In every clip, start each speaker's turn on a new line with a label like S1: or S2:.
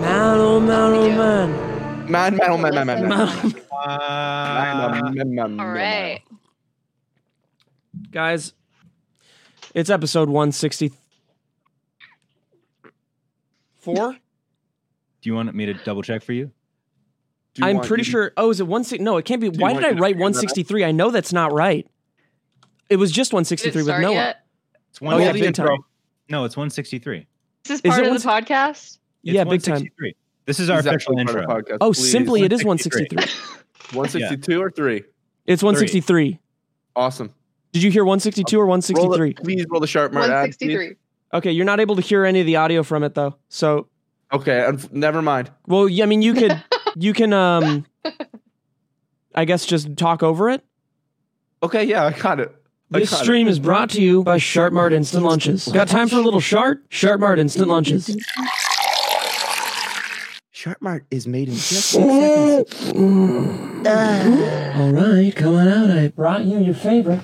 S1: oh,
S2: Man, man, oh, man, man, man, man.
S3: Wow.
S2: Man, man, man,
S4: All
S2: man.
S4: right.
S1: Guys, it's episode 164.
S3: Do you want me to double check for you?
S2: Do you
S1: I'm
S2: want-
S1: pretty
S2: you-
S1: sure. Oh, is it 160? No, it can't be.
S2: Do you
S1: Why
S2: want
S1: did I
S2: me to
S1: write
S2: figure that out?
S1: 163? I know that's not right. It was just
S4: Did
S1: 163
S4: it
S1: with
S4: start
S1: Noah.
S4: yet?
S3: It's
S1: Oh, yeah, big
S3: 163.
S1: time.
S3: no, it's 163.
S4: This is
S1: Is
S4: part
S1: it
S4: of the podcast.
S3: It's
S1: Yeah, big time.
S3: 163. This is our
S2: Exactly
S3: official
S2: part of the
S3: intro.
S2: podcast,
S1: Oh,
S2: please.
S1: simply it is
S3: 163.
S1: 163.
S2: 162 or 3.
S1: It's 163.
S2: Awesome.
S1: Did you hear 162 or
S2: Roll the-
S1: 163?
S2: please roll the sharp mark. ad, please.
S4: 163.
S1: Okay, you're not able to hear any of the audio from it though. So,
S2: Okay, and never mind.
S1: well, yeah, I mean, you could, you can, um, I guess just talk over it.
S2: Okay, yeah, I got it. I
S1: This
S2: got it.
S1: stream is brought to you by Shartmart Instant Lunches. Got time for a little shart? Shartmart Instant Lunches.
S2: Sharp mark is made in just
S1: All right, come on out. I brought you your favorite.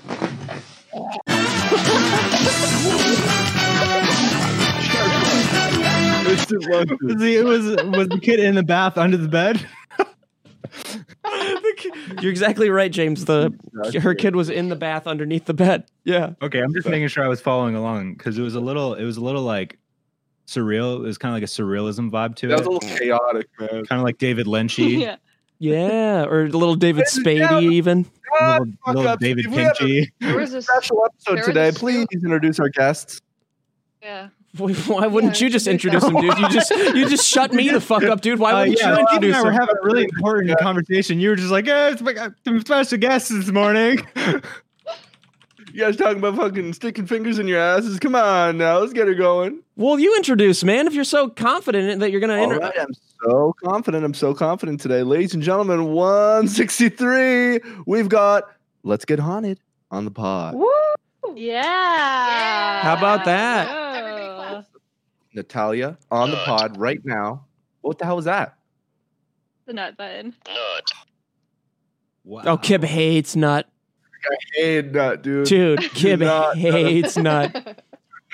S2: instant lunches.
S3: It was was the kid in the bath under the bed?
S1: You're exactly right, James. The
S2: Exactly.
S1: her kid was in the bath underneath the bed. Yeah.
S3: Okay, I'm just making sure I was following along because it was a little, it was a little like surreal. It was kind of like a surrealism vibe to
S2: That was
S3: it,
S2: a little chaotic, man.
S3: kind of like David Lynchy,
S4: yeah.
S1: Yeah, or a little David
S2: Ladies and
S1: Spady
S2: gentlemen.
S1: even.
S2: Ah,
S3: little,
S2: fuck
S3: little
S2: up,
S3: David
S2: Steve. We had a
S3: Pinchy.
S4: There was a s-
S2: special
S4: There
S2: episode
S4: was
S2: today.
S4: a
S2: Please
S4: scoop.
S2: introduce our guests.
S4: yeah.
S1: Why why wouldn't
S4: Yeah,
S1: you just
S4: we should do
S1: introduce him, dude? You just you just shut me the fuck up, dude. Why
S3: Uh,
S1: wouldn't you
S3: Steve and
S1: introduce
S3: I were
S1: him?
S3: having a really important
S2: Yeah.
S3: conversation. You were just like, eh, it's my I'm special guest this morning.
S2: You guys talking about fucking sticking fingers in your asses? Come on now, let's get it going.
S1: Well, you introduce, man. If you're so confident in- that you're gonna
S2: All
S1: inter-
S2: right, I'm so confident. I'm so confident today, ladies and gentlemen. 163. We've got Let's Get Haunted on the pod.
S4: Woo! Yeah.
S1: How about that?
S4: Everybody clap.
S2: Natalia on the pod right now. What the hell was that?
S4: The nut button.
S3: Wow.
S1: Oh, Kib hates nut,
S2: Hey, nut, dude.
S1: dude. Kib
S2: Nut.
S1: hates nut,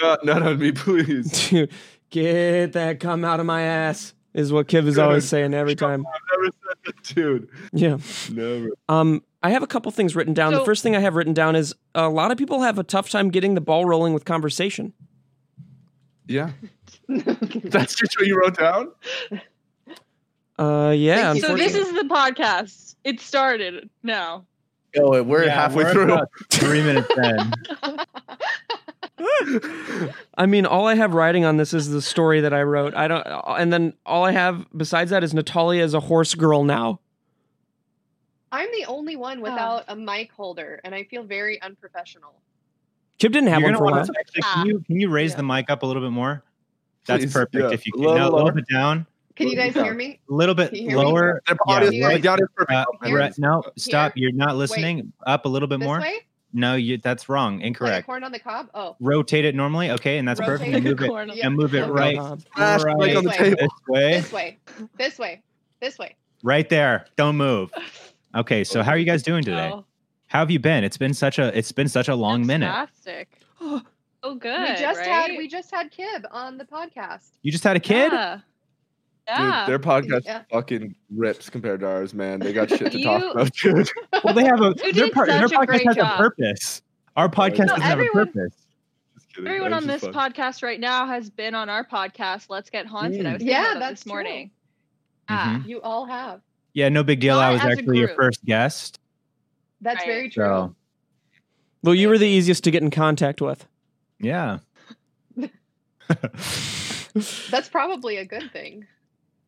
S2: Nut, nut on me, please.
S1: dude. Get that cum out of my ass is what Kib is always
S2: Dude,
S1: saying every time.
S2: Never said that, dude.
S1: Yeah.
S2: Never.
S1: Um, I have a couple things written down. the
S4: So-
S1: first thing I have written down is a lot of people have a tough time getting the ball rolling with conversation.
S2: Yeah. That's just what you wrote down?
S1: Uh, yeah.
S4: so
S1: unfortunately.
S4: this is the podcast. It started now.
S2: Oh, we're
S3: Yeah,
S2: halfway
S3: we're
S2: through.
S3: about Three minutes in.
S1: I mean, all I have writing on this is the story that I wrote. I don't, and then all I have besides that is Natalia is a horse girl now.
S5: I'm the only
S4: Oh.
S5: one without a mic holder, and I feel very unprofessional.
S1: Kib didn't have one
S3: You're gonna
S1: for a while.
S3: wanna- actually, can you can you raise
S5: Yeah.
S3: the mic up a little bit more? That's
S2: Please,
S3: perfect.
S2: yeah.
S3: If you can,
S2: Little
S3: no, a little
S2: lower.
S3: bit down,
S5: Can you guys
S2: Yeah.
S5: hear me?
S3: a little bit
S5: Can you hear me?
S3: lower.
S2: The
S3: Yeah,
S2: audio,
S5: right.
S2: the audio is perfect.
S3: Uh,
S5: Here?
S3: right, no, stop. You're not listening. Up a little bit
S5: This
S3: more.
S5: way?
S3: No, you, that's wrong.
S5: Like a
S3: Incorrect.
S5: corn on the cob? Oh,
S3: Rotate it normally. Okay, and that's perfect.
S5: Rotate
S4: Like
S3: And
S4: a
S3: move it.
S4: corn on
S5: Yeah.
S3: And move it
S5: Okay.
S3: right,
S1: Uh,
S2: Smash
S3: right
S2: like on the
S5: Right.
S2: table.
S3: this way,
S5: this way, this way, this way.
S3: right there. Don't move. Okay, so how are you guys doing today?
S4: Oh,
S3: How have you been? It's been such a it's been such a long minute.
S4: Fantastic. Oh, good.
S5: we just
S4: right?
S5: had we just had Kib on the podcast.
S3: You just had a kid.
S4: Yeah.
S2: Dude,
S4: Yeah.
S2: their podcast
S5: Yeah.
S2: fucking rips compared to ours, man. They got shit to talk
S4: You-
S2: about, dude.
S3: Well, they have a
S4: You
S3: their,
S4: did
S3: par- their
S4: such a
S3: podcast
S4: great
S3: has a
S4: job.
S3: purpose. Our podcast
S2: No,
S3: doesn't
S4: everyone-
S3: have a purpose.
S2: Just kidding.
S4: Everyone
S2: That
S4: on
S2: was
S4: this
S2: just fun.
S4: podcast right now has been on our podcast, Let's Get Haunted. I was thinking
S5: Yeah,
S4: about that
S5: that's
S4: this morning.
S3: Mhm.
S4: Ah,
S5: You all have.
S3: Yeah, no big deal. I
S4: Not
S3: was
S4: as a
S3: actually your
S4: group.
S3: first guest.
S5: That's
S4: Right.
S5: very true.
S3: So
S1: well, you were the easiest to get in contact with.
S3: yeah.
S5: That's probably a good thing.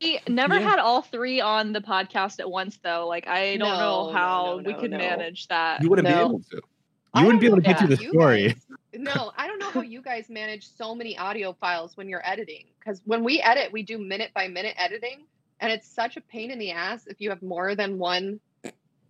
S4: We never
S1: Yeah.
S4: had all three on the podcast at once, though. Like, I don't
S5: No,
S4: know
S5: no,
S4: how
S5: no,
S4: we
S5: no,
S4: could
S5: no.
S4: manage that.
S2: You wouldn't be
S5: No.
S2: able to.
S3: You
S5: I
S3: wouldn't
S5: don't
S3: be able to
S4: know
S3: get through
S5: about
S3: the
S5: you
S3: story.
S5: guys- no, I don't know how you guys manage so many audio files when you're editing. Because when we edit, we do minute by minute editing, and it's such a pain in the ass if you have more than one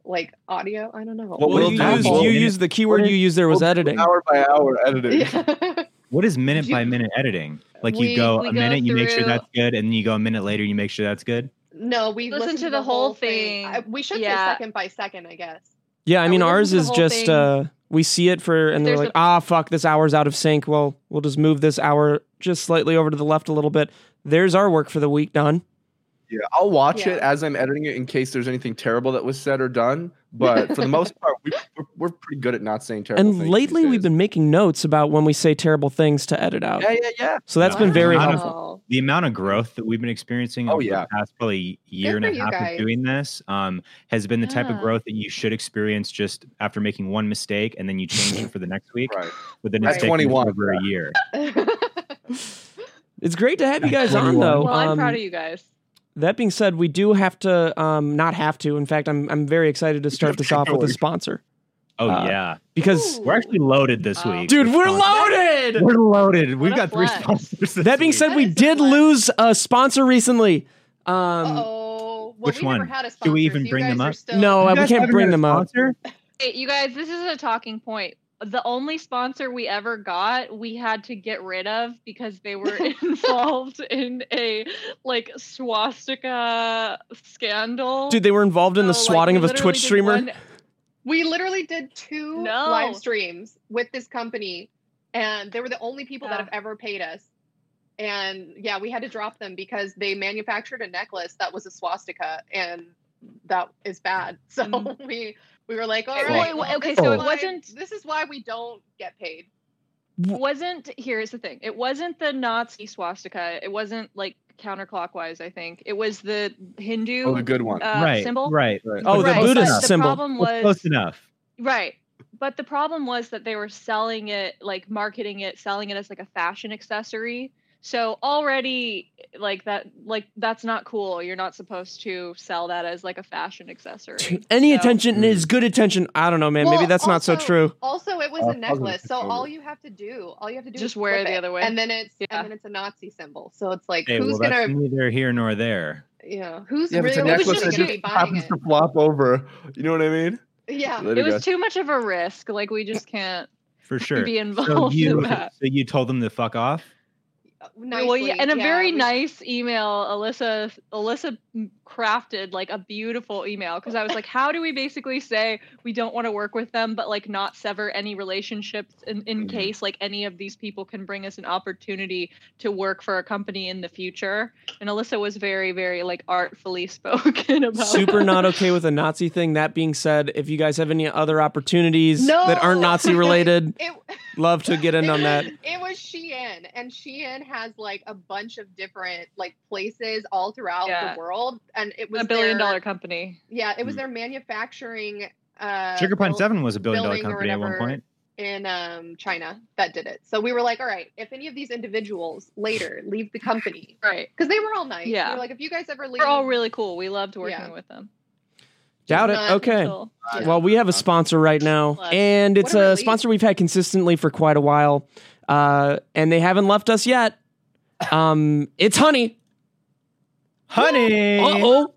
S5: like audio. I don't know.
S2: What
S1: Well,
S2: we'll
S1: you
S2: do
S1: used,
S2: is-
S1: you used the keyword you used there was
S2: We'll do
S1: editing.
S2: Hour by hour editing.
S5: Yeah.
S3: What is minute
S5: You-
S3: by minute editing? Like you
S4: We-
S3: go
S4: we
S3: a
S4: go
S3: minute, you make sure
S4: through-
S3: that's good, and then you go a minute later, you make sure that's good.
S5: no, we
S4: Listen
S5: listened
S4: to the whole thing.
S5: I- we should
S4: Yeah.
S5: say second by second, I guess.
S1: Yeah, I
S4: Yeah,
S1: mean
S4: we
S1: ours is
S4: listened to the whole
S1: just
S4: thing.
S1: uh we see it for and they're
S4: There's
S1: like,
S4: a-
S1: ah fuck, this hour's out of sync. Well, we'll just move this hour just slightly over to the left a little bit. There's our work for the week done.
S2: Yeah, I'll watch
S5: Yeah.
S2: it as I'm editing it in case there's anything terrible that was said or done. But for the most part, we, we're, we're pretty good at not saying terrible. things
S1: And
S2: these
S1: lately, we've
S2: days.
S1: been making notes about when we say terrible things to edit out.
S2: Yeah, yeah, yeah.
S1: So that's been very
S3: Wow.
S1: helpful.
S5: Oh.
S3: the amount of growth that we've been experiencing
S2: Oh,
S3: over
S2: yeah.
S3: the past probably year and
S5: for
S3: a
S5: you
S3: half
S5: guys.
S3: of doing this um, has been the type of
S4: Yeah.
S3: growth that you should experience just after making one mistake and then you change it for the next week.
S2: Right.
S3: But then
S5: At
S3: it's taken
S2: 21,
S3: over a year.
S1: It's great to have you guys on,
S3: 21.
S1: though.
S4: Well, I'm
S1: Um,
S4: proud of you guys.
S1: That being said, we do have to um, not have to. In fact, I'm I'm very excited to start
S2: have to
S1: this off with a
S2: acknowledge.
S1: sponsor
S3: Oh
S1: Uh,
S3: yeah,
S1: because,
S5: Ooh.
S3: we're actually loaded this
S4: Wow.
S3: week.
S1: dude,
S3: with
S1: we're
S3: sponsors.
S1: loaded.
S3: We're loaded. We've
S4: a
S3: got three
S4: flex.
S3: sponsors. this
S1: That being
S3: week.
S1: said, we
S5: That is
S1: did
S5: a lot.
S1: lose a sponsor recently. Um,
S5: oh, well,
S3: which
S5: we
S3: one?
S5: Never had a
S3: Should we
S5: sponsor,
S3: even
S5: so you
S3: bring
S5: guys
S3: them
S5: are
S3: up?
S5: Still,
S1: No,
S3: You
S1: we
S3: guys
S1: can't
S3: haven't
S1: bring
S3: got a
S1: them up.
S3: sponsor?
S4: Hey, you guys, this isn't a talking point. The only sponsor we ever got, we had to get rid of because they were involved in a like swastika scandal.
S1: dude, they were involved in the
S4: So, like,
S1: swatting
S4: we
S1: of a
S4: literally
S1: Twitch
S4: did
S1: streamer.
S4: one-
S5: We literally did two
S4: No.
S5: live streams with this company, and they were the only people that
S4: Yeah.
S5: have ever paid us. And yeah, we had to drop them because they manufactured a necklace that was a swastika, and that is bad. So
S4: Mhm.
S5: we we were like, all
S4: Wait,
S5: right,
S4: wait, wait, okay, so it
S5: this is
S1: Oh.
S5: why-
S4: wasn't-
S5: This is why we don't get paid.
S4: wasn't here's the thing it wasn't the nazi swastika it wasn't like counterclockwise i think it was the hindu
S2: Oh, the good one.
S4: uh,
S3: right.
S4: symbol
S3: Right.
S2: Right.
S1: Oh, the
S4: Right, but
S1: Buddhist
S4: the
S1: symbol.
S4: problem
S3: That's
S4: was
S3: close enough.
S4: right but the problem was that they were selling it like marketing it selling it as like a fashion accessory so already like that like that's not cool you're not supposed to sell that as like a fashion accessory
S1: Any
S4: So-
S1: attention is good attention. I don't know, man. Maybe
S5: Well,
S1: that's not so
S5: also-
S1: true.
S5: Also, it was
S2: Uh,
S5: a necklace,
S2: positive
S5: so all
S2: control.
S5: you have to do, all you have to do,
S4: Just
S5: is
S4: wear
S5: flip
S4: it the other way.
S5: and then it's
S4: Yeah.
S5: and then it's a Nazi symbol. So it's like,
S3: Hey,
S5: who's
S3: well, that's
S5: gonna,
S3: neither here nor there.
S5: you know, who's
S2: Yeah, if it's a
S5: really
S2: necklace
S5: gonna
S2: that
S5: be
S2: just
S5: buying
S2: happens
S5: it?
S2: to flop over, you know what I mean?
S5: Yeah.
S2: There
S4: it
S2: you
S4: was too much of a risk like we just can't
S3: For sure.
S4: be
S3: So
S4: involved
S3: you,
S4: in that
S3: so you told them to fuck off?
S5: Nicely,
S4: well, Uh, yeah, and a
S5: yeah,
S4: very
S5: we-
S4: nice email. Alyssa Alyssa crafted like a beautiful email because I was like, how do we basically say we don't want to work with them, but like not sever any relationships in, in
S2: Mhm.
S1: Mm-hmm.
S4: case like any of these people can bring us an opportunity to work for a company in the future? And Alyssa was very, very like artfully spoken about
S1: Super not okay with a Nazi thing. That being said, if you guys have any other opportunities that aren't
S5: No!
S1: Nazi related,
S5: It,
S1: love to get in on that.
S5: It was Shein, and Shein has like a bunch of different like places all throughout
S4: Yeah.
S5: the world, and it was
S4: a billion
S5: their-
S4: dollar company.
S5: Yeah, it was
S2: Mm.
S5: their manufacturing. Uh,
S3: Sugar Pine
S5: built
S3: 7 was a billion dollar
S5: building or
S3: company at one
S5: whatever.
S3: point.
S5: in um, China that did it. So we were like, all right, if any of these individuals later leave the company,
S4: Right.
S5: because they were all nice.
S4: Yeah.
S5: we were like if you guys ever leave,
S4: We're all really cool. We loved working
S5: Yeah.
S4: with them.
S1: Doubt it.
S5: Not
S1: Okay.
S4: So-
S2: Yeah.
S1: Uh, Well, we have a sponsor right now,
S4: Love.
S1: and it's
S5: What a
S1: a
S5: relief.
S1: sponsor we've had consistently for quite a while, uh, and they haven't left us yet. Um, it's Honey.
S3: Honey!
S1: Uh oh. Uh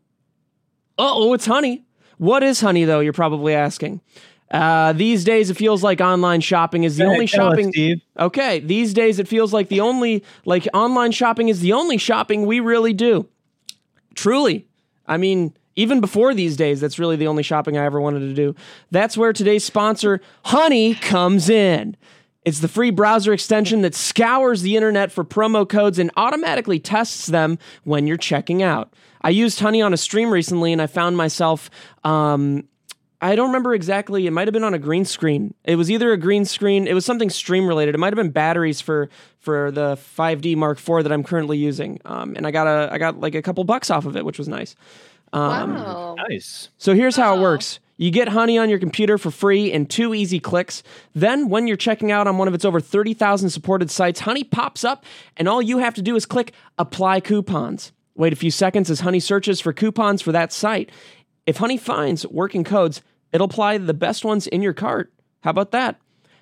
S1: oh, it's honey. What is honey, though? You're probably asking. Uh, these days, it feels like online shopping is the
S3: Go ahead,
S1: only
S3: tell us,
S1: shopping.
S3: Steve.
S1: Okay, these days it feels like the only like online shopping is the only shopping we really do. Truly. I mean, even before these days, that's really the only shopping I ever wanted to do. That's where today's sponsor, Honey, comes in. It's the free browser extension that scours the internet for promo codes and automatically tests them when you're checking out. I used Honey on a stream recently and I found myself um, I don't remember exactly. It might have been on a green screen. It was either a green screen. It was something stream related. It might have been batteries for for the 5D Mark IV that I'm currently using. Um, and I got a I got like a couple bucks off of it, which was nice. Um,
S5: wow.
S3: Nice.
S1: so here's how it
S5: Oh.
S1: works. You get Honey on your computer for free in two easy clicks. Then, when you're checking out on one of its over 30,000 supported sites, Honey pops up, and all you have to do is click Apply Coupons. Wait a few seconds as Honey searches for coupons for that site. If Honey finds working codes, it'll apply the best ones in your cart. How about that?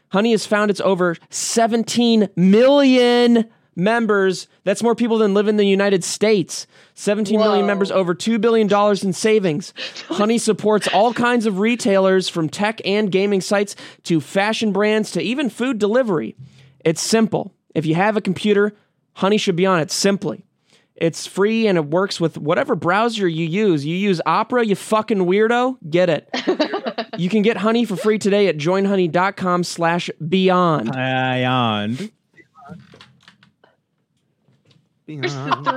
S1: Honey has found its over 17 million members. That's more people than live in the United States. 17 million
S5: Whoa.
S1: members, over $2 billion in savings. Honey supports all kinds of retailers from tech and gaming sites to fashion brands to even food delivery. It's simple. If you have a computer, Honey should be on it simply. It's free and it works with whatever browser you use. You use Opera, you fucking weirdo. Get it. you can get Honey for free today at joinhoney.com slash beyond.
S3: Beyond.
S4: There's
S2: Beyond.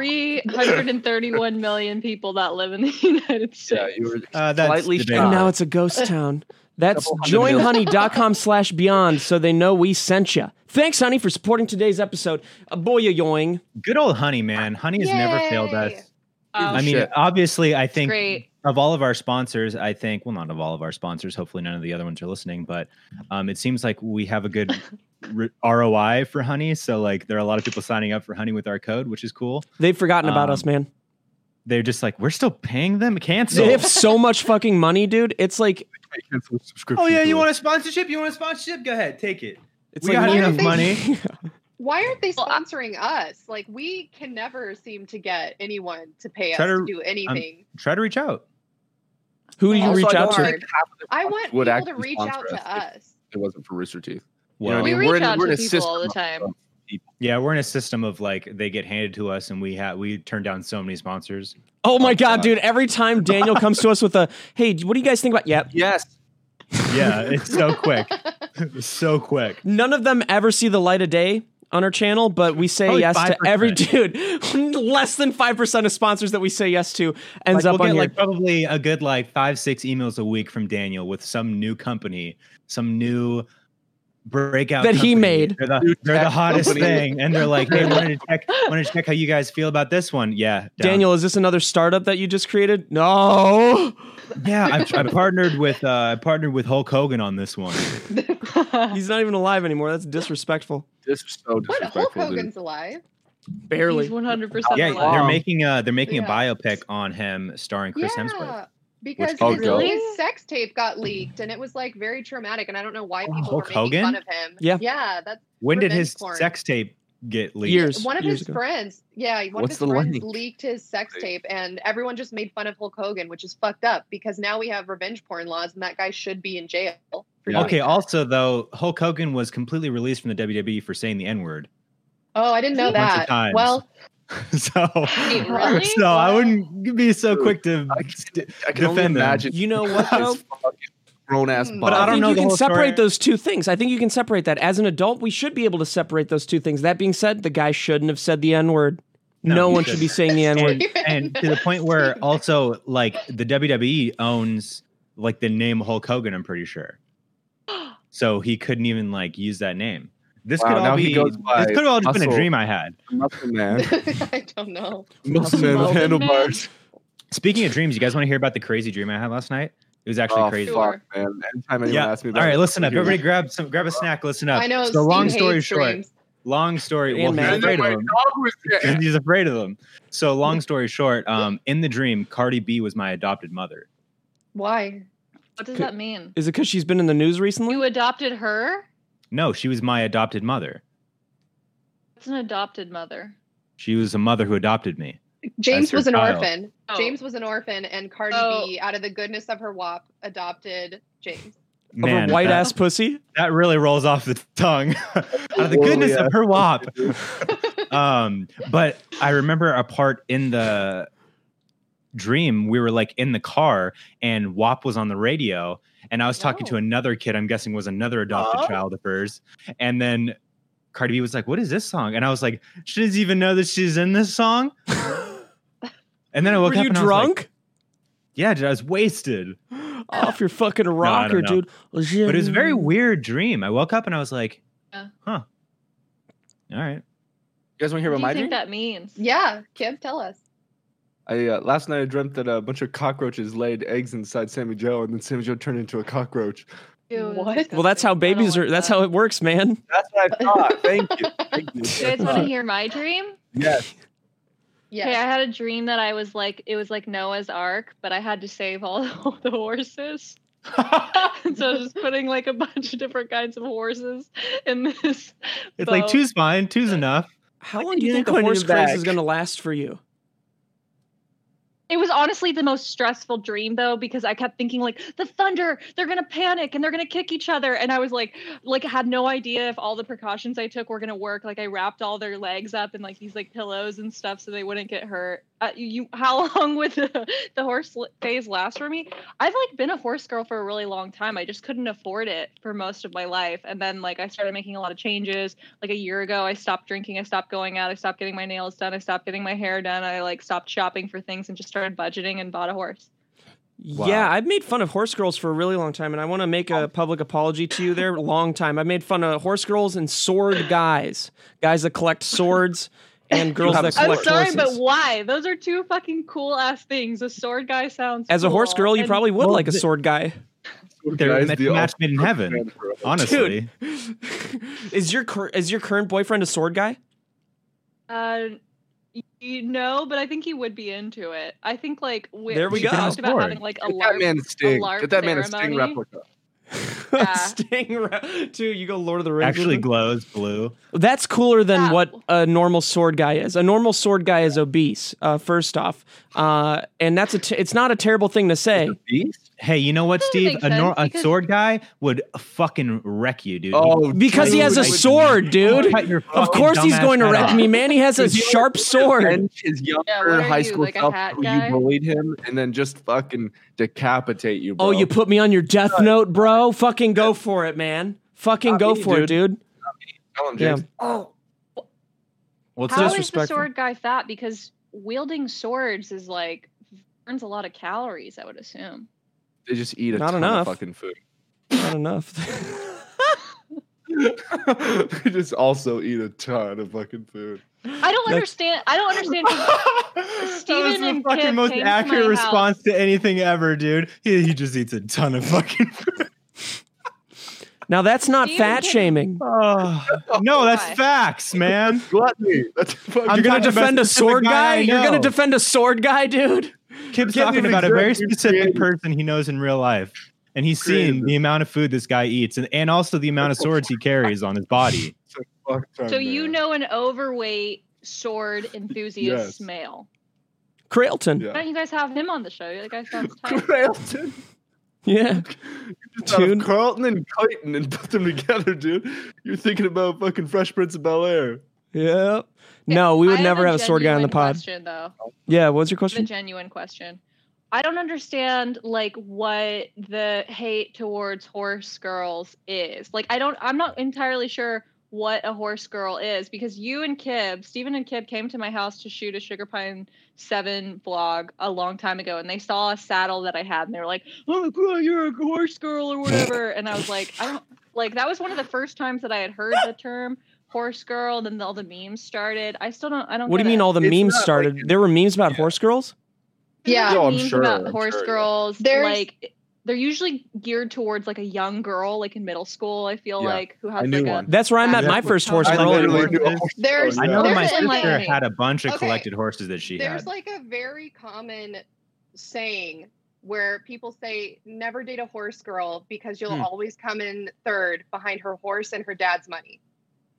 S4: 331 million people that live in the United
S2: Yeah,
S4: States.
S2: you were
S3: Uh, that's
S2: slightly
S3: debatable.
S1: And
S2: shy.
S1: now it's a ghost town. That's
S2: Couple hundred mil.
S1: joinhoney.com slash beyond so they know we sent you. Thanks, honey, for supporting today's episode. A boya yoing.
S3: Good old honey, man. Honey has never failed
S5: Yay.
S3: us.
S4: Oh,
S3: I mean,
S2: shit.
S3: obviously, I think
S4: great.
S3: of all of our sponsors, I think, well, not of all of our sponsors, hopefully none of the other ones are listening, but um, it seems like we have a good re- ROI for Honey. So, like, there are a lot of people signing up for Honey with our code, which is cool.
S1: They've forgotten about
S3: Um,
S1: us, man.
S3: They're just like, we're still paying them? Cancel.
S1: They have so much fucking money, dude. It's like
S2: I cancel subscription.
S3: oh, yeah. You
S2: to
S3: want
S2: it.
S3: a sponsorship? You want a sponsorship? Go ahead, take it.
S1: it's
S3: We
S1: like
S3: got
S5: enough
S3: money.
S5: Why aren't they
S4: Well, I-
S5: sponsoring us? Like we can never seem to get anyone to pay us
S3: Try
S5: to,
S3: to-
S5: do anything.
S3: Try to reach out.
S1: Who do you
S5: Also,
S1: reach
S5: I
S1: out
S5: don't
S1: to?
S5: think- I want
S2: Would
S5: people
S2: actually
S5: to reach
S2: sponsor
S5: out to
S2: us
S5: us.
S2: It wasn't for Rooster Teeth. You know
S3: Well,
S2: what I
S4: we
S2: mean?
S4: reach
S2: We're in-
S4: out
S2: we're in
S4: to
S2: a
S4: people all the
S2: system
S4: time.
S2: of-
S3: yeah, we're in a system of like they get handed to us, and we have we turn down so many sponsors.
S1: Oh my god,
S2: God.
S1: dude. Every time Daniel comes to us with a hey, what do you guys think about yep?
S2: Yes.
S3: Yeah, it's so quick, so quick.
S1: None of them ever see the light of day on our channel, but we say
S3: Probably
S1: yes to
S3: 5%.
S1: every dude. Less than five percent of sponsors that we say yes to ends
S3: Like,
S1: up
S3: we'll
S1: on here.
S3: get like probably a good like five six emails a week from Daniel with some new company, some new breakout
S1: That he
S3: company.
S1: made.
S3: They're the,
S2: New
S3: they're the
S2: tech
S3: hottest
S2: company.
S3: thing, and they're like, "Hey, wanted to check, wanted to check how you guys feel about this one." Yeah, down.
S1: Daniel, is this another startup that you just created? No.
S3: Yeah, I, I partnered with uh, I partnered with Hulk Hogan on this one.
S1: He's not even alive anymore. That's disrespectful.
S2: This is so
S5: What Hulk
S2: disrespectful. dude.
S5: Hogan's alive?
S1: Barely.
S4: He's 100%
S3: Yeah,
S2: wow.
S3: they're
S4: alive.
S3: making a they're making
S5: Yeah.
S3: a biopic on him starring Chris Hemsworth.
S5: Because
S2: oh,
S5: his,
S2: really?
S5: his sex tape got leaked and it was like very traumatic and I don't know why
S3: Oh,
S5: people
S3: Hulk
S5: were making
S3: Hogan?
S5: fun of him.
S1: Yeah.
S5: Yeah, that's
S3: When did
S5: Revenge
S3: his
S5: porn.
S3: sex tape get leaked?
S1: Years.
S5: one of
S1: years
S5: his
S1: ago.
S5: friends. Yeah, one
S2: What's
S5: of
S2: the
S5: his friends
S2: link?
S5: leaked his sex tape and everyone just made fun of Hulk Hogan, which is fucked up because now we have revenge porn laws and that guy should be in jail. Oh, for
S2: Yeah.
S5: doing
S3: Okay.
S5: that.
S3: Also, though, Hulk Hogan was completely released from the WWE for saying the N word.
S5: Oh, I didn't know
S3: Bunch of
S5: that.
S3: times.
S5: Well,
S3: so,
S4: Wait, really?
S3: so I wouldn't be so quick to.
S2: I can, I can only
S3: Defend them.
S2: imagine.
S1: You know what, though?
S2: Grown ass
S5: Hmm.
S2: body.
S5: But
S3: I
S1: I
S3: don't
S1: think
S3: know
S1: you
S3: the
S1: can
S3: whole
S1: separate
S3: story.
S1: those two things. I think you can separate that. As an adult, we should be able to separate those two things. That being said, the guy shouldn't have said the N word. No,
S3: No, he
S1: one should be saying the N word.
S3: And, and to the point where also like the WWE owns like the name Hulk Hogan. I'm pretty sure. So he couldn't even like use that name. This
S2: Wow,
S3: could all
S2: now he
S3: be.
S2: goes
S3: This
S2: by
S3: could have all just been a
S2: Muscle.
S3: dream I had.
S2: Muscle man.
S5: I don't know.
S2: Muscle man with
S4: Muscle man.
S2: handlebars.
S3: Speaking of dreams, you guys want to hear about the crazy dream I had last night? It was actually
S2: Oh,
S3: crazy.
S4: fuck.
S2: fuck, man. Anytime anyone
S3: Yeah.
S2: asks me
S3: All
S2: that.
S3: right, listen up.
S2: I'm gonna
S3: Everybody, grab some, grab a snack. Listen up.
S5: I know.
S3: So long
S5: Steve
S3: story
S5: hates
S3: short,
S5: dreams.
S3: long story.
S1: And
S3: Well, he's
S1: man.
S2: And then
S3: afraid
S2: my
S3: of
S2: dog
S3: them.
S2: was there.
S3: he's afraid of them. So long story short, um, in the dream, Cardi B was my adopted mother.
S5: Why?
S4: What does that mean?
S1: Is it because she's been in the news recently?
S4: You adopted her?
S3: No, she was my adopted mother.
S4: That's an adopted mother.
S3: She was a mother who adopted me.
S5: James
S3: her
S5: was an
S3: child.
S5: orphan.
S4: Oh.
S5: James was an orphan, and Cardi B, out of the goodness of her wop, adopted James.
S1: of
S3: Man,
S1: a white
S3: that,
S1: ass pussy?
S3: that really rolls off the tongue. Out of the
S2: Well,
S3: goodness
S2: yeah.
S3: of her wop. um, but I remember a part in the dream we were like in the car and WAP was on the radio and I was talking
S5: Oh.
S3: to another kid I'm guessing was another adopted
S2: Oh.
S3: child of hers and then Cardi B was like what is this song and I was like she doesn't even know that she's in this song and then I woke
S1: Were
S3: up
S1: you
S3: and I was like,
S1: drunk?
S3: yeah dude, I was wasted
S1: Off your fucking rocker,
S3: know.
S1: dude.
S3: but it was a very weird dream I woke up and I was like
S4: Mm-hmm. Yeah.
S3: huh all right
S2: You guys want to hear
S4: What
S2: about
S4: do you
S2: my
S4: think
S2: dream?
S4: that means?
S5: Yeah, Kim, tell us.
S2: I uh, last night I dreamt that a bunch of cockroaches laid eggs inside Sammy Joe, and then Sammy Joe turned into a cockroach.
S4: Ew,
S5: What?
S4: disgusting.
S1: Well, that's how
S4: I don't
S1: babies
S4: want
S1: are. That's
S4: that.
S1: how it works, man.
S2: That's what I thought. Thank you. Thank you.
S4: You guys want to hear my dream?
S2: Yes.
S5: Yes.
S4: Okay, I had a dream that I was like, it was like Noah's Ark, but I had to save all the horses. and so I was just putting like a bunch of different kinds of horses in this.
S3: it's like
S4: boat.
S3: two's fine two's enough
S1: How
S2: Like
S1: long
S2: a
S1: do you think the
S2: unicorn in
S1: horse
S2: a
S1: craze
S2: bag.
S1: is going to last for you?
S4: it was honestly the most stressful dream though because I kept thinking like the thunder they're gonna panic and they're gonna kick each other and I was like like had no idea if all the precautions I took were gonna work like I wrapped all their legs up in like these like pillows and stuff so they wouldn't get hurt. Uh, you how long would the, the horse l- phase last for me? I've like been a horse girl for a really long time. I just couldn't afford it for most of my life and then like I started making a lot of changes like a year ago i stopped drinking i stopped going out i stopped getting my nails done i stopped getting my hair done i like stopped shopping for things and just started budgeting and bought a horse
S3: Wow.
S1: Yeah, I've made fun of horse girls for a really long time, and I want to make a public apology to you there. Long time. I've made fun of horse girls and sword guys. Guys that collect swords and girls
S3: have
S1: that
S3: a
S4: i'm
S1: collect
S4: sorry
S1: horses.
S4: but why those are two fucking cool ass things a sword guy sounds
S1: As a horse
S4: cool,
S1: girl, you
S4: and-
S1: probably would
S3: Well,
S1: like a
S3: the-
S1: sword guy.
S3: They're
S2: Guys,
S3: ma-
S2: the
S3: match made in
S2: ultimate
S3: heaven.
S2: fan for us.
S3: Honestly,
S1: is your cur- is your current boyfriend a sword guy?
S4: uh y- you know, but I think he would be into it. I think like we,
S1: There we
S4: we
S1: go.
S4: talked about
S3: Sword.
S4: having like a
S2: Get that
S4: large
S2: man a sting.
S4: LARP
S2: Get that man a sting
S4: ceremony.
S2: replica.
S4: Yeah.
S1: Sting ra- too. You go Lord of the Rings. with
S3: actually
S1: it?
S3: glows blue.
S1: That's cooler than
S4: Yeah.
S1: what a normal sword guy is. A normal sword guy is obese. Uh, first off, uh, and that's a t- it's not a terrible thing to say.
S2: Beast?
S3: Hey, you know what,
S4: Doesn't
S3: Steve?
S4: make
S3: A, nor-
S4: sense
S3: a
S4: because-
S3: sword guy would fucking wreck you, dude.
S2: Oh,
S1: Because he has a
S2: dude.
S1: sword, dude.
S3: Cut your
S1: Of
S3: fucking
S1: course he's
S3: dumbass
S1: going to
S3: head
S1: wreck
S3: off.
S1: me, man. He has a sharp sword.
S2: Revenge his younger
S4: Yeah, what are
S2: high
S4: you,
S2: school
S4: like a
S2: self
S4: hat
S2: who
S4: guy?
S2: you bullied him, and then just fucking decapitate you. Bro.
S1: Oh, you put me on your death note, bro. Fucking go for it, man. Fucking
S2: Not
S1: go
S2: me,
S1: for it, dude.
S2: Tell him,
S1: Yeah.
S2: James. Oh,
S3: Well, it's
S4: How is
S3: just
S4: the
S1: disrespectful.
S4: sword guy fat? Because wielding swords is like burns a lot of calories. I would assume.
S2: they just eat a
S1: Not
S2: ton
S1: enough.
S2: of fucking food.
S1: Not enough.
S2: they just also eat a ton of fucking food.
S4: I don't
S1: That's-
S4: understand. I don't understand.
S3: that was
S4: Steven
S3: the
S4: and
S3: fucking
S4: Kip
S3: most
S4: came to
S3: accurate
S4: my
S3: response to anything ever, dude. He, he just eats a ton of fucking food.
S1: now that's not
S4: Steven
S1: fat
S4: can-
S1: shaming.
S3: Oh, no, that's
S4: Why?
S3: facts, man.
S2: Gluttony. That's fucking.
S3: I'm
S1: You're gonna
S3: talking about
S1: defend a
S3: specific
S1: sword
S3: guy
S1: guy?
S3: I
S1: You're gonna
S3: know.
S1: defend a sword guy, dude?
S2: Can't
S3: Kip's talking
S2: even
S3: about a
S2: exert
S3: very
S2: your
S3: specific
S2: creative-
S3: person he knows in real life. And he's seen
S2: Creative.
S3: the amount of food this guy eats and, and also the amount of swords he carries on his body.
S2: Fuck ton,
S4: So you
S2: man.
S4: know an overweight sword enthusiast
S2: Yes.
S4: male.
S1: Crailton.
S4: Why
S2: Yeah.
S4: don't you guys have him on the show? That guy sounds tight.
S2: Carlton.
S1: Yeah.
S2: Just out of
S1: Tune-
S2: Carlton and Clayton and put them together, dude. You're thinking about fucking Fresh Prince of Bel Air.
S1: Yeah. No, we would
S4: I
S1: never have a sword guy on the
S4: genuine
S1: pod.
S4: Question though,
S1: Yeah, what was your
S4: the
S1: question?
S4: genuine question. I don't understand like what the hate towards horse girls is. Like I don't. I'm not entirely sure what a horse girl is because you and Kib, Stephen and Kib, came to my house to shoot a sugar pine seven vlog a long time ago and they saw a saddle that I had and they were like, Oh my god, you're a horse girl or whatever. And I was like, I don't like that was one of the first times that I had heard the term horse girl, then all the memes started. I still don't I don't
S1: What do
S4: get
S1: you mean
S4: it.
S1: all the
S2: It's
S1: memes
S2: not like
S1: started?
S2: it's-
S1: there were memes about
S2: yeah.
S1: horse girls?
S4: There's a lot
S5: Yeah.
S4: of
S2: Oh, I'm
S4: memes
S2: sure,
S4: about
S2: I'm
S4: horse
S2: sure, yeah.
S4: girls.
S5: There's-
S4: like they're usually geared towards like a young girl, like in middle school, I feel
S2: Yeah.
S4: like, who has
S2: I knew
S4: like a
S2: one.
S1: That's where I met
S3: Yeah.
S1: my first horse
S3: I
S1: girl.
S3: literally
S1: and-
S3: knew
S5: There's-
S3: Oh, I know
S5: There's
S3: my
S5: an
S3: sister
S5: enlightenment.
S3: had a bunch of
S5: Okay.
S3: collected horses that she
S5: There's
S3: had.
S5: like a very common saying where people say never date a horse girl because you'll
S1: Hmm.
S5: always come in third behind her horse and her dad's money.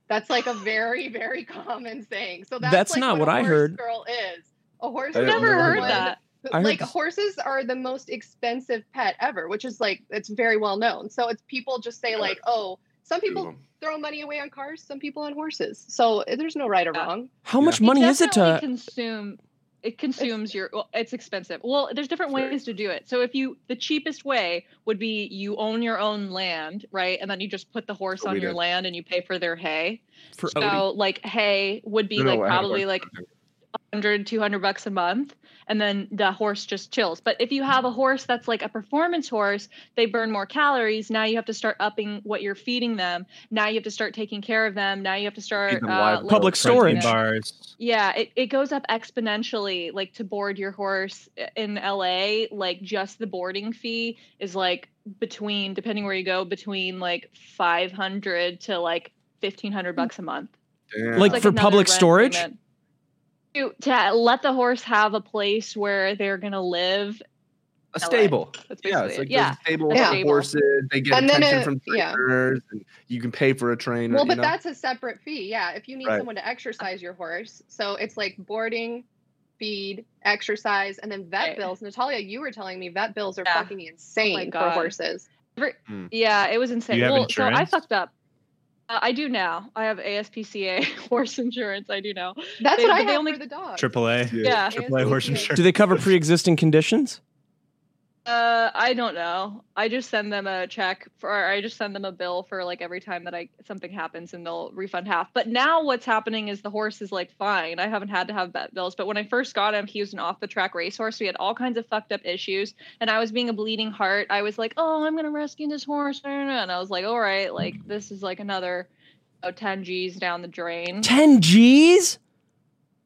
S5: That's like a very very common saying. So that's,
S1: That's
S5: like
S1: not
S5: what,
S1: what
S5: a
S1: I
S5: horse
S1: heard.
S5: Girl is a horse.
S2: I
S5: girl
S4: I've
S5: is
S2: don't
S4: never
S2: know
S4: heard
S5: one-
S2: that.
S4: that.
S1: I heard
S5: like
S1: this-
S5: horses are the most expensive pet ever, which is like it's very well known. So it's people just say like, oh, some people throw money away on cars, some people on horses. So eh, there's no right or
S4: Yeah.
S5: wrong.
S1: How much money is it
S4: definitely
S1: to
S4: consume? It consumes your. Well, it's expensive. Well, there's different
S2: Sure.
S4: ways to do it. So if you, the cheapest way would be you own your own land, right? And then you just put the horse
S2: What
S4: on
S2: we
S4: your
S2: did.
S4: land and you pay for their hay.
S1: for
S4: so
S1: Odie?
S4: like hay would be
S2: No, no,
S4: like
S2: I had a
S4: probably
S2: horse.
S4: like 100 200 bucks a month and then the horse just chills but if you have a horse that's like a performance horse they burn more calories now you have to start upping what you're feeding them now you have to start taking care of them now you have to start
S2: them
S4: uh,
S2: live
S4: like,
S1: Public
S3: Protein
S1: storage.
S3: bars.
S4: yeah it, it goes up exponentially like to board your horse i- in la like just the boarding fee is like between depending where you go between like 500 to like 1500 bucks a month
S2: Damn.
S1: Like,
S4: it's
S1: for
S4: another
S1: public
S4: rent
S1: storage?
S4: payment. To, to let the horse have a place where they're gonna live.
S2: a stable.
S4: That's basically
S2: Yeah, it's like
S4: it. Yeah.
S2: there's a stable
S5: Yeah.
S2: for horses. They get
S5: And then
S2: attention
S5: it-
S2: from
S5: yeah.
S2: trainers, and you can pay for a trainer.
S5: Well,
S2: you
S5: but
S2: know?
S5: that's a separate fee. Yeah, if you need
S2: Right.
S5: someone to exercise your horse, so it's like boarding, feed, exercise, and then vet
S4: Right.
S5: bills. Natalia, you were telling me vet bills are
S4: Yeah. Oh
S5: fucking insane for
S4: God.
S5: horses.
S4: Yeah, it was insane.
S3: You have
S4: well, so I
S3: insurance?
S4: fucked up. Uh, I do now. I have ASPCA horse insurance. I do now.
S5: That's
S4: They- but
S5: what I
S4: they
S5: have
S4: only-
S5: for the dog.
S3: AAA.
S4: Yeah.
S3: AAA horse insurance.
S1: Do they cover pre-existing conditions?
S4: Uh, I don't know. I just send them a check for, or I just send them a bill for like every time that I something happens, and they'll refund half. But now what's happening is the horse is like fine. I haven't had to have vet bills. But when I first got him, he was an off the track racehorse. We had all kinds of fucked up issues, and I was being a bleeding heart. I was like, oh, I'm gonna rescue this horse, and I was like, all right, like this is like another. Oh, 10 G's down the drain.
S1: Ten G's?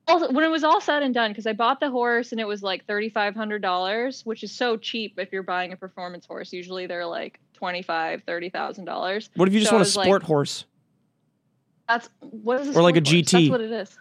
S4: also when it was all said and done because i bought the horse and it was like $3500 which is so cheap if you're buying a performance horse usually they're like $25 $30000
S1: What if you just
S4: So I
S1: want a
S4: was like-
S1: sport horse?
S4: that's what is a
S1: Or like
S4: sport
S1: a
S4: horse?
S1: GT.
S4: that's what it is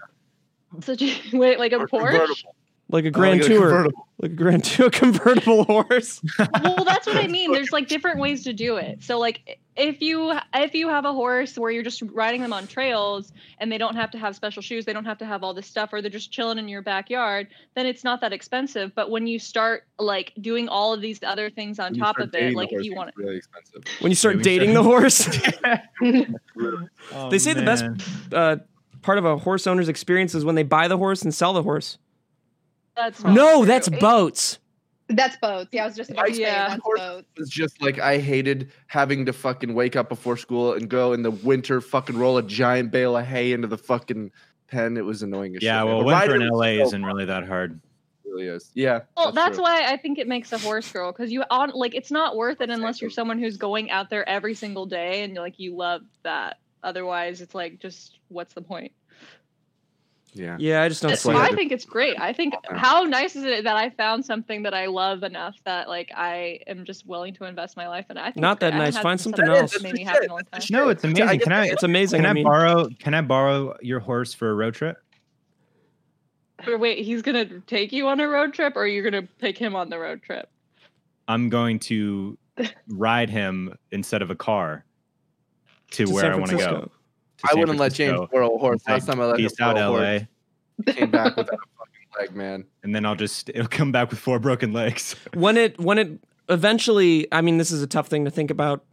S4: so you, wait like a
S2: Or
S4: Porsche?
S2: convertible.
S1: Like a
S2: I
S3: Oh,
S2: wanna
S1: Grand
S2: get a
S1: Tour?
S2: convertible.
S1: Like a Grand Tour a convertible horse?
S4: well that's what i mean there's like different ways to do it so like if you if you have a horse where you're just riding them on trails and they don't have to have special shoes they don't have to have all this stuff or they're just chilling in your backyard then it's not that expensive but when you start like doing all of these other things on
S2: When you
S4: top
S2: start
S4: of it
S2: dating the
S4: like if
S2: horse,
S4: you
S2: it's
S4: want
S2: really expensive.
S1: When you start
S3: Yeah, we
S1: dating
S3: should.
S1: the horse?
S3: Oh,
S1: They say the best-
S3: man.
S1: uh, part of a horse owner's experience is when they buy the horse and sell the horse.
S4: That's not
S1: No,
S4: Oh, true.
S1: that's
S4: It-
S1: boats.
S5: That's boats. Yeah, I was just about to say
S4: Yeah.
S5: that's
S2: Horse-
S5: boats.
S2: It's just like I hated having to fucking wake up before school and go in the winter fucking roll a giant bale of hay into the fucking pen. It was annoying as
S3: Yeah,
S2: shit. man.
S3: well,
S2: But
S3: winter in
S2: riding
S3: LA
S2: was so
S3: isn't really that hard.
S2: fun, it really is. Yeah.
S4: Well, that's
S2: true.
S4: why I think it makes a horse girl because you on like it's not worth it unless you're someone who's going out there every single day and like you love that. Otherwise, it's like just what's the point?
S2: Yeah.
S1: Yeah, I just don't
S2: That's
S1: see
S2: why
S1: it.
S4: I think it's great. I think how nice is it that I found something that I love enough that like I am just willing to invest my life in. it? I think it's
S1: Not that
S4: great. I haven't
S1: nice.
S4: had
S1: Find something
S4: that
S1: else.
S4: Made me happy in a long
S5: Uh,
S4: time.
S3: No, it's amazing. Can I?
S1: It's amazing.
S3: Can
S1: I
S3: I
S1: mean,
S3: borrow? Can I borrow your horse for a road trip?
S4: Or Wait, he's gonna take you on a road trip, or you're gonna pick him on the road trip?
S3: I'm going to ride him instead of a car to,
S1: to
S3: where
S1: San
S3: I want to go.
S1: Francisco.
S3: to
S2: I
S3: San
S2: wouldn't let James
S3: Francisco.
S2: whirl a horse.
S3: Like,
S2: Last time I let him
S3: Peace out,
S2: whirl a
S3: LA.
S2: horse, came back without a fucking leg, man.
S3: And then I'll just it'll come back with four broken legs.
S1: when it when it eventually, I mean, this is a tough thing to think about,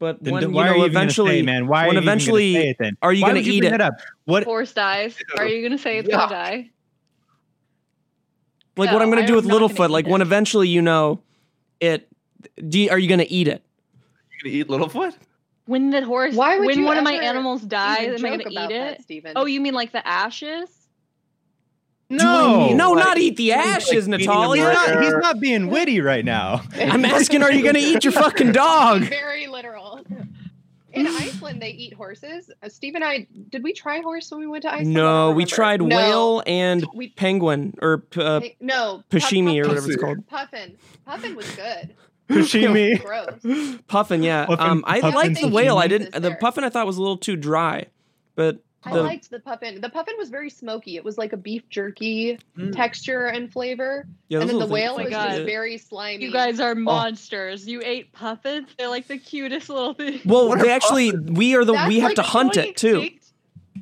S1: but
S3: Then
S1: when
S3: d-
S1: you
S3: why are
S1: know
S3: you even gonna
S1: eventually,
S3: say, man? Why
S1: when
S3: are you even gonna
S1: eventually
S3: say it then?
S1: are you
S3: Why
S1: gonna
S3: would you
S1: eat
S3: bring
S1: it?
S3: that up? What?
S4: Horse dies. Are you gonna say it's
S2: Yuck.
S4: gonna die?
S1: like what I'm
S4: No,
S1: gonna do
S4: I'm
S1: with
S4: not gonna
S1: Littlefoot,
S4: eat
S1: like
S4: it.
S1: when eventually you know it. Do you, are you gonna eat it?
S2: You gonna eat Littlefoot?
S4: When the horse,
S5: Why would
S4: when
S5: you
S4: one of my
S5: ever
S4: animals dies,
S5: Even
S4: am I
S5: joke
S4: gonna
S5: about
S4: eat
S5: that,
S4: it?
S5: Steven.
S4: Oh, you mean like the ashes?
S1: Do I
S3: No,
S1: need- no,
S2: Like,
S1: not eat the
S2: like
S1: ashes,
S2: eating a
S3: He's
S1: Natalia.
S2: bird.
S3: not, he's not being witty right now.
S1: I'm asking, are you gonna eat your fucking dog?
S5: Very literal. In Iceland, they eat horses. Uh, Steve and I, did we try horse when we went to Iceland? I
S1: No,
S5: don't
S1: we
S5: remember.
S1: tried
S5: No.
S1: whale and
S5: We
S1: penguin or uh,
S5: Hey, no
S1: Pashimi or whatever it's
S2: Pussy.
S1: called.
S5: Puffin. Puffin was good.
S3: Kushimi.
S5: Gross.
S1: Puffin, yeah.
S3: Puffin-
S1: um, I
S3: Puffin
S1: liked the
S5: Puffin.
S1: whale. I
S5: Jesus
S1: didn't. The
S5: there.
S1: puffin I thought was a little too dry, but
S5: I
S1: The-
S5: liked the puffin. The puffin was very smoky. It was like a beef jerky
S2: Mm.
S5: texture and flavor.
S1: yeah,
S5: and
S1: those
S5: then the
S1: little things
S5: whale
S4: Oh my
S1: like
S5: was just
S1: that.
S4: God.
S5: very slimy.
S4: You guys
S1: Oh.
S4: are monsters. You ate puffins. They're like the cutest little things.
S1: Well,
S2: What
S1: they
S2: are
S1: actually we are the
S5: That's
S1: we have
S5: like
S1: to hunt
S4: Going
S1: it too.
S4: extinct?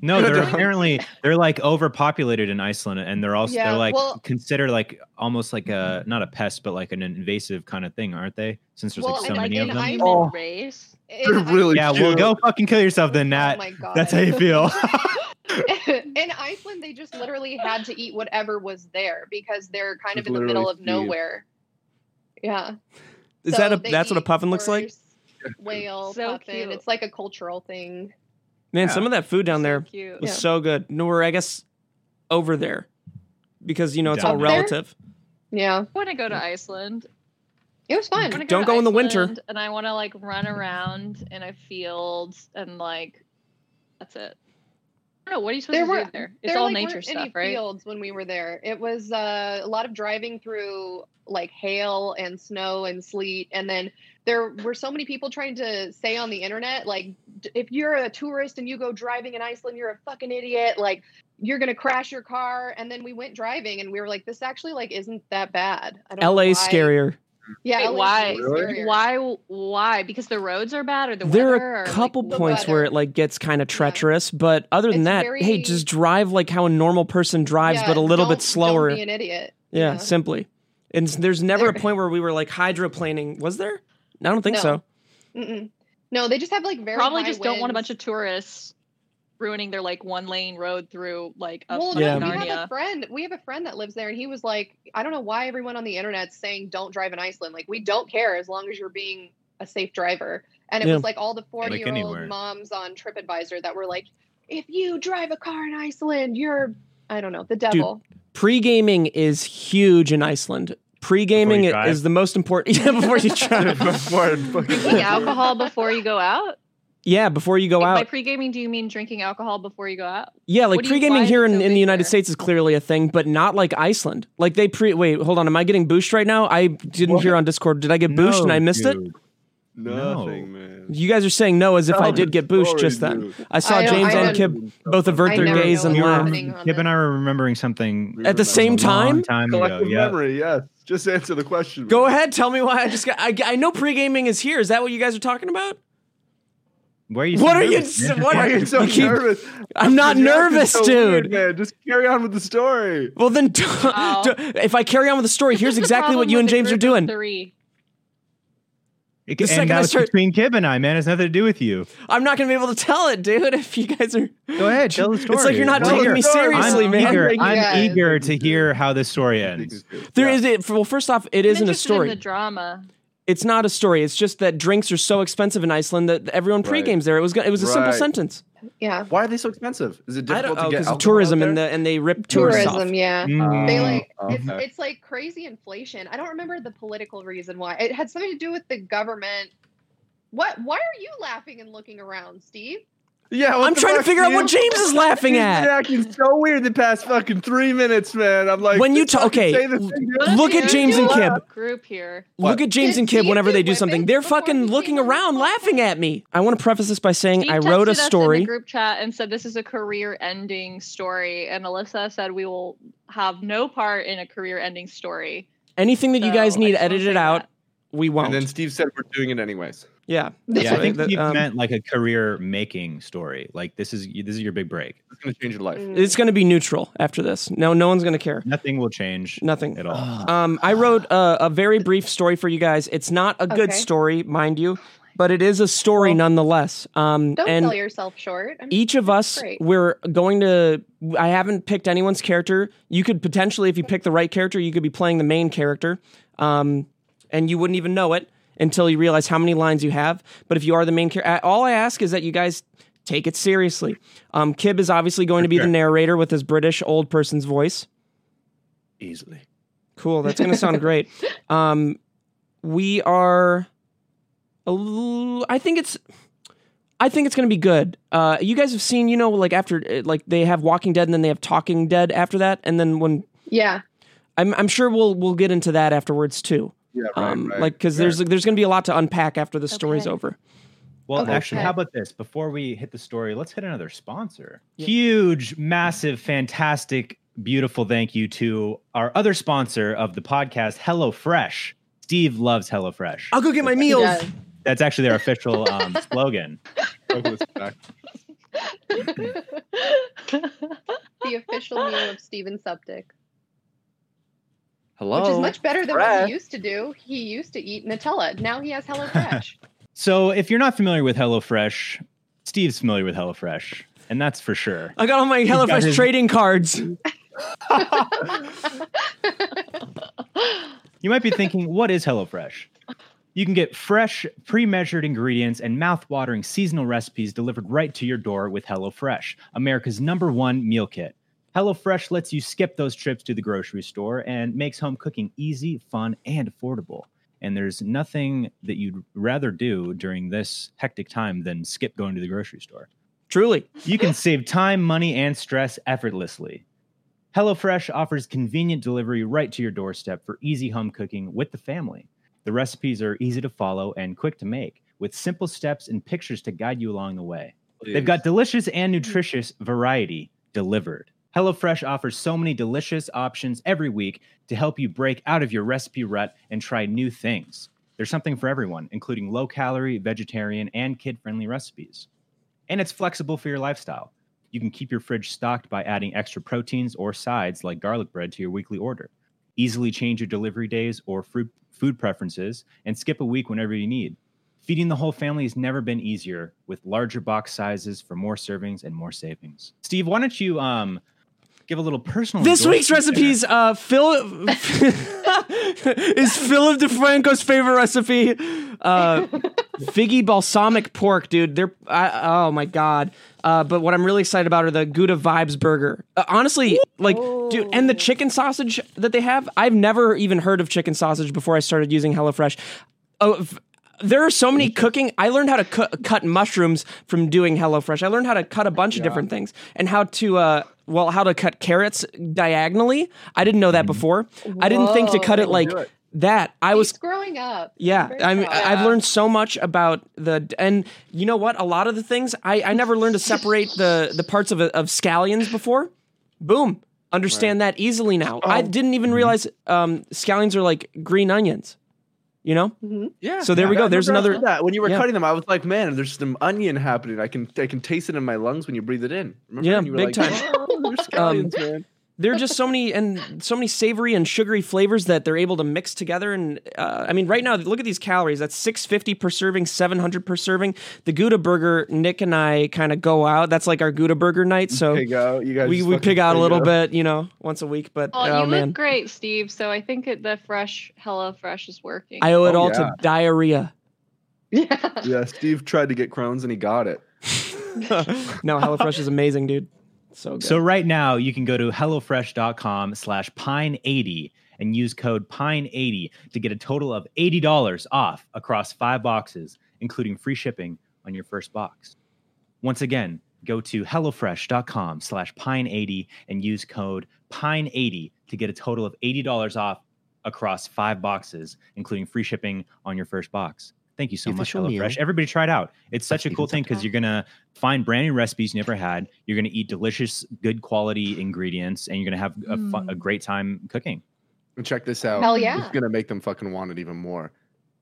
S3: No,
S2: Good
S3: they're
S2: job.
S3: apparently they're like overpopulated in Iceland, and they're also
S5: Yeah,
S3: they're like
S5: well-
S3: considered like almost like a not a pest, but like an invasive kind of thing, aren't they? Since there's
S5: Well,
S3: like so
S5: and, like,
S3: many
S5: in
S3: of them.
S5: Iceland-
S4: Human
S2: Oh.
S4: race.
S5: In
S2: They're
S5: Iceland-
S2: really
S3: yeah,
S2: cute.
S3: well, go fucking kill yourself then,
S5: Oh
S3: Nat.
S5: my god.
S3: That's how you feel.
S5: in Iceland, they just literally had to eat whatever was there because they're kind of
S2: Just
S5: in the middle
S2: literally
S5: of
S2: feed.
S5: nowhere. Yeah.
S1: Is
S5: So
S1: that a
S5: they
S1: that's what a
S5: eat
S1: puffin looks like?
S5: horse, Whale,
S4: So
S5: puffin.
S4: cute.
S5: It's like a cultural thing.
S1: Man,
S3: Yeah.
S1: some of that food down there
S4: So cute.
S1: was
S5: Yeah.
S1: so good. No, we're I guess over there because you know it's
S3: Down
S1: all
S5: there?
S1: relative.
S5: Yeah.
S4: I want to go to Iceland.
S5: It was
S4: I
S5: fun.
S4: wanna
S1: Mm. Don't
S4: to
S1: go in the winter.
S4: Iceland, And I want to like run around in a field and like that's it. I don't know what are you supposed
S5: There
S4: to
S5: were-
S4: do there. It's
S5: there
S4: all
S5: like,
S4: nature
S5: weren't
S4: stuff,
S5: any
S4: right?
S5: Fields when we were there, it was uh, a lot of driving through like hail and snow and sleet, and then there were so many people trying to say on the internet like, d- if you're a tourist and you go driving in Iceland, you're a fucking idiot. Like, you're gonna crash your car. And then we went driving, and we were like, this actually like isn't that bad. I don't know
S1: LA's
S5: why-
S1: scarier.
S5: Yeah.
S4: Wait,
S5: LA's
S4: why?
S5: way scarier.
S4: Why? Why? Because the roads are bad, or the
S1: there
S4: weather.
S1: are
S4: or,
S1: a
S4: like,
S1: couple
S5: the
S1: points where
S5: weather.
S1: it like gets kind of treacherous, but other than
S5: It's
S1: that, hey,
S5: very-
S1: just drive like how a normal person drives,
S5: Yeah,
S1: but a little
S5: don't-
S1: bit slower.
S5: Don't be an idiot.
S1: yeah,
S5: yeah.
S1: simply. And s- there's never a
S5: There-
S1: point where we were like hydroplaning. Was there? I don't think
S5: No.
S1: so.
S5: Mm-mm. No, they just have like very
S4: probably
S5: high
S4: just don't want a bunch of
S5: winds.
S4: tourists ruining their like one lane road through like up
S5: Well,
S4: to
S5: no,
S1: Yeah.
S5: we
S4: Narnia.
S5: have a friend. We have a friend that lives there, and he was like, "I don't know why everyone on the internet's saying don't drive in Iceland. Like, we don't care as long as you're being a safe driver." And it
S1: Yeah.
S5: was like all the forty-year-old
S3: anywhere.
S5: moms on TripAdvisor that were like, "If you drive a car in Iceland, you're, I don't know, the devil."
S1: Pre gaming is huge in Iceland. Pre gaming
S3: Before you
S1: is the most important. Yeah, before you drive.
S2: Before I fucking-
S4: Drinking alcohol before you go out.
S1: yeah, before you go
S4: Like, By
S1: out.
S4: pre gaming, do you mean drinking alcohol before you go out?
S1: Yeah, like
S4: What do you-
S1: pre gaming
S4: why is
S1: here
S4: it
S1: in,
S4: so
S1: in the
S4: big
S1: United
S4: there?
S1: States is clearly a thing, but not like Iceland. Like they pre. Wait, hold on. Am I getting booshed right now? I didn't
S3: What?
S1: hear on Discord. Did I get booshed and I missed it?
S2: Nothing,
S3: No.
S2: man.
S1: You guys are saying no as if I
S2: Tell
S1: did
S2: the
S1: get booshed
S2: story,
S1: just then.
S2: dude.
S1: I saw
S5: I don't-
S1: James
S5: I
S1: and Kib both avert
S5: I
S1: their
S5: never
S1: gaze
S5: know
S1: and
S5: what's
S1: laugh.
S5: happening on
S3: Kip and
S5: it.
S3: I were remembering something
S1: At the same
S3: a long
S1: time?
S3: time ago.
S2: Collective
S3: Yeah.
S2: memory, yes. Just answer the question.
S1: Go
S2: man.
S1: ahead, tell me why I just got. I, I know pre gaming is here. Is that what you guys are talking about?
S3: Why are you?
S1: What
S3: so
S1: are you-
S3: nervous?
S1: what are
S2: Why are you so
S1: You keep-
S2: nervous?
S1: I'm not
S2: You're acting
S1: nervous,
S2: so
S1: dude.
S2: weird, man. Just carry on with the story.
S1: Well, then, do,
S4: Wow.
S1: do- if I carry on with the story, here's
S4: This is the
S1: exactly what
S4: problem
S1: you
S4: with
S1: and
S4: the
S1: James are
S4: group of
S1: doing.
S4: Three.
S3: It-
S1: The
S3: and
S1: second I
S3: that was
S1: start-
S3: between Kip and I, man. It has nothing to do with you.
S1: I'm not going to be able to tell it, dude, if you guys are.
S3: Go ahead, tell the
S1: It's like you're not
S2: Tell
S1: taking
S2: the
S1: me
S2: story.
S1: seriously,
S3: I'm
S1: man.
S3: Eager,
S2: Thank you
S3: I'm
S5: guys.
S3: eager to hear how this story ends.
S1: There is it. Well, first off, it
S4: I'm
S1: isn't a
S4: interested In
S1: story.
S4: the drama.
S1: it's not a story. It's just that drinks are so expensive in Iceland that everyone
S2: Right.
S1: pre-games there. It was go- it was a simple
S2: Right.
S1: sentence.
S5: Yeah,
S2: Why are they so expensive? Is it
S1: I don't
S2: difficult
S1: know
S2: to get
S1: because
S2: alcohol
S1: of tourism
S2: out
S1: and the,
S2: there?
S1: and they rip tourists off.
S5: tourism. Yeah.
S3: Mm.
S5: They like
S2: Oh, okay.
S5: it's, it's like crazy inflation. I don't remember the political reason why. It had something to do with the government. What? Why are you laughing and looking around, Steve?
S2: Yeah, what
S1: I'm
S2: the
S1: trying to
S2: fuck,
S1: figure out what
S2: dude?
S1: James is laughing
S2: He's
S1: at.
S2: been acting so weird the past fucking three minutes, man. I'm like,
S1: When you ta-
S2: talk,
S1: okay,
S4: What if
S1: Look
S4: we
S1: at
S4: are
S1: James and
S4: doing a
S1: Kib.
S4: Group here.
S1: Look
S2: What?
S1: at James
S5: Did
S1: and Kib
S5: Steve
S1: whenever
S5: do
S1: they do
S5: whipping
S1: something. They're
S5: before
S1: fucking
S5: he
S1: looking
S5: came on the
S1: around
S5: podcast?
S1: laughing at me. I want to preface this by saying
S4: Steve
S1: I wrote
S4: texted
S1: a
S4: us in the
S1: story.
S4: group chat and said this is a career-ending story, and Alyssa said we will have no part in a career-ending story.
S1: Anything that you
S4: So,
S1: guys
S4: I
S1: need
S4: just wanna
S1: edited
S4: say
S1: out,
S4: that.
S1: we won't.
S2: And then Steve said we're doing it anyways.
S1: yeah.
S3: Yeah, I think
S1: That,
S3: you
S1: um,
S3: meant like a career making story. Like this is this is your big break.
S2: It's gonna change your life.
S5: Mm.
S1: It's going to be neutral after this. No, no one's going to care.
S3: Nothing will change
S1: Nothing.
S3: at all.
S1: Um, I wrote a, a very brief story for you guys. It's not a good
S5: Okay.
S1: story, mind you, but it is a story
S5: Well,
S1: nonetheless. Um,
S5: Don't
S1: and e
S5: sell yourself short. I'm-
S1: each of us
S5: great.
S1: we're going to i haven't picked anyone's character you could potentially if you pick the right character you could be playing the main character um, and you wouldn't even know it until you realize how many lines you have but if you are the main character all i ask is that you guys take it seriously um, kib is obviously going to be the
S3: Sure.
S1: narrator with his british old person's voice
S2: Easily.
S1: cool that's going to sound great um, we are a l- I think it's I think it's going to be good. Uh, you guys have seen, you know, like after uh, like they have Walking Dead and then they have Talking Dead after that, and then when
S5: yeah.
S1: I'm I'm sure we'll we'll get into that afterwards too.
S2: Yeah, right.
S1: um,
S2: right.
S1: like because there's there's going to be a lot to unpack after the story's
S5: Okay.
S1: over.
S3: Well,
S5: Okay.
S3: actually, how about this? Before we hit the story, let's hit another sponsor. Huge, massive, fantastic, beautiful thank you to our other sponsor of the podcast, HelloFresh. Steve loves HelloFresh.
S1: I'll go get my
S5: He
S1: meals.
S5: does.
S3: That's actually their official um, slogan.
S2: Douglas back.
S5: The official meal of Steven Septic,
S2: Hello.
S5: which is much better than what
S2: Fresh.
S5: he used to do. He used to eat Nutella. Now he has HelloFresh.
S3: So, if you're not familiar with HelloFresh, Steve's familiar with HelloFresh, and that's for sure.
S1: I got all my
S3: got
S1: HelloFresh
S3: his-
S1: trading cards.
S3: You might be thinking, what is HelloFresh? You can get fresh, pre measured ingredients and mouth-watering seasonal recipes delivered right to your door with HelloFresh, America's number one meal kit. HelloFresh lets you skip those trips to the grocery store and makes home cooking easy, fun, and affordable. And there's nothing that you'd rather do during this hectic time than skip going to the grocery store.
S1: Truly,
S3: You can save time, money, and stress effortlessly. HelloFresh offers convenient delivery right to your doorstep for easy home cooking with the family. The recipes are easy to follow and quick to make, with simple steps and pictures to guide you along the way. They've got delicious and nutritious variety delivered. HelloFresh offers so many delicious options every week to help you break out of your recipe rut and try new things. There's something for everyone, including low calorie, vegetarian, and kid friendly recipes. And it's flexible for your lifestyle. You can keep your fridge stocked by adding extra proteins or sides like garlic bread to your weekly order. Easily change your delivery days or fruit, food preferences and skip a week whenever you need. Feeding the whole family has never been easier with larger box sizes for more servings and more savings. Steve, why don't you um, give a little personal
S1: This week's
S3: endorsement
S1: recipes, uh, Phil is Philip DeFranco's favorite recipe, uh, figgy balsamic pork, dude. They're I, oh my god. Uh, but what I'm really excited about are the Gouda Vibes burger. Uh, honestly, like, dude, and the chicken sausage that they have. I've never even heard of chicken sausage before I started using HelloFresh. Oh, f- there are so many cooking. I learned how to cu- cut mushrooms from doing HelloFresh. I learned how to cut a bunch of different things and how to, uh, well, how to cut carrots diagonally. I didn't know that before. I didn't think to
S5: Whoa.
S1: cut it like
S2: do it.
S1: that. I
S5: I
S1: was
S5: was growing up.
S1: yeah,
S5: Very
S1: I'm,
S5: proud.
S1: I've learned so much about the, and you know what? A lot of the things I, I never learned to separate the the parts of of scallions before. Boom, understand that easily now. I didn't even realize um, scallions are like green onions. You know,
S2: Yeah.
S1: So there we
S2: yeah,
S1: go.
S2: I
S1: There's
S2: remember
S1: another-
S2: that when you were
S1: yeah.
S2: cutting them, I was like, man, there's some onion happening. I can I can taste it in my lungs when you breathe it in. Remember?
S1: Yeah,
S2: And you were
S1: big
S2: like,
S1: time.
S2: "Oh, there's scallions, man."
S1: Um, there are just so many and so many savory and sugary flavors that they're able to mix together. And uh, I mean, right now, look at these calories. That's six fifty per serving, seven hundred per serving. The Gouda burger, Nick and I kind of go out. That's like our Gouda burger night. So
S2: Pig out. You guys
S1: we,
S2: just
S1: we
S2: fucking
S1: pig out a
S2: pig
S1: little
S2: out.
S1: bit, you know, once a week. But
S4: Well,
S1: oh
S4: you
S1: man,
S4: look great, Steve. So I think it- the fresh Hello Fresh is working.
S1: I owe it
S2: Oh,
S1: all to
S2: yeah.
S1: diarrhea.
S5: Yeah.
S2: Yeah, Steve tried to get Crohn's and he got it.
S1: no, HelloFresh is amazing, dude. So good.
S3: So right now you can go to HelloFresh.com slash pine eighty and use code pine eighty to get a total of eighty dollars off across five boxes, including free shipping on your first box. Once again, go to HelloFresh.com slash pine eighty and use code pine eighty to get a total of eighty dollars off across five boxes, including free shipping on your first box. Thank you so
S6: The
S3: much,
S6: official meal.
S3: HelloFresh. Everybody try it out. It's such a cool thing because you're gonna find brand new recipes you never had. You're going to eat delicious, good quality ingredients, and you're going to have a, fun, a great time cooking.
S2: And check this out.
S5: Hell
S2: It's
S5: yeah.
S2: gonna make them fucking want it even more.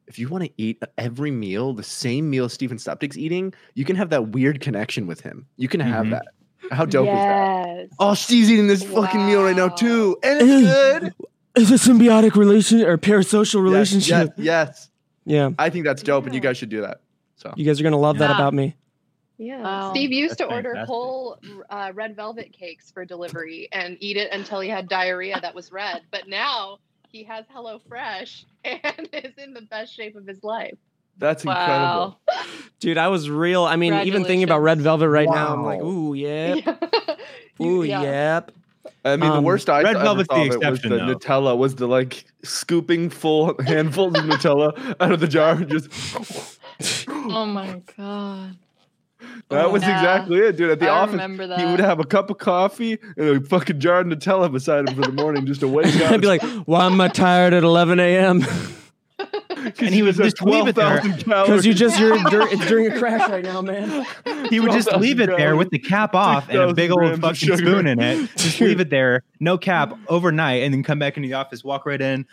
S2: If you want to eat every meal, the same meal Stephen Stopnick's eating, you can have that weird connection with him. You can have
S1: Mm-hmm.
S3: Mhm.
S2: that. How dope is that?
S5: yes.
S2: Oh, Steve's eating this fucking meal right now
S5: Wow.
S2: too, and it's good.
S1: it's a symbiotic relation or parasocial
S2: Yes,
S1: relationship.
S2: yes, yes.
S1: Yeah,
S2: I think that's dope, and you
S5: Yeah.
S2: guys should do that. So
S1: you guys are gonna love that
S4: Yeah.
S1: about me.
S5: Yeah.
S4: Wow.
S5: Steve used
S3: That's
S5: to order
S3: fantastic.
S5: whole uh, red velvet cakes for delivery and eat it until he had diarrhea that was red. But now he has HelloFresh and is in the best shape of his life.
S2: that's incredible.
S4: Wow.
S1: Dude, I was real. I mean, even thinking about Red
S4: Congratulations.
S1: Velvet right now, I'm
S2: Wow.
S1: like, ooh, yep,
S5: You-
S1: ooh,
S5: yeah.
S1: yep.
S2: I mean, the
S1: Um,
S2: worst I
S3: Red
S2: ever
S3: Velvet's the
S2: thought of it was
S3: exception,
S2: the
S3: though.
S2: Nutella was the like scooping full handfuls of Nutella out of the jar and just.
S4: Oh my god.
S2: that
S4: Oh,
S2: was
S4: yeah.
S2: exactly it, dude. At the
S4: I
S2: office,
S4: remember that.
S2: He would have a cup of coffee and a fucking jar of Nutella beside him for the morning just to wake up.
S1: I'd be like, why am I tired at 11 a.m.?
S3: And he would just leave it there.
S1: Because you just you're dur- it's during a crash right now, man.
S3: He would just leave it there with the cap off and a
S2: 6,000
S3: big
S2: grams
S3: old
S2: of
S3: fucking
S2: sugar.
S3: spoon in it. Just
S1: Dude.
S3: leave it there, no cap, overnight, and then come back into the office, walk right in.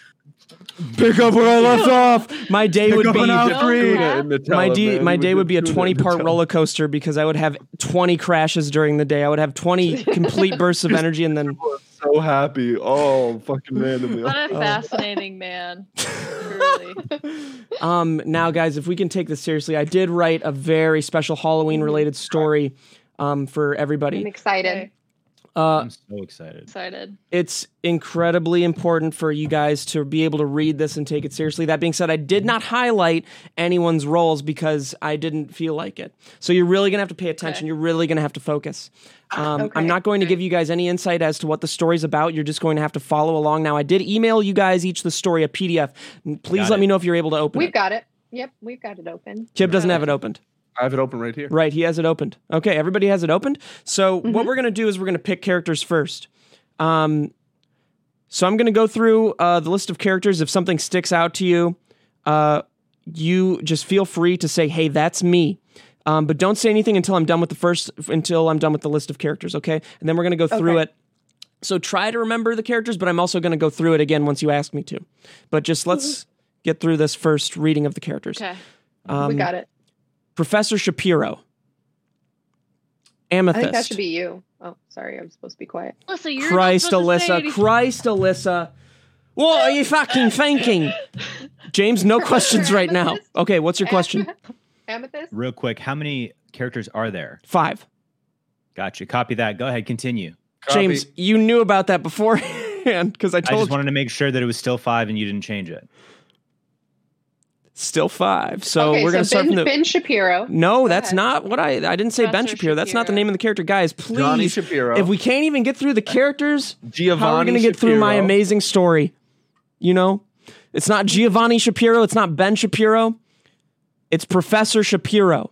S1: Pick up where I left off. My day
S3: Pick
S1: would
S3: up
S1: be
S3: an hour
S4: Don't
S3: three.
S4: crap.
S1: my d my day would be a 20 part roller coaster because I would have 20 crashes during the day. I would have 20 complete bursts of energy and then
S2: So happy. Oh, fucking randomly.
S4: What a
S1: Oh.
S4: fascinating man. Truly.
S1: um now guys, if we can take this seriously, I did write a very special Halloween related story um for
S5: I'm
S1: everybody.
S5: excited.
S4: Okay,
S1: Uh
S3: I'm so excited.
S4: excited.
S1: it's incredibly important for you guys to be able to read this and take it seriously. That being said, I did not highlight anyone's roles because I didn't feel like it. So you're really gonna have to pay attention.
S4: Okay.
S1: You're really gonna have to focus. Um,
S5: Okay.
S1: I'm not going to give you guys any insight as to what the story's about. You're just going to have to follow along. Now, I did email you guys each the story a PDF. N- Please
S3: Got
S1: let
S3: it.
S1: me know if you're able to open
S5: We've
S1: it.
S5: got it. Yep, we've got it open.
S1: Chip doesn't have it opened.
S2: I have it open right here.
S1: Right, he has it opened. Okay, everybody has it opened. So what we're gonna do is we're gonna pick characters first. Um, so I'm gonna go through uh, the list of characters. If something sticks out to you, uh, you just feel free to say, "Hey, that's me." Um, but don't say anything until I'm done with the first. Until I'm done with the list of characters, okay? And then we're gonna go through
S5: Okay.
S1: it So try to remember the characters, but I'm also going to go through it again once you ask me to. But just let's get through this first reading of the characters.
S4: Okay.
S1: Um,
S5: we got it.
S1: Professor Shapiro.
S5: I
S1: Amethyst.
S5: think that should be you. Oh, sorry, I'm supposed to be quiet.
S4: Alyssa, you're not
S1: Christ,
S4: supposed to say
S1: Alyssa.
S4: anything.
S1: Christ, Alyssa. What are you fucking thinking? James, no questions right now.
S5: Amethyst?
S1: Okay, what's your question?
S5: Amethyst.
S3: Real quick, how many characters are there?
S1: Five.
S3: Gotcha. Copy that. Go ahead. Continue.
S2: Copy.
S1: James, you knew about that beforehand because I
S3: I
S1: told
S3: just
S1: you.
S3: wanted to make sure that it was still five and you didn't change it.
S1: Still five. So
S5: okay,
S1: we're going to
S5: so
S1: start
S5: ben,
S1: from the.
S5: Ben Shapiro.
S1: No, that's
S5: ahead.
S1: not what I. I didn't say Ben
S4: Professor
S1: Shapiro. That's not the
S4: Shapiro.
S1: name of the character, guys. Please,
S2: Johnny Shapiro. Uh,
S1: if we can't even get through the characters,
S2: Giovanni
S1: how are we going to get through my
S2: Shapiro.
S1: amazing story? You know, it's not Giovanni Shapiro. It's not Ben Shapiro. It's Professor Shapiro.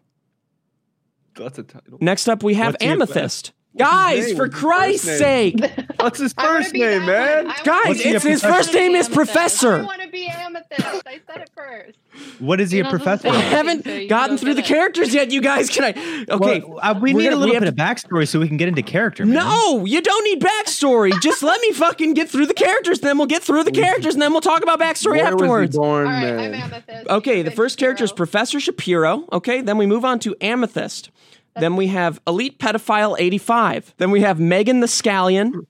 S2: That's a title.
S1: Next up, we have
S3: What's your-
S1: Amethyst.
S2: his
S1: Guys,
S2: name?
S1: for
S2: What's his
S1: Christ's
S2: first
S1: sake,
S2: What's his
S5: I wanna
S2: first
S5: be
S2: name,
S5: that one.
S2: man?
S5: I wanna-
S1: guys,
S3: What's he a
S1: it's his first
S4: professor?
S1: name is
S5: I
S1: Professor.
S5: want to be Amethyst. I said it first.
S3: What is he
S4: You're
S3: a
S4: not supposed to
S3: professor?
S1: I
S4: say anything,
S3: of?
S1: haven't
S4: so you
S1: gotten
S4: don't
S1: through
S4: get
S1: the
S4: it.
S1: characters yet, you guys. Can I? Okay,
S3: Well, uh, we
S1: we're
S3: need
S1: gonna-
S3: a
S1: we
S3: little
S1: have
S3: bit
S1: to-
S3: of backstory so we can get into character. man.
S1: No, you don't need backstory. Just let me fucking get through the characters, then we'll get through the characters, and then we'll talk about backstory
S2: Where was
S1: afterwards.
S2: he born,
S5: All right, I'm
S2: man?
S5: Amethyst.
S1: Okay,
S5: You're
S1: the
S5: Ben
S1: first character is
S5: Shapiro.
S1: Professor Shapiro. Okay, then we move on to Amethyst. Then we have Elite Pedophile 85. Then we have Megan the Scallion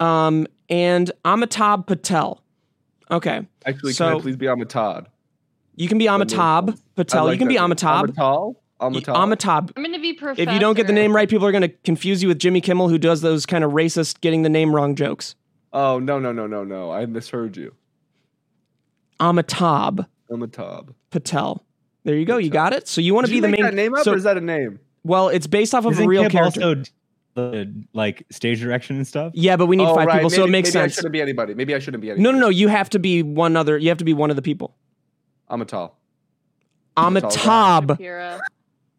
S1: um, and Amitabh Patel. Okay,
S2: Actually, can
S1: So-
S2: I please be Amitabh?
S1: you can be Amitabh
S2: I
S1: Patel.
S2: like
S1: you can
S2: that
S1: be
S2: name.
S1: Amitabh.
S2: Amital. Amital.
S1: Amitabh.
S4: I'm gonna be professor.
S1: If you don't get the name right, people are going to confuse you with Jimmy Kimmel, who does those kind of racist getting the name wrong jokes.
S2: Oh no no no no no! I misheard you.
S1: Amitabh.
S2: Amitabh.
S1: Patel. There you go. You got it. So you want
S2: Did
S1: to
S2: you
S1: be the
S2: make
S1: main
S2: that name up,
S1: so-
S2: or is that a name?
S1: well, it's based off of
S3: Isn't
S1: a real
S3: Kib
S1: character.
S3: also the like stage direction and stuff?
S1: yeah, but we need
S2: Oh,
S1: five
S2: right,
S1: people, so
S2: maybe-
S1: it makes
S2: maybe I
S1: sense.
S2: shouldn't be anybody. Maybe I shouldn't be anybody.
S1: No, no, no. You have to be one other. You have to be one of the people.
S2: Amital.
S1: Amitabh.
S4: Shapiro.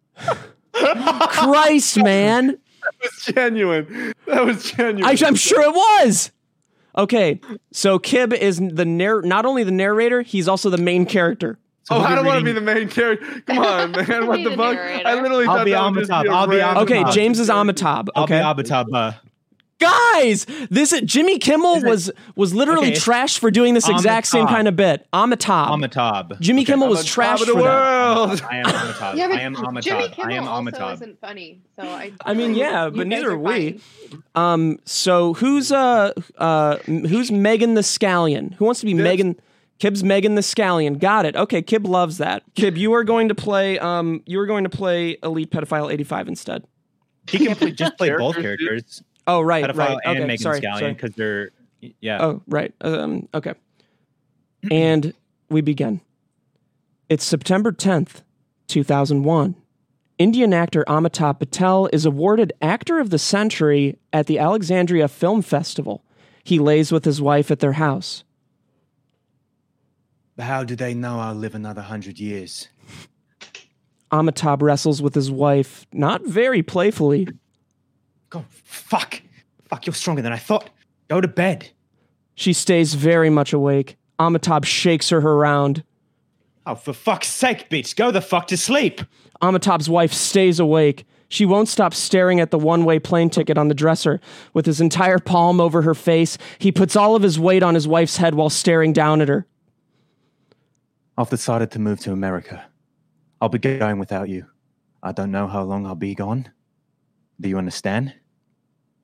S1: Christ, man.
S2: That was genuine. That was genuine.
S1: I, I'm sure it was. Okay, so Kib is the narr- not only the narrator, he's also the main character.
S3: So
S2: oh,
S3: we'll
S2: I don't want to be
S3: reading-
S2: the main character. Come on, man. what
S4: be
S2: the
S4: the
S2: fuck?
S4: narrator.
S2: I literally
S3: I'll
S2: thought
S3: be
S2: that would just
S3: Amitabh.
S2: be a
S3: I'll be
S2: random-
S1: Okay,
S3: Amitabh.
S1: James is Amitabh.
S3: I'll
S1: Okay,
S3: be Amitabh.
S1: guys, this Jimmy Kimmel was was literally
S3: Okay, it's-
S1: trashed for doing this exact same
S3: Amitabh.
S1: kind of bit. Amitabh.
S3: Amitabh.
S1: Jimmy Kimmel was
S2: Amitabh
S1: trashed
S2: of the
S1: for that.
S2: world.
S3: I am Amitabh.
S5: Yeah, but
S3: I am Amitabh.
S5: Jimmy
S3: I
S5: Kimmel
S3: am
S5: also
S3: Amitabh.
S5: isn't funny, so I.
S1: I mean, yeah,
S5: you
S1: but
S5: guys
S1: neither
S5: are
S1: are we.
S5: fine.
S1: Um, so who's uh uh m- who's Megan the Scallion? Who wants to be
S2: Dibs.
S1: Megan? Kib's Megan the Scallion. Got it. Okay, Kib loves that. Kib, you are going to play. Um, you are going to play Elite Pedophile eighty five instead.
S3: He can play, just play both
S2: Characters,
S3: characters,
S1: Oh right,
S3: pedophile
S1: right.
S3: and
S1: okay,
S3: Megan
S1: sorry,
S3: Scallion,
S1: sorry.
S3: because they're yeah.
S1: Oh right. Um, okay. and we begin. It's September tenth, two thousand one. Indian actor Amitabh Patel is awarded Actor of the Century at the Alexandria Film Festival. He lays with his wife at their house.
S3: How do they know Oh, I'll live another hundred years?
S1: Amitabh wrestles with his wife, not very playfully.
S3: Go fuck, fuck! You're stronger than I thought. Go to bed.
S1: She stays very much awake. Amitabh shakes her around.
S3: Oh, for fuck's sake, bitch! Go the fuck to sleep.
S1: Amitabh's wife stays awake. She won't stop staring at the one way plane ticket on the dresser. With his entire palm over her face, he puts all of his weight on his wife's head while staring down at her.
S3: I've decided to move to America. I'll be going without you. I don't know how long I'll be gone. Do you understand?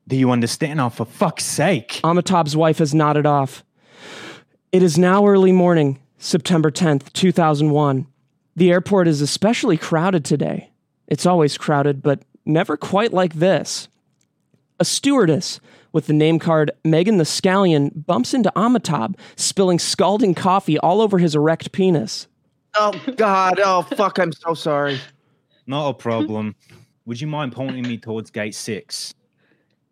S3: Do you understand? Oh, for fuck's sake!
S1: Amitabh's wife has nodded off. It is now early morning, September 10th, 2001. The airport is especially crowded today. It's always crowded, but never quite like this. A stewardess with the name card Megan the Scallion bumps into Amitabh, spilling scalding coffee all over his erect penis.
S2: Oh God! Oh fuck! I'm so sorry.
S3: Not a problem. Would you mind pointing me towards gate six?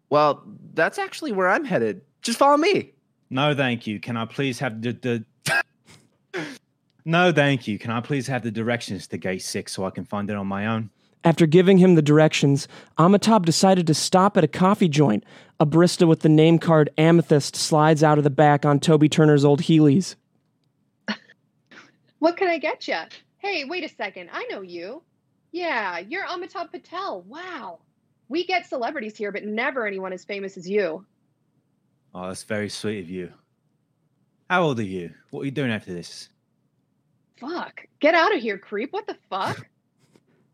S2: Well, that's actually where I'm headed. Just follow me.
S3: No, thank you. Can I please have the the No, thank you. Can I please have the directions to gate six so I can find it on my own?
S1: After giving him the directions, Amitabh decided to stop at a coffee joint. A barista with the name card Amethyst slides out of the back on Toby Turner's old Heelys.
S5: What can I get you? Hey, wait a second. I know you. Yeah, you're Amitabh Patel. Wow. We get celebrities here, but never anyone as famous as you.
S3: Oh, that's very sweet of you. How old are you? What are you doing after this?
S5: Fuck. Get out of here, creep. What the fuck?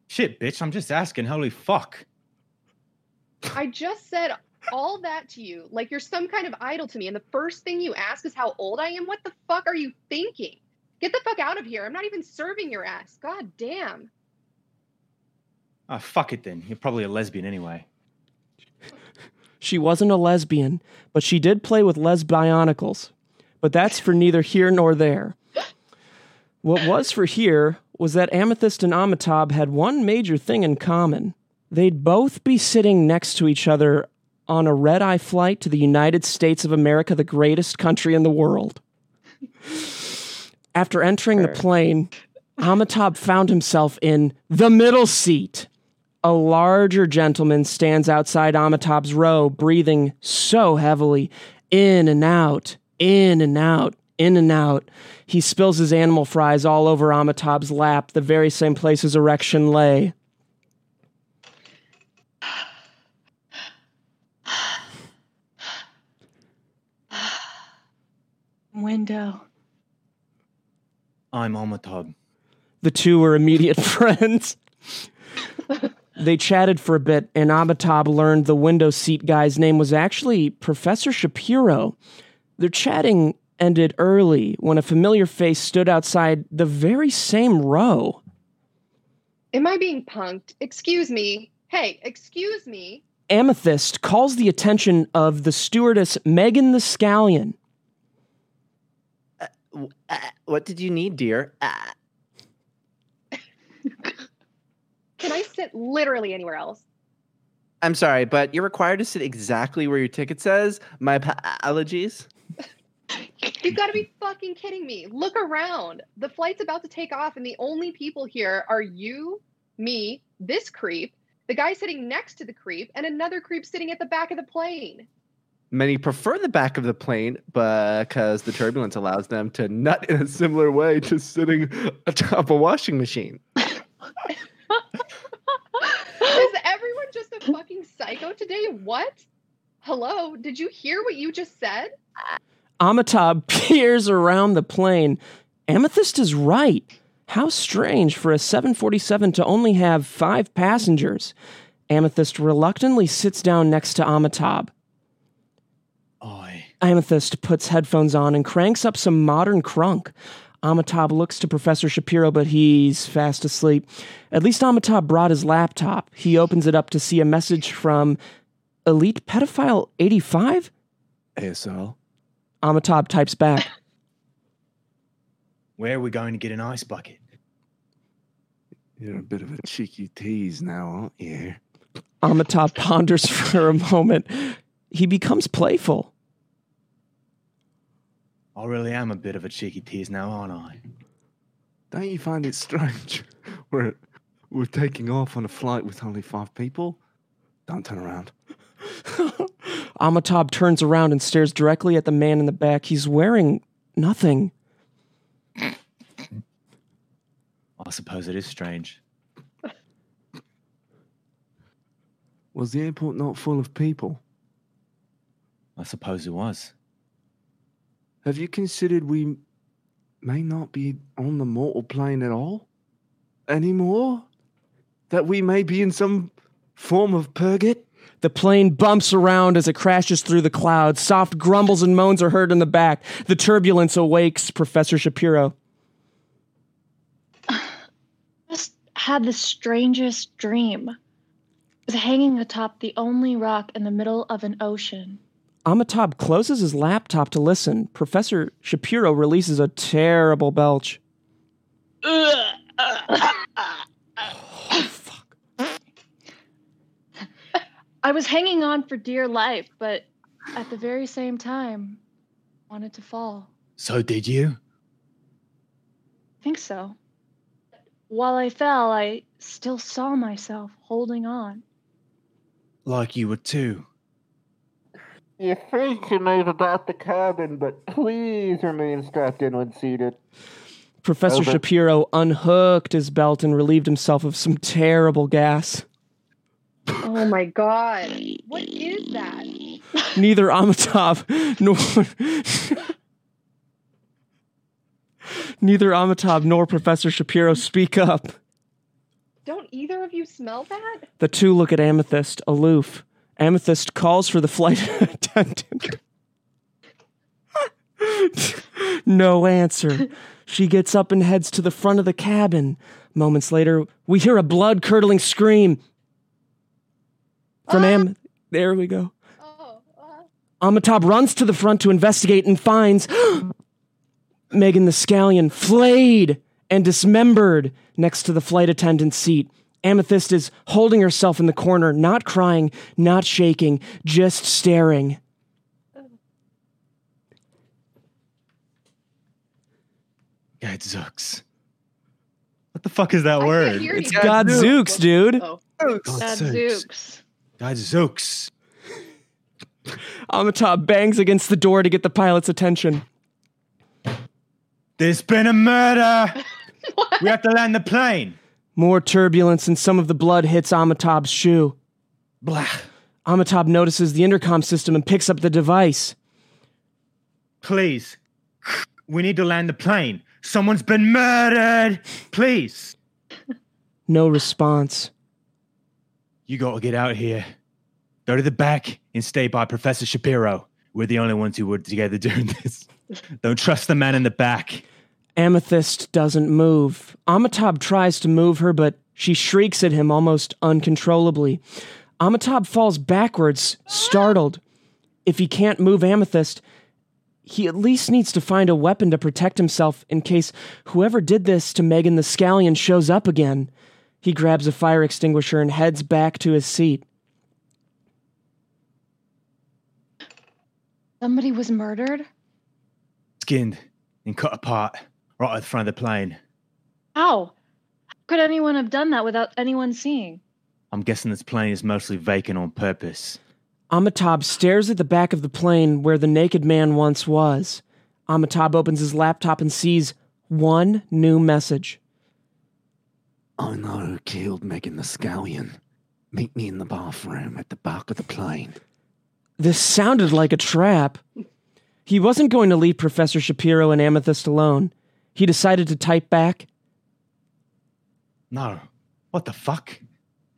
S3: Shit, bitch, I'm just asking. Holy fuck.
S5: I just said all that to you. Like you're some kind of idol to me. And the first thing you ask is how old I am. What the fuck are you thinking? Get the fuck out of here. I'm not even serving your ass. God damn.
S3: Ah, fuck it then. You're probably a lesbian anyway.
S1: She wasn't a lesbian, but she did play with lesbionicals. But that's for neither here nor there. What was for here was that Amethyst and Amitabh had one major thing in common. They'd both be sitting next to each other on a red eye flight to the United States of America, the greatest country in the world. After entering the plane, Amitabh found himself in the middle seat. A larger gentleman stands outside Amitabh's row, breathing so heavily in and out, in and out, in and out. He spills his animal fries all over Amitabh's lap, the very same place his erection lay.
S4: Window.
S3: I'm Amitabh.
S1: The two were immediate friends. they chatted for a bit, and Amitabh learned the window seat guy's name was actually Professor Shapiro. Their chatting ended early when a familiar face stood outside the very same row.
S5: Am I being punked? Excuse me. Hey, excuse me.
S1: Amethyst calls the attention of the stewardess Megan the Scallion.
S2: uh, what did you need, dear? Uh,
S5: Can I sit literally anywhere else?
S2: I'm sorry, but you're required to sit exactly where your ticket says. My apologies.
S5: You've got to be fucking kidding me. Look around. The flight's about to take off, and the only people here are you, me, this creep, the guy sitting next to the creep, and another creep sitting at the back of the plane.
S2: Many prefer the back of the plane because the turbulence allows them to nut in a similar way to sitting atop a washing machine.
S5: Is everyone just a fucking psycho today? What? Hello? Did you hear what you just said?
S1: Amitabh peers around the plane. Amethyst is right. How strange for a 747 to only have five passengers. Amethyst reluctantly sits down next to Amitabh.
S3: I.
S1: Amethyst puts headphones on and cranks up some modern crunk. Amitabh looks to Professor Shapiro, but he's fast asleep. At least Amitabh brought his laptop. He opens it up to see a message from Elite Pedophile 85?
S3: ASL.
S1: Amitabh types back.
S3: Where are we going to get an ice bucket?
S2: You're a bit of a cheeky tease now, aren't you?
S1: Amitabh ponders for a moment. He becomes playful.
S3: I really am a bit of a cheeky tease now, aren't I?
S2: Don't you find it strange? We're we're taking off on a flight with only five people. Don't turn around.
S1: Amitabh turns around and stares directly at the man in the back. He's wearing nothing.
S3: I suppose it is strange.
S2: Was the airport not full of people?
S3: I suppose it was.
S2: Have you considered we may not be on the mortal plane at all anymore? That we may be in some form of purgate?
S1: The plane bumps around as it crashes through the clouds. Soft grumbles and moans are heard in the back. The turbulence awakes Professor Shapiro.
S6: just had the strangest dream. I was hanging atop the only rock in the middle of an ocean.
S1: Amitabh closes his laptop to listen. Professor Shapiro releases a terrible belch.
S6: I was hanging on for dear life, but at the very same time, wanted to fall.
S3: So did you?
S6: I think so. While I fell, I still saw myself holding on.
S3: Like you were too.
S7: You think you may have about the cabin, but please remain strapped in when seated.
S1: Professor
S7: Over.
S1: Shapiro unhooked his belt and relieved himself of some terrible gas.
S5: Oh my god. What is that?
S1: neither Amitov nor neither Amitov nor Professor Shapiro speak up.
S5: Don't either of you smell that?
S1: The two look at Amethyst aloof. Amethyst calls for the flight attendant. no answer. She gets up and heads to the front of the cabin. Moments later, we hear a blood curdling scream. From Am. There we go.
S5: Oh, uh,
S1: Amitabh runs to the front to investigate and finds Megan the Scallion flayed and dismembered next to the flight attendant's seat. Amethyst is holding herself in the corner, not crying, not shaking, just staring.
S3: Yeah, it's Zooks. What the fuck is that
S5: I can't
S3: word?
S5: hear
S1: It's
S5: you.
S1: God Zooks, dude.
S5: Oh,
S4: That's Zooks.
S3: Gadzooks.
S1: Amitabh bangs against the door to get the pilot's attention.
S3: There's been a murder. we have to land the plane.
S1: More turbulence and some of the blood hits Amitabh's shoe.
S3: Blah.
S1: Amitabh notices the intercom system and picks up the device.
S3: Please. We need to land the plane. Someone's been murdered. Please.
S1: No response.
S3: You gotta get out here. Go to the back and stay by Professor Shapiro. We're the only ones who were together during this. Don't trust the man in the back.
S1: Amethyst doesn't move. Amitabh tries to move her, but she shrieks at him almost uncontrollably. Amitabh falls backwards, startled. If he can't move Amethyst, he at least needs to find a weapon to protect himself in case whoever did this to Megan the Scallion shows up again. He grabs a fire extinguisher and heads back to his seat.
S6: Somebody was murdered?
S3: Skinned and cut apart right at the front of the plane.
S6: How? How could anyone have done that without anyone seeing?
S3: I'm guessing this plane is mostly vacant on purpose.
S1: Amitabh stares at the back of the plane where the naked man once was. Amitabh opens his laptop and sees one new message.
S2: I know who killed Megan the Scallion. Meet me in the bathroom at the back of the plane.
S1: This sounded like a trap. He wasn't going to leave Professor Shapiro and Amethyst alone. He decided to type back.
S3: No. What the fuck?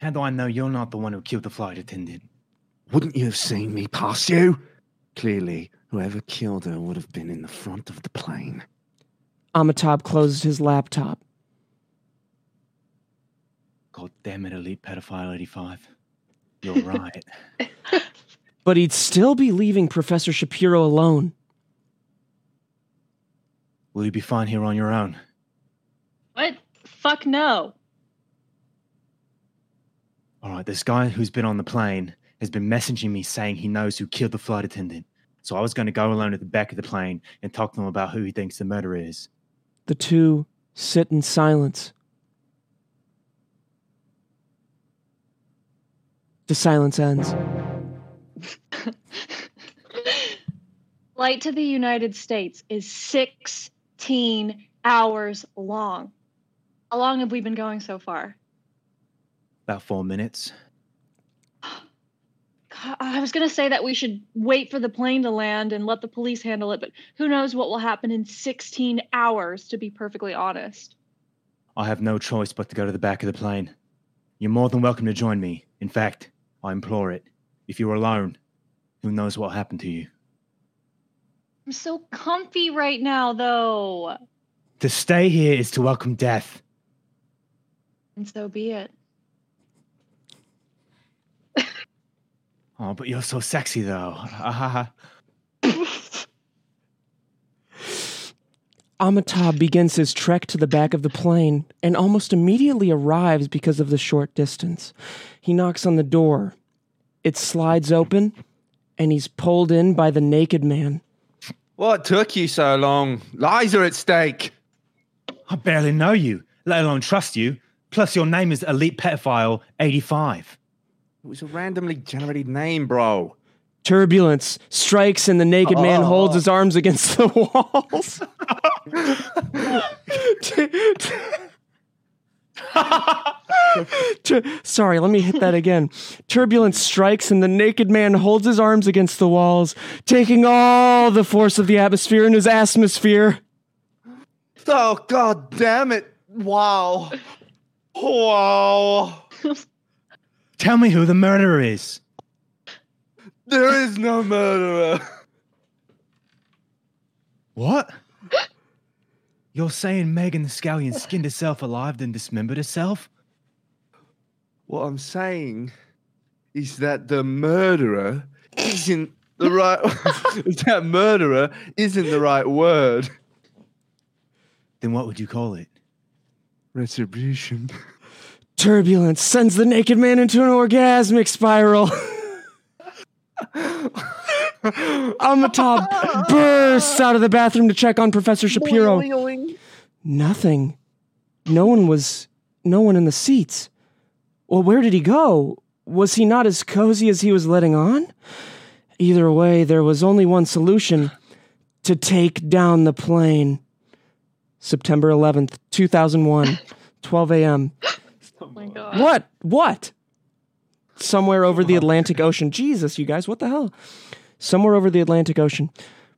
S3: How do I know you're not the one who killed the flight attendant?
S2: Wouldn't you have seen me pass you? Clearly, whoever killed her would have been in the front of the plane.
S1: Amitabh closed his laptop.
S3: God damn it, Elite Pedophile 85. You're right.
S1: But he'd still be leaving Professor Shapiro alone.
S3: Will you be fine here on your own?
S4: What? Fuck no.
S3: All right, this guy who's been on the plane has been messaging me saying he knows who killed the flight attendant. So I was going to go alone at the back of the plane and talk to him about who he thinks the murderer is.
S1: The two sit in silence. The silence ends.
S6: Flight to the United States is 16 hours long. How long have we been going so far?
S3: About four minutes.
S6: God, I was going to say that we should wait for the plane to land and let the police handle it, but who knows what will happen in 16 hours, to be perfectly honest.
S3: I have no choice but to go to the back of the plane. You're more than welcome to join me. In fact, I implore it. If you're alone, who knows what happened to you?
S6: I'm so comfy right now, though.
S3: To stay here is to welcome death.
S6: And so be it.
S3: Oh, but you're so sexy though. Ahaha.
S1: Amitabh begins his trek to the back of the plane and almost immediately arrives because of the short distance. He knocks on the door. It slides open and he's pulled in by the naked man.
S2: What took you so long? Lies are at stake.
S3: I barely know you, let alone trust you. Plus, your name is Elite Pedophile 85.
S2: It was a randomly generated name, bro.
S1: Turbulence strikes and the naked man holds his arms against the walls. Tur- Sorry, let me hit that again. Turbulence strikes, and the naked man holds his arms against the walls, taking all the force of the atmosphere in his atmosphere.
S2: Oh god damn it. Wow. Wow.
S3: Tell me who the murderer is.
S2: There is no murderer.
S3: What? You're saying Megan the Scallion skinned herself alive, then dismembered herself?
S2: What I'm saying is that the murderer isn't the right that murderer isn't the right word.
S3: Then what would you call it?
S2: Retribution.
S1: Turbulence sends the naked man into an orgasmic spiral. Amitabh bursts out of the bathroom to check on Professor Shapiro. Nothing. No one was. No one in the seats. Well, where did he go? Was he not as cozy as he was letting on? Either way, there was only one solution to take down the plane. September 11th, 2001, 12 a.m.
S4: Oh my god.
S1: What? What? Somewhere over the Atlantic Ocean. Jesus, you guys, what the hell? Somewhere over the Atlantic Ocean.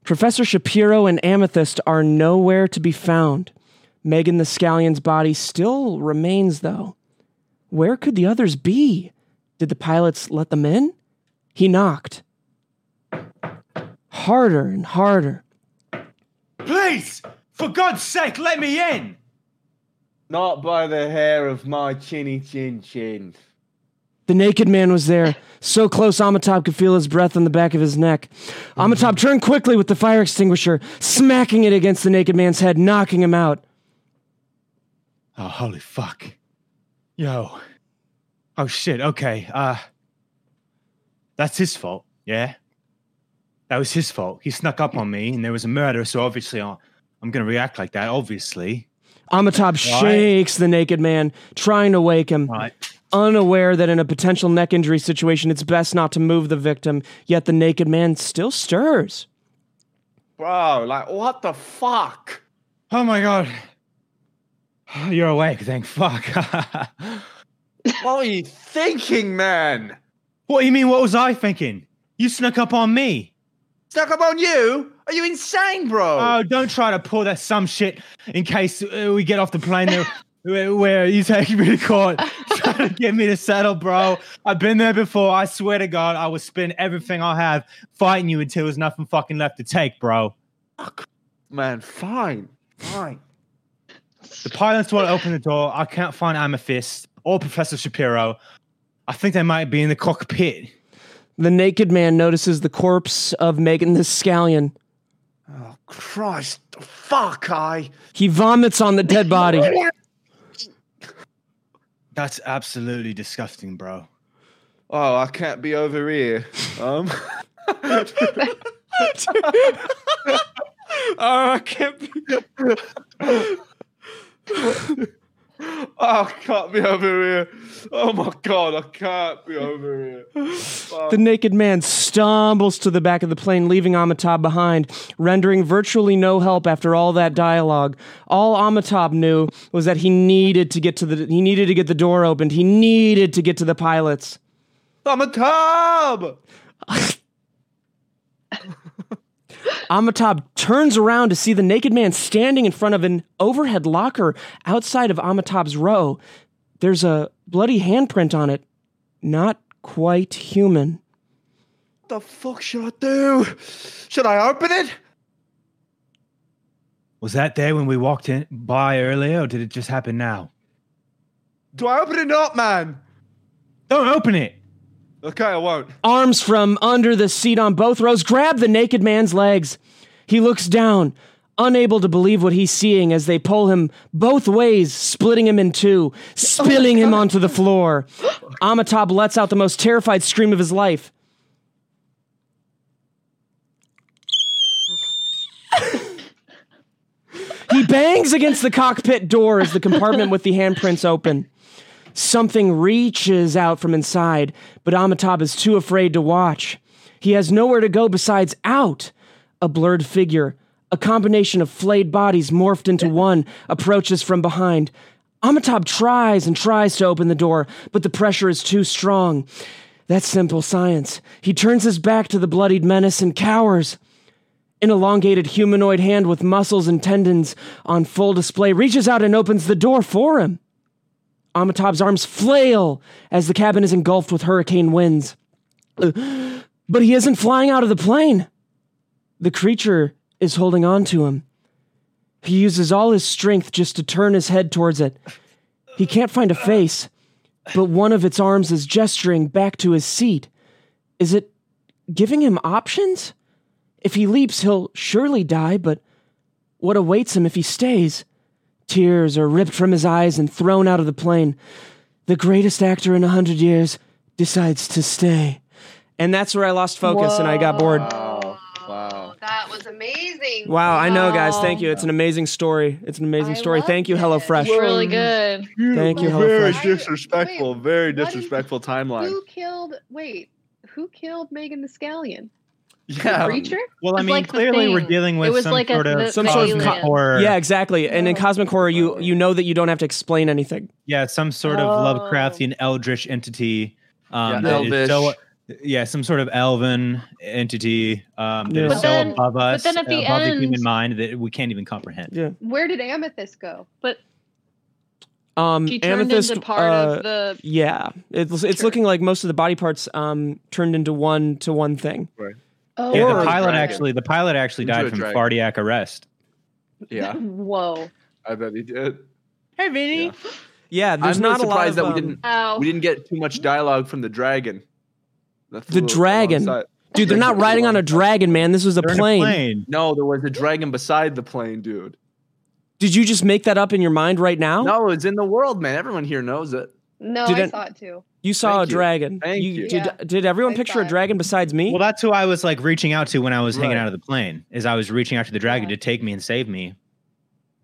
S1: Professor Shapiro and Amethyst are nowhere to be found. Megan the Scallion's body still remains, though. Where could the others be? Did the pilots let them in? He knocked. Harder and harder.
S3: Please! For God's sake, let me in!
S2: Not by the hair of my chinny chin chin.
S1: The naked man was there, so close Amitabh could feel his breath on the back of his neck. Amitabh turned quickly with the fire extinguisher, smacking it against the naked man's head, knocking him out.
S3: Oh, holy fuck. Yo. Oh, shit. Okay. Uh, that's his fault. Yeah. That was his fault. He snuck up on me and there was a murder. So obviously, I- I'm going to react like that. Obviously.
S1: Amitabh shakes the naked man, trying to wake him,
S3: Right.
S1: unaware that in a potential neck injury situation, it's best not to move the victim, yet the naked man still stirs.
S2: Bro, like what the fuck?
S3: Oh, my God. You're awake. Thank fuck.
S2: What are you thinking, man?
S3: what do you mean? What was I thinking? You snuck up on me.
S2: Stuck up on you? Are you insane, bro?
S3: Oh, don't try to pull that some shit in case uh, we get off the plane there, where, where you take me to court. Try to get me to settle, bro. I've been there before. I swear to God, I will spend everything I have fighting you until there's nothing fucking left to take, bro.
S2: man, fine. Fine.
S3: The pilots won't open the door. I can't find Amethyst or Professor Shapiro. I think they might be in the cockpit.
S1: The naked man notices the corpse of Megan the Scallion.
S2: Oh Christ. Fuck I
S1: He vomits on the dead body.
S3: That's absolutely disgusting, bro.
S2: Oh, I can't be over here. Um
S1: oh, I can't be.
S2: Oh, I can't be over here. Oh my god, I can't be over here.
S1: The naked man stumbles to the back of the plane, leaving Amitabh behind, rendering virtually no help after all that dialogue. All Amitabh knew was that he needed to get to the he needed to get the door opened. He needed to get to the pilots.
S2: I'm a tub!
S1: Amitabh turns around to see the naked man standing in front of an overhead locker outside of Amitabh's row. There's a bloody handprint on it. Not quite human.
S2: What the fuck should I do? Should I open it?
S3: Was that there when we walked in by earlier, or did it just happen now?
S2: Do I open it up, man?
S3: Don't open it.
S2: Okay, I won't.
S1: arms from under the seat on both rows grab the naked man's legs. He looks down, unable to believe what he's seeing as they pull him both ways, splitting him in two, spilling him onto the floor. Amitabh lets out the most terrified scream of his life. he bangs against the cockpit door as the compartment with the handprints open. Something reaches out from inside, but Amitabh is too afraid to watch. He has nowhere to go besides out. A blurred figure, a combination of flayed bodies morphed into one, approaches from behind. Amitabh tries and tries to open the door, but the pressure is too strong. That's simple science. He turns his back to the bloodied menace and cowers. An elongated humanoid hand with muscles and tendons on full display reaches out and opens the door for him. Amitabh's arms flail as the cabin is engulfed with hurricane winds. But he isn't flying out of the plane. The creature is holding on to him. He uses all his strength just to turn his head towards it. He can't find a face, but one of its arms is gesturing back to his seat. Is it giving him options? If he leaps, he'll surely die, but what awaits him if he stays? Tears are ripped from his eyes and thrown out of the plane. The greatest actor in a hundred years decides to stay. And that's where I lost focus and I got bored.
S7: Wow. Wow.
S5: That was amazing.
S1: Wow, I know, guys.
S4: Wow.
S1: Thank you. It's an amazing story. It's an amazing
S5: I
S1: story.
S5: loved
S1: Thank you,
S5: it.
S1: HelloFresh.
S4: It's really good.
S1: Thank you,
S2: Very
S5: HelloFresh.
S2: disrespectful. Very
S5: Wait, what is-
S2: disrespectful timeline.
S5: Who killed? Wait, who killed Megan the Scallion?
S2: Yeah.
S5: Preacher?
S3: Well, I
S4: It's
S3: mean,
S4: like the
S3: clearly we're
S4: thing.
S3: dealing with
S4: It was
S3: some
S4: like a-
S3: sort of
S4: the-
S1: Some sort of
S3: cosmic
S4: alien.
S3: horror.
S1: Yeah, exactly. And in
S5: Oh.
S1: Cosmic Horror, you you know that you don't have to explain anything.
S3: yeah, some sort of
S5: Oh.
S3: Lovecraftian eldritch entity. Um,
S2: Yeah,
S3: that is
S2: elvish.
S3: So, yeah, some sort of elven entity um, that
S1: Yeah.
S3: is
S1: But
S3: so
S4: then-
S3: above us,
S4: then at the
S3: above the human
S4: end-
S3: mind that we can't even comprehend.
S1: Yeah.
S5: Where did Amethyst go?
S1: Um,
S4: She turned
S1: Amethyst.
S4: into part
S1: uh,
S4: of the
S1: yeah, it's it's
S4: Sure.
S1: looking like most of the body parts um turned into one to one thing.
S5: Oh,
S3: Yeah,
S2: Or
S3: the
S2: a
S3: pilot
S2: dragon.
S3: actually, the pilot actually
S2: Into
S3: died
S2: a
S3: from
S2: dragon.
S3: cardiac arrest.
S2: Yeah,
S5: Whoa.
S2: I bet he did.
S3: Hey,
S2: Vinny. Yeah.
S1: Yeah, there's
S2: I'm
S1: not
S2: really
S1: a lot of
S2: surprised that we
S1: um,
S2: didn't
S4: oh
S2: we didn't get too much dialogue from the dragon. That
S1: The
S2: flew
S1: dragon?
S2: alongside-
S1: dude. They're not riding on a dragon, man. This was a
S3: They're in
S1: plane.
S3: A plane.
S2: No, there was a dragon beside the plane, dude.
S1: Did you just make that up in your mind right now?
S2: No, it's in the world, man. Everyone here knows it.
S5: No, I
S1: Didn't-
S5: saw it too.
S1: You saw a
S2: Thank you.
S1: dragon.
S2: Thank you.
S1: Did
S5: Yeah.
S1: did everyone
S5: I
S1: picture a
S5: saw it.
S1: dragon besides me?
S3: Well, that's who I was like reaching out to when I was hanging
S2: Right.
S3: out of the plane. Is I was reaching out to the dragon
S5: Yeah.
S3: to take me and save me.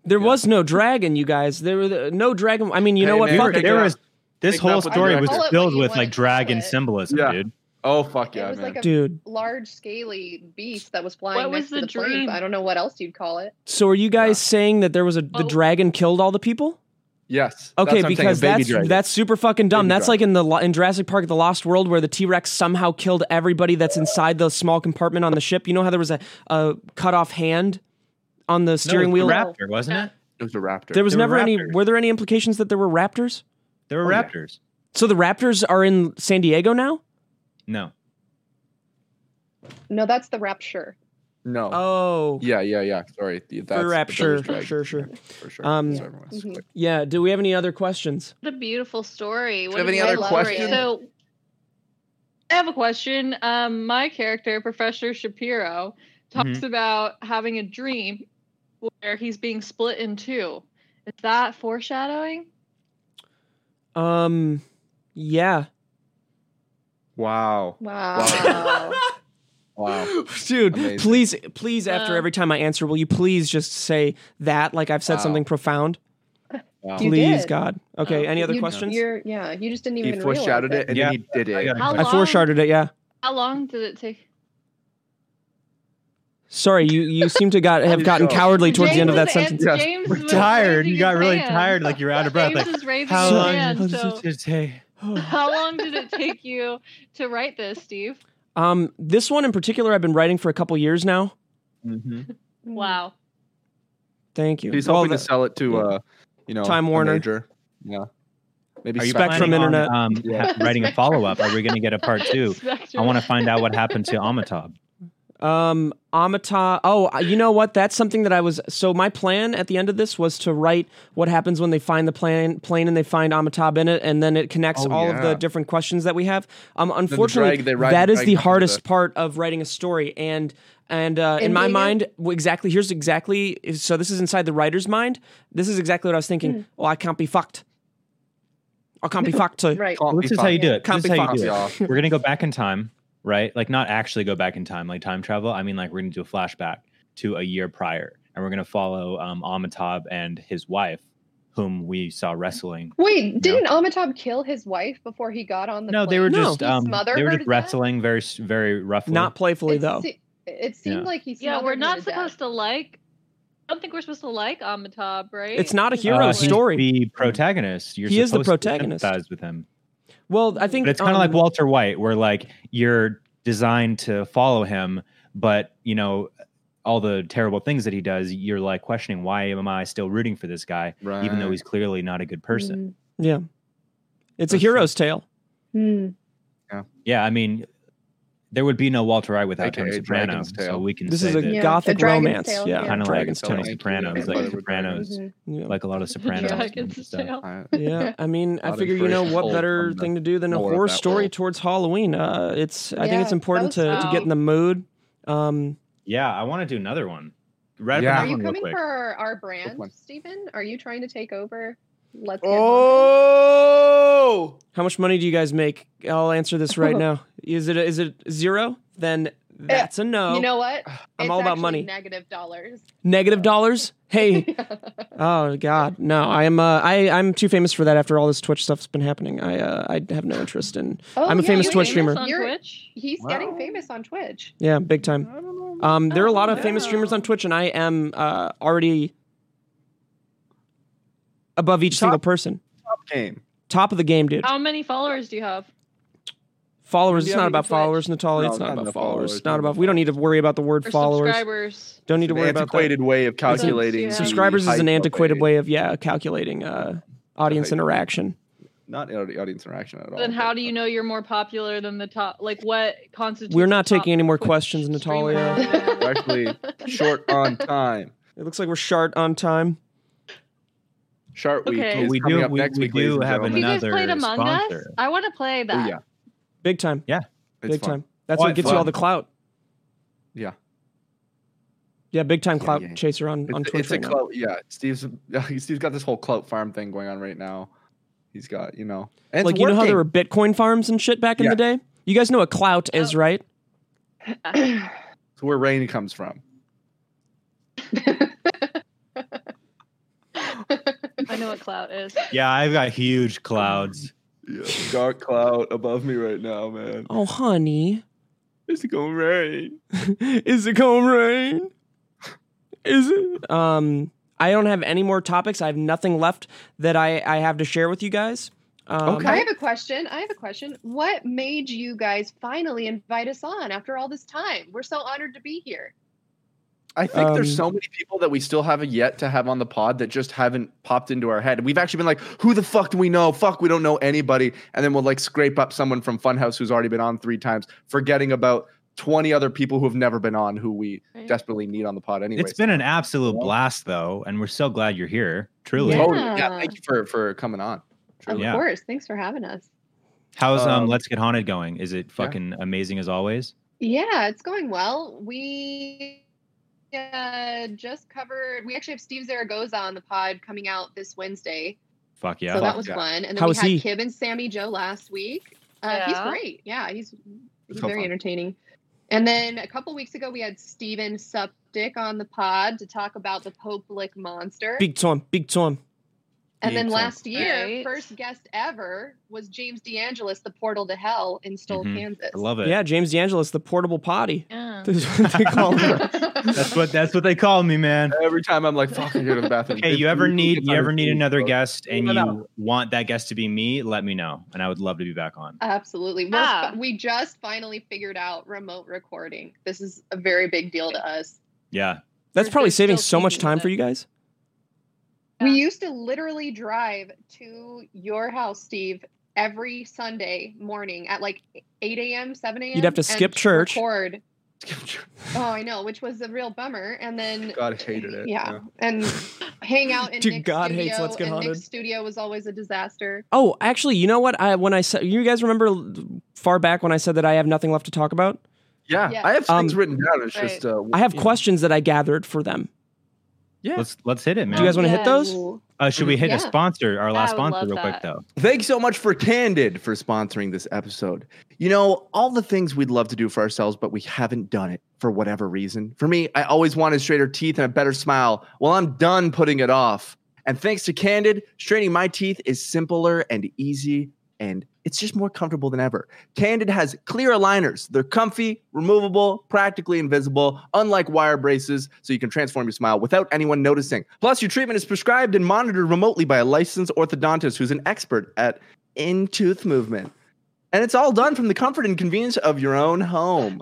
S1: there
S2: Yeah.
S1: was no dragon, you guys. There was uh, no dragon. I mean, you know
S2: Hey,
S1: what?
S2: man,
S1: Fuck
S2: we're
S1: it.
S2: gonna-
S3: There was this
S2: Pick
S3: whole
S2: up on
S3: story
S2: the
S3: was
S5: director.
S3: filled
S5: Call it what you
S3: with like
S5: wanna call
S3: dragon
S5: it.
S3: symbolism,
S2: Yeah.
S3: dude.
S2: Oh fuck
S5: It
S2: yeah,
S5: was
S2: man!
S5: like a
S1: Dude,
S5: large, scaly beast that was flying
S4: What
S5: next
S4: was
S5: to
S4: the
S5: the
S4: dream?
S5: plane. I don't know what else you'd call it.
S1: so are you guys
S2: Yeah.
S1: saying that there was a the
S4: Oh.
S1: dragon killed all the people?
S2: yes. that's
S1: Okay,
S2: what I'm saying,
S1: because
S2: a baby
S1: that's
S2: dragon.
S1: that's super fucking dumb.
S2: Baby
S1: that's
S2: dragon.
S1: like in the lo- in Jurassic Park: The Lost World, where the T Rex somehow killed everybody that's inside the small compartment on the ship. You know how there was a, a cut off hand on the steering
S3: no, it
S1: wheel.
S3: was the raptor, wasn't it?
S2: it was a raptor.
S1: there was
S3: There were
S1: never any.
S3: raptors.
S1: Were there any implications that there were raptors?
S3: There were
S2: Oh, yeah.
S3: raptors.
S1: So the raptors are in San Diego now.
S3: No.
S5: No, that's the rapture.
S2: no.
S1: Oh,
S2: yeah, yeah, yeah. Sorry, the- that's but there was
S1: rapture.
S2: dragon.
S1: Sure, sure.
S2: for sure.
S1: Um,
S2: Sorry, everyone.
S5: Mhm.
S2: Wait.
S1: yeah. Do we have any other questions?
S4: what a beautiful story.
S2: Do
S4: What
S2: you have
S4: a
S2: any
S5: other
S4: beautiful story.
S5: questions?
S4: So I have a question. Um, my character, Professor Shapiro, talks
S1: Mm-hmm.
S3: Mhm.
S4: about having a dream where he's being split in two. Is that foreshadowing?
S1: Um, yeah.
S2: Wow.
S5: Wow.
S2: Wow.
S1: Dude,
S2: Amazing.
S1: please, please, after
S4: Wow.
S1: every time I answer, will you please just say that like I've said
S2: Wow.
S1: something profound?
S2: Wow.
S5: You
S1: Please,
S5: did.
S1: God. Okay.
S2: Oh.
S1: Any other
S5: You-
S1: questions?
S5: You're, yeah, you just didn't
S2: He
S5: even
S2: foreshadowed
S5: realize
S2: it, and
S3: Yeah,
S2: then he did
S3: I
S2: it.
S3: got it.
S4: How
S1: I
S4: long,
S1: foreshadowed it. Yeah.
S4: How long did it take?
S1: Sorry, you you seem to got have
S2: Good
S1: gotten
S2: job.
S1: cowardly towards the end of
S4: James
S1: that
S4: was-
S1: sentence.
S2: Yes.
S4: James
S3: We're
S4: was
S3: tired.
S4: raising
S3: You got
S4: his
S3: really
S4: hand.
S3: tired, like you're out of breath.
S4: James
S3: Like
S4: is raising
S3: how
S4: his
S1: long-
S4: hand.
S3: long
S4: So
S3: does it take?
S4: how long did it take you to write this, Steve?
S1: Um, this one in particular, I've been writing for a couple years now.
S2: Mhm.
S5: Mm.
S4: Wow.
S1: Thank you.
S2: He's
S1: Well,
S2: hoping
S1: the-
S2: to sell it to,
S1: yeah.
S2: uh, you know,
S1: Time
S2: a
S1: Warner.
S2: major. Yeah. Maybe
S3: Are you
S1: Spectrum
S2: Spectrum.
S3: planning
S1: Internet.
S3: On, um,
S2: Yeah.
S3: ha- writing a follow up. Are we going to get a part two?
S4: Spectrum.
S3: I want to find out what happened to Amitabh.
S1: Um, Amata. Oh, you know what? That's something that I was. So my plan at the end of this was to write what happens when they find the plane, plane, and they find Amitabh in it, and then it connects
S2: Oh,
S1: all of the
S2: yeah.
S1: different questions that we have. Um,
S2: the
S1: unfortunately,
S2: drag- they ride
S1: that
S2: the
S1: is
S2: drag
S1: the
S2: down to
S1: hardest
S2: the-
S1: part of writing a story, and and uh, in my
S5: Ending it?
S1: mind, w- exactly. Here's exactly. So this is inside the writer's mind. This is exactly what I was thinking. Oh, I can't be fucked. I can't be fucked too.
S5: Mm, Right.
S2: Can't
S3: this
S2: be
S3: is how you
S2: fucked.
S3: do it.
S1: Can't
S3: This is
S1: be
S3: how
S2: Can't
S3: you
S2: be
S3: do it.
S2: off.
S3: We're going to go back in time, right? Like not actually go back in time, like time travel. I mean, like we're going to do a flashback to a year prior, and we're going to follow um, Amitabh and his wife, whom we saw wrestling.
S5: Wait, didn't Amitabh kill his wife before he got on the
S3: no,
S5: plane?
S3: they were
S1: No.
S3: just
S5: He
S3: um,
S5: smothered
S3: they were
S5: her
S3: just
S5: to death?
S3: wrestling very s- very roughly.
S1: Not playfully
S5: It
S1: though.
S5: se- it seemed
S3: Yeah.
S5: like he.
S4: Yeah,
S5: smothered
S4: we're
S5: her
S4: not
S5: to death.
S4: supposed to like don't think we're supposed to like Amitabh, right?
S1: It's not a hero
S3: Uh, he's
S1: story.
S3: The protagonist. You're
S1: He is the
S3: supposed to
S1: protagonist.
S3: empathize with him.
S1: Well, I think
S3: But it's kind of
S1: um,
S3: like Walter White, where like you're designed to follow him, but you know all the terrible things that he does. You're like questioning why am I still rooting for this guy,
S2: Right.
S3: even though he's clearly not a good
S5: Mm.
S3: person.
S1: Yeah, it's a hero's tale.
S5: Hmm.
S3: Yeah, I mean, there would be no Walter White without
S2: AKA
S3: Tony Soprano,
S2: uh, Dragon's Tale.
S3: so we can
S1: This
S3: say
S1: is a
S3: that
S5: Yeah.
S1: gothic
S5: A dragon's
S1: romance.
S5: tale,
S1: yeah,
S5: yeah.
S3: kind of like
S1: dragon's
S3: Tony
S1: tale.
S3: Sopranos,
S2: Yeah.
S3: like the Sopranos,
S5: Mhm.
S1: Mm-hmm. Yeah.
S3: like a lot of Sopranos. and
S4: Dragon's
S3: stuff.
S4: Tale.
S2: I-
S1: yeah, I mean, I
S2: Lot of
S1: figure you know
S2: inspiration
S1: what
S2: pulled
S1: better
S2: from the
S1: thing to do than a
S2: lore of
S1: horror
S2: that
S1: story
S2: world.
S1: towards Halloween. Uh, it's I
S5: Yeah,
S1: think it's
S5: that
S1: important
S5: was
S1: to, to
S5: cool.
S1: get in the mood. Um,
S3: Yeah, I want to do another one. Right
S2: Yeah.
S5: Are you
S3: one real
S5: coming
S3: quick.
S5: for our brand,
S2: one.
S5: Stephen? Are you trying to take over? Let's get Haunted?
S2: Oh!
S1: how much money do you guys make? I'll answer this right now. Is it is it zero? Then that's a no.
S5: Eh, You know what? It's
S1: all about
S5: actually
S1: money.
S5: Negative dollars.
S1: Negative dollars. Hey,
S5: That's
S1: Oh God, no! I'm uh, I I'm too famous for that. After all this Twitch stuff's been happening, I uh, I have no interest in.
S5: Oh,
S1: I'm a
S5: yeah,
S1: famous
S5: you're
S1: Twitch
S5: famous
S1: streamer.
S4: on
S5: You're-
S4: Twitch.
S5: He's
S2: Wow.
S5: getting famous on Twitch.
S1: Yeah, big time.
S2: I don't know.
S1: Um, there are a lot of
S4: Oh,
S1: famous
S4: wow.
S1: streamers on Twitch, and I am uh, already above each single person,
S2: game.
S1: top of the game, dude.
S4: How many followers do you have?
S1: Followers.
S2: Yeah,
S1: It's not
S2: on
S1: about
S2: Twitch.
S1: followers, Natalia.
S2: No,
S1: it's not
S2: not
S1: about
S2: enough
S1: followers.
S2: followers,
S1: Not
S2: not
S1: about.
S2: enough
S1: We don't need to worry about the word
S4: Or
S1: followers.
S4: subscribers?
S1: Don't need
S2: It's
S1: to
S2: an
S1: worry about that.
S2: antiquated way of calculating.
S4: Yeah.
S2: the
S1: Subscribers is
S2: height
S1: an
S2: of
S1: antiquated
S2: a-
S1: way of yeah calculating uh, audience
S2: height.
S1: interaction.
S2: Not audi- audience interaction at all.
S4: Then
S2: but-
S4: how do you know you're more popular than the top? Like what constitutes?
S1: We're not
S4: the top
S1: taking any more
S4: Twitch
S1: questions,
S4: streamer?
S1: Natalia.
S2: We're actually short on time.
S1: It looks like we're short on time.
S2: Shark Week
S4: Okay.
S2: is
S3: We
S2: coming
S3: do-
S2: up
S3: we-
S2: next
S3: we
S2: week. ladies
S3: do
S2: and
S3: have
S4: Have
S2: gentlemen.
S4: you guys
S3: Another
S4: played Among Us?
S3: sponsor.
S4: I want to play that.
S2: Oh, yeah,
S1: Big time.
S2: it's
S1: big
S2: fun.
S1: time. That's
S3: Well,
S1: what gets
S3: fun.
S1: you all the clout.
S2: Yeah.
S1: Yeah, big time
S2: Yeah,
S1: clout
S2: yeah, yeah.
S1: chaser on,
S2: It's,
S1: on
S2: a-
S1: Twitch
S2: it's a
S1: right now.
S2: clout. Yeah, Steve's Steve's got this whole clout farm thing going on right now. He's got you know, and
S1: Like
S2: it's
S1: you know how there were
S2: working.
S1: Bitcoin farms and shit back in the day? You guys know what clout is,
S4: Oh.
S1: right? um,
S2: It's where rain comes from.
S4: I know what clout is.
S3: Yeah, I've got huge
S2: Mm-hmm.
S3: clouds.
S2: Yeah, dark cloud above me right now, man.
S1: Oh honey.
S2: It's gonna rain.
S1: is it gonna rain? Is it? Um I don't have any more topics. I have nothing left that I, I have to share with you guys. Um,
S2: Okay.
S5: I have a question. I have a question. What made you guys finally invite us on after all this time? We're so honored to be here.
S2: I think
S1: Um,
S2: there's so many people that we still haven't yet to have on the pod that just haven't popped into our head. We've actually been like, who the fuck do we know? Fuck, we don't know anybody. And then we'll like scrape up someone from Funhouse who's already been on three times, forgetting about 20 other people who have never been on who we
S4: Right.
S2: desperately need on the pod anyway.
S3: It's been an absolute blast, though, and we're so glad you're here. Truly.
S2: totally. Yeah.
S5: Yeah.
S2: thank you for for coming on.
S5: Of
S2: Truly.
S3: Yeah.
S5: course. Thanks for having us.
S3: How's um,
S2: Um,
S3: Let's Get Haunted going? Is it fucking amazing as always?
S5: Yeah, it's going well. We uh, just covered. We actually have Steve Zaragoza on the pod coming out this Wednesday,
S3: Fuck yeah.
S5: so that
S2: Fuck
S5: was
S2: yeah.
S5: fun. And then
S1: How
S5: we
S1: is
S5: had
S1: he?
S5: Kib and Sammy Joe last week. Uh,
S4: Yeah.
S5: He's great. Yeah, he's, he's
S2: so
S5: very
S2: fun.
S5: entertaining. And then a couple weeks ago, we had Steven Suptic on the pod to talk about the Pope Lick monster.
S1: Big time, big time.
S5: And then
S2: Big time.
S5: last year,
S4: Right.
S5: first guest ever was James DeAngelis, the Portal to Hell in Stoll,
S1: Mm-hmm.
S3: Mhm.
S5: Kansas.
S3: I love it.
S1: Yeah, James DeAngelis, the portable potty.
S4: Yeah.
S1: That's what they call him.
S3: That's what that's what they call me, man.
S2: Every time I'm like, fuck, I go to the bathroom.
S3: Hey,
S2: If
S3: you ever
S2: can
S3: need
S2: get
S3: you
S2: on
S3: ever
S2: the
S3: need
S2: team,
S3: another
S2: bro.
S3: guest and
S2: No, no, no.
S3: you want that guest to be me, let me know. And I would love to be back on.
S5: Absolutely. We're
S4: Ah.
S5: fi- we just finally figured out remote recording. This is a very big deal to us.
S3: Yeah.
S1: That's
S4: They're
S1: probably
S4: still
S1: saving so much
S4: teasing
S1: time
S4: that.
S1: for you guys.
S5: We
S4: Yeah.
S5: used to literally drive to your house, Steve, every Sunday morning at like 8 a.m., 7 a.m.
S1: You'd have to
S5: and
S1: skip church.
S5: Record. Oh, I know, which was a real bummer. And then
S2: God hated it.
S5: Yeah. and hang out in
S1: Dude,
S5: Nick's
S1: God hates
S5: studio.
S1: Let's Get
S5: and
S1: Haunted.
S5: Nick's studio was always a disaster.
S1: Oh, actually, you know what? I when I said you guys remember l- far back when I said that I have nothing left to talk about.
S2: Yeah.
S5: Yeah.
S2: I have things
S1: Um,
S2: written down. It's
S4: Right.
S2: just uh,
S1: I have
S2: you know.
S1: questions that I gathered for them.
S2: Yeah.
S3: Let's let's hit it, man.
S1: Do you guys want to hit those?
S3: uh, should we hit
S5: Yeah.
S3: a sponsor, our last
S4: I would
S3: sponsor
S4: love
S3: real
S4: that.
S3: quick though?
S2: Thanks so much for Candid for sponsoring this episode. You know, all the things we'd love to do for ourselves, but we haven't done it for whatever reason. For me, I always wanted straighter teeth and a better smile. Well, I'm done putting it off. And thanks to Candid, straightening my teeth is simpler and easy, and It's just more comfortable than ever. Candid has clear aligners. They're comfy, removable, practically invisible, unlike wire braces, so you can transform your smile without anyone noticing. Plus, your treatment is prescribed and monitored remotely by a licensed orthodontist who's an expert at in tooth movement. And it's all done from the comfort and convenience of your own home.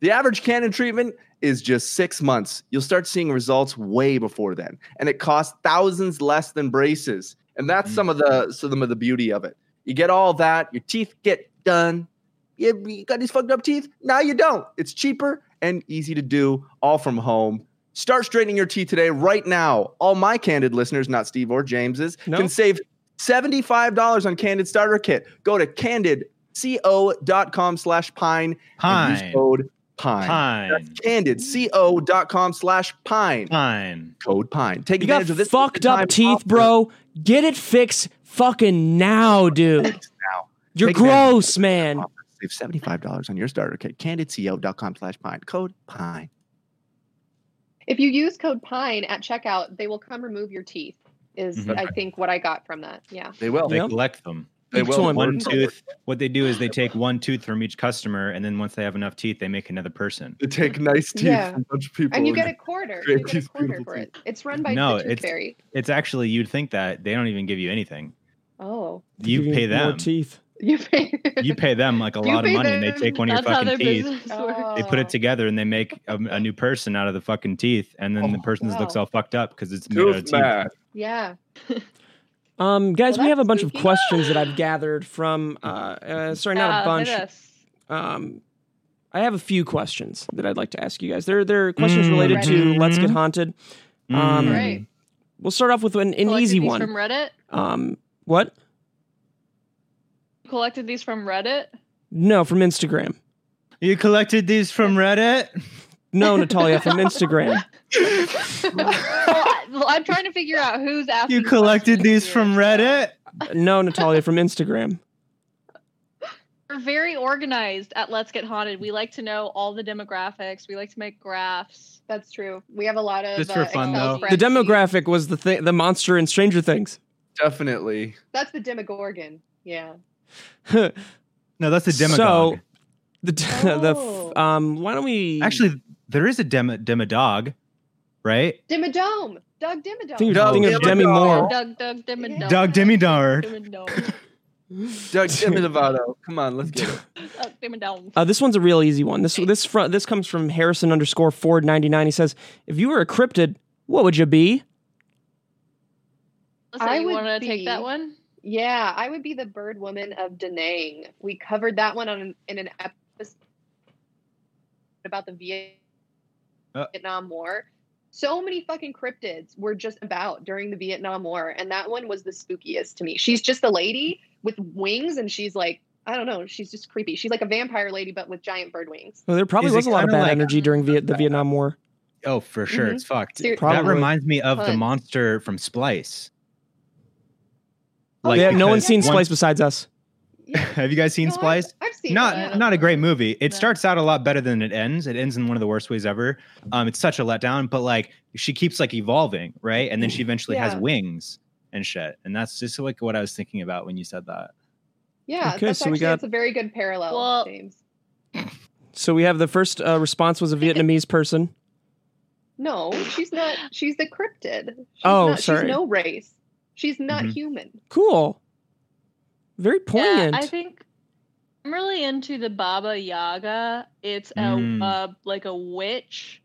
S2: The average Canon treatment is just six months. You'll start seeing results way before then, and it costs thousands less than braces. And that's some of the some of the beauty of it. You get all that. Your teeth get done. You, you got these fucked up teeth. Now you don't. It's cheaper and easy to do, all from home. Start straightening your teeth today, right now. All my candid listeners, not Steve or James's,
S1: No.
S2: can save $75 on Candid Starter Kit. Go to candidco.com slash pine and
S3: Pine.
S2: use code pine. That's
S3: Pine.
S2: candidco.com slash pine.
S3: Pine.
S2: Code pine. Take
S1: You got
S2: advantage of this.
S1: fucked
S2: time
S1: up teeth,
S2: offer.
S1: bro. Get it fixed fucking now, dude.
S2: Now.
S1: You're
S2: Take advantage.
S1: gross, man.
S2: Save $75 on your starter kit. Candidco.com slash pine. Code pine.
S5: If you use code PINE at checkout, they will come remove your teeth, is
S2: Mm-hmm.
S3: Mhm.
S5: I think what I got from that. Yeah.
S2: They will.
S3: They
S1: Yep.
S3: collect them.
S2: They
S1: Each
S2: will.
S1: one.
S3: One tooth. What they do is they take one tooth from each customer, and then once they have enough teeth, they make another person.
S2: They take nice teeth
S5: Yeah.
S2: from a bunch of people.
S5: And you get a quarter.
S2: create
S5: You get
S2: these
S5: a quarter
S2: beautiful
S5: for it. It's run by
S3: No,
S5: the Tooth
S3: it's-
S5: Fairy.
S3: It's actually you'd think that they don't even give you anything.
S5: Oh.
S3: You
S1: Give
S3: pay
S1: me
S3: them.
S1: More teeth.
S5: You pay
S3: You pay them like a
S5: You
S3: lot of
S5: pay
S3: money, and they
S5: them.
S3: take one of your
S4: That's how their
S3: fucking teeth.
S4: business works.
S5: Oh.
S3: They put it together and they make a, a new person out of the fucking teeth, and then the
S2: Oh,
S3: person's
S5: wow.
S3: looks all fucked up because it's made out of
S8: Tooth
S3: teeth.
S8: man.
S5: Yeah.
S1: Um, guys,
S5: Well,
S1: we have a
S5: that's
S1: bunch of
S5: spooky.
S1: questions that I've gathered from. Uh, uh, sorry, not a
S4: Uh,
S1: bunch.
S4: hit us.
S1: Um, I have a few questions that I'd like to ask you guys. They're they're questions
S3: Mm-hmm.
S1: related to
S3: Ready.
S1: Let's Get Haunted. Um,
S3: Mm.
S5: Right.
S1: We'll start off with an, an
S4: Collected
S1: easy
S4: these
S1: one.
S4: from Reddit.
S1: um, what?
S4: Collected these from Reddit.
S1: No, from Instagram.
S3: You collected these from Reddit.
S1: No, Natalia, from Instagram.
S4: well, I'm trying to figure out who's asking.
S3: You collected
S4: questions
S3: these
S4: here.
S3: from Reddit.
S1: No, Natalia, from Instagram.
S4: We're very organized at Let's Get Haunted. We like to know all the demographics. We like to make graphs.
S5: That's true. We have a lot of
S3: Just for
S5: uh,
S3: fun,
S5: Excel
S4: though.
S1: The
S5: spreadsheets.
S1: demographic was the thing, the monster in Stranger Things.
S8: Definitely.
S5: That's the Demogorgon. Yeah.
S1: the
S3: No, that's a
S1: So-
S3: demagogue.
S1: the f-
S5: Oh.
S1: um. Why don't we
S3: Actually, there is a demo demodog, right?
S5: Dimmadome. Doug Dimmadome.
S1: Think of,
S8: Doug
S1: think of
S8: Demi
S1: Demi
S8: Moore.
S1: Moore.
S4: Doug, Doug, Dim, and
S5: Yeah.
S4: Doug.
S3: Dog demidog.
S4: Dim and Dog.
S8: Doug, give me Lovato. Come on, let's get it.
S4: Doug, Dim and Dog.
S1: Uh, this one's a real easy one. This this fr- this comes from Harrison underscore Ford ninety nine. He says, "If you were a cryptid, what would you be?"
S4: Alyssa,
S5: I
S4: you
S5: would
S4: want to take that
S5: be-
S4: one?
S5: Yeah, I would be the bird woman of Danang. We covered that one on in an episode about the Viet-
S3: Uh.
S5: Vietnam War. So many fucking cryptids were just about during the Vietnam War, and that one was the spookiest to me. She's just a lady with wings, and she's like, I don't know, she's just creepy. She's like a vampire lady, but with giant bird wings.
S1: Well, there probably
S3: Is it
S1: was a lot of
S3: kinda
S1: bad
S3: like-
S1: energy during Viet- the Vietnam War.
S3: Oh, for sure,
S5: Mm-hmm.
S3: it's fucked.
S5: Ser-
S1: Probably.
S3: That reminds me of the
S5: Fun.
S3: monster from Splice.
S5: Oh,
S1: yeah, no
S3: because
S1: one's seen
S3: one-
S1: Splice besides us.
S5: Yeah.
S3: Have you guys seen
S5: No, I've-
S3: Splice?
S5: I've, seen
S3: not
S5: that.
S3: not a great movie. It
S4: No.
S3: starts out a lot better than it ends. It ends in one of the worst ways ever. Um, it's such a letdown. But like she keeps like evolving, right? And then she eventually has
S5: Yeah.
S3: wings and shit. And that's just like what I was thinking about when you said that.
S5: Yeah,
S1: Okay,
S5: that's
S1: so we
S5: actually
S1: got-
S5: that's a very good parallel,
S4: Well-
S5: James.
S1: So we have the first uh, response was a Vietnamese person.
S5: No, she's not. She's the cryptid. She's
S1: Oh,
S5: not,
S1: sorry.
S5: She's no race. She's not
S3: Mhm.
S5: human.
S1: Cool, very
S4: Yeah,
S1: poignant.
S4: I think I'm really into the Baba Yaga. It's a
S3: Mm.
S4: uh, like a witch.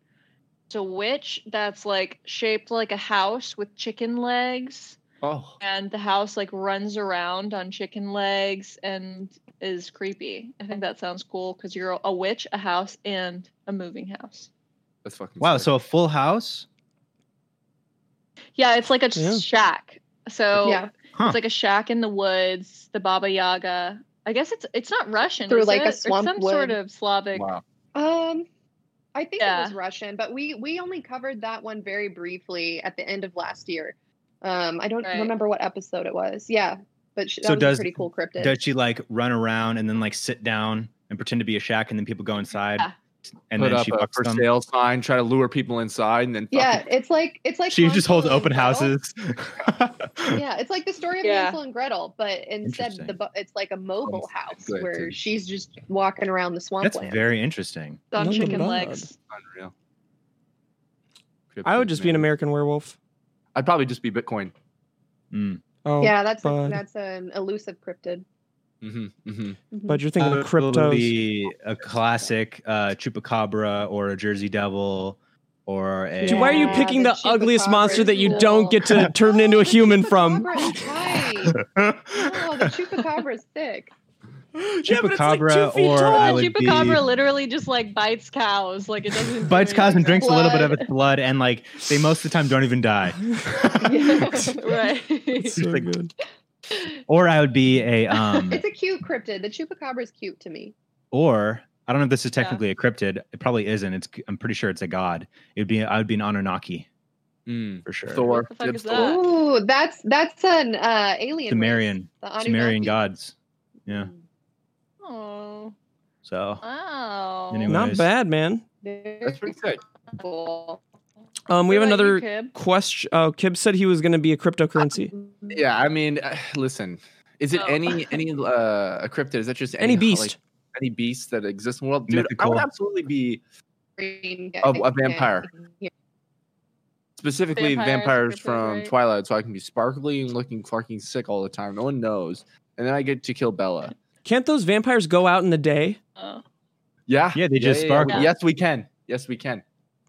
S4: It's a witch that's like shaped like a house with chicken legs,
S8: Oh.
S4: and the house like runs around on chicken legs and is creepy. I think that sounds cool because you're a witch, a house, and a moving house.
S8: That's fucking
S3: Wow.
S8: sick.
S3: So a full house.
S4: Yeah, it's like a
S1: Yeah.
S4: shack. So
S5: yeah,
S3: Huh.
S4: it's like a shack in the woods. The Baba Yaga. I guess it's it's not Russian.
S5: Through,
S4: is
S5: like, a
S4: it? It's
S5: swamp
S4: some
S5: wood.
S4: sort of Slavic.
S8: Wow.
S5: Um, I think it was
S4: Yeah.
S5: Russian, but we we only covered that one very briefly at the end of last year. Um, I don't
S4: Right.
S5: remember what episode it was. Yeah, but she, that
S3: So
S5: was
S3: does-
S5: a pretty cool cryptid.
S3: Does she like run around and then like sit down and pretend to be a shack and then people go inside?
S4: Yeah.
S3: and
S9: Put
S3: then
S9: up
S3: she
S9: a
S3: fucks
S9: for
S3: them.
S9: sale sign, try to lure people inside, and then
S5: Yeah,
S9: fucking-
S5: it's like it's like
S3: She just holds
S5: Hansel and
S3: open
S5: Gretel.
S3: houses.
S5: Yeah, it's like the story of
S4: Yeah.
S5: Hansel and Gretel, but instead
S3: Interesting.
S5: the bu- it's like a mobile house
S9: Good.
S5: where she's just walking around the
S3: That's
S5: swampland.
S3: very interesting.
S4: on
S1: Nothing
S4: chicken
S1: bad.
S4: legs.
S9: unreal.
S1: I would just be an
S9: American.
S1: American werewolf.
S9: I'd probably just be Bitcoin.
S3: Mm.
S1: Oh,
S5: yeah, that's a,
S1: bud.
S5: that's an elusive cryptid.
S9: hmm
S2: Mm-hmm,
S9: hmm
S1: But you're thinking of
S3: I would probably
S1: cryptos.
S3: Be a classic uh, chupacabra or a Jersey devil or a.
S1: Dude, why are you
S5: Yeah,
S1: picking the,
S5: the
S1: ugliest
S5: chupacabra
S1: monster
S5: is
S1: that you
S5: cool.
S1: don't get to turn
S5: Oh,
S1: into a
S5: the
S1: human from?
S5: chupacabra is Right. Oh, the chupacabra is sick.
S1: Yeah, but it's like two
S3: Chupacabra
S1: feet
S3: or
S1: tall.
S3: I
S4: Uh,
S3: would be-
S4: Chupacabra literally just like bites cows. Like it doesn't. do
S3: bites
S4: anything.
S3: cows and drinks a little bit of
S5: Blood.
S3: its blood, and like they most of the time don't even die.
S4: right.
S3: Just like- Or I would be a um,
S5: It's a cute cryptid. The chupacabra is cute to me.
S3: or I don't know if this is technically a cryptid. It probably isn't. It's I'm pretty sure it's a god. It'd be I would be an Anunnaki
S9: Mm.
S3: for sure.
S9: Thor.
S4: the fuck
S9: Good
S4: is
S9: Thor.
S4: that?
S5: Ooh, that's that's an uh, alien.
S3: Sumerian,
S5: race, the
S3: Sumerian
S5: Anunnaki. Hmm.
S3: gods. Yeah.
S4: Oh.
S3: So
S4: Wow.
S3: Anyway.
S1: Not
S3: Anyways.
S1: bad, man.
S5: Very
S9: That's pretty sick.
S5: cool.
S1: Um, we have
S4: What about you,
S1: another
S4: Kib?
S1: question. Oh, Kib said he was going to be a cryptocurrency.
S9: Yeah, I mean, uh, listen, is it
S4: Oh.
S9: any any uh, a cryptid? Is that just
S1: Any beast.
S9: like, any beast that exists in the world? Dude, I
S3: Mythical.
S9: would absolutely be
S5: Green
S9: A- a
S5: guy.
S9: vampire.
S5: Yeah.
S9: specifically
S4: Vampires,
S9: vampires,
S4: cryptids,
S9: from
S4: right?
S9: Twilight, so I can be sparkly and looking fucking sick all the time. No one knows, and then I get to kill Bella.
S1: Can't those vampires go out in the day?
S4: Oh.
S9: Yeah,
S3: Yeah, they just sparkle.
S9: Yes, we can. Yes, we can.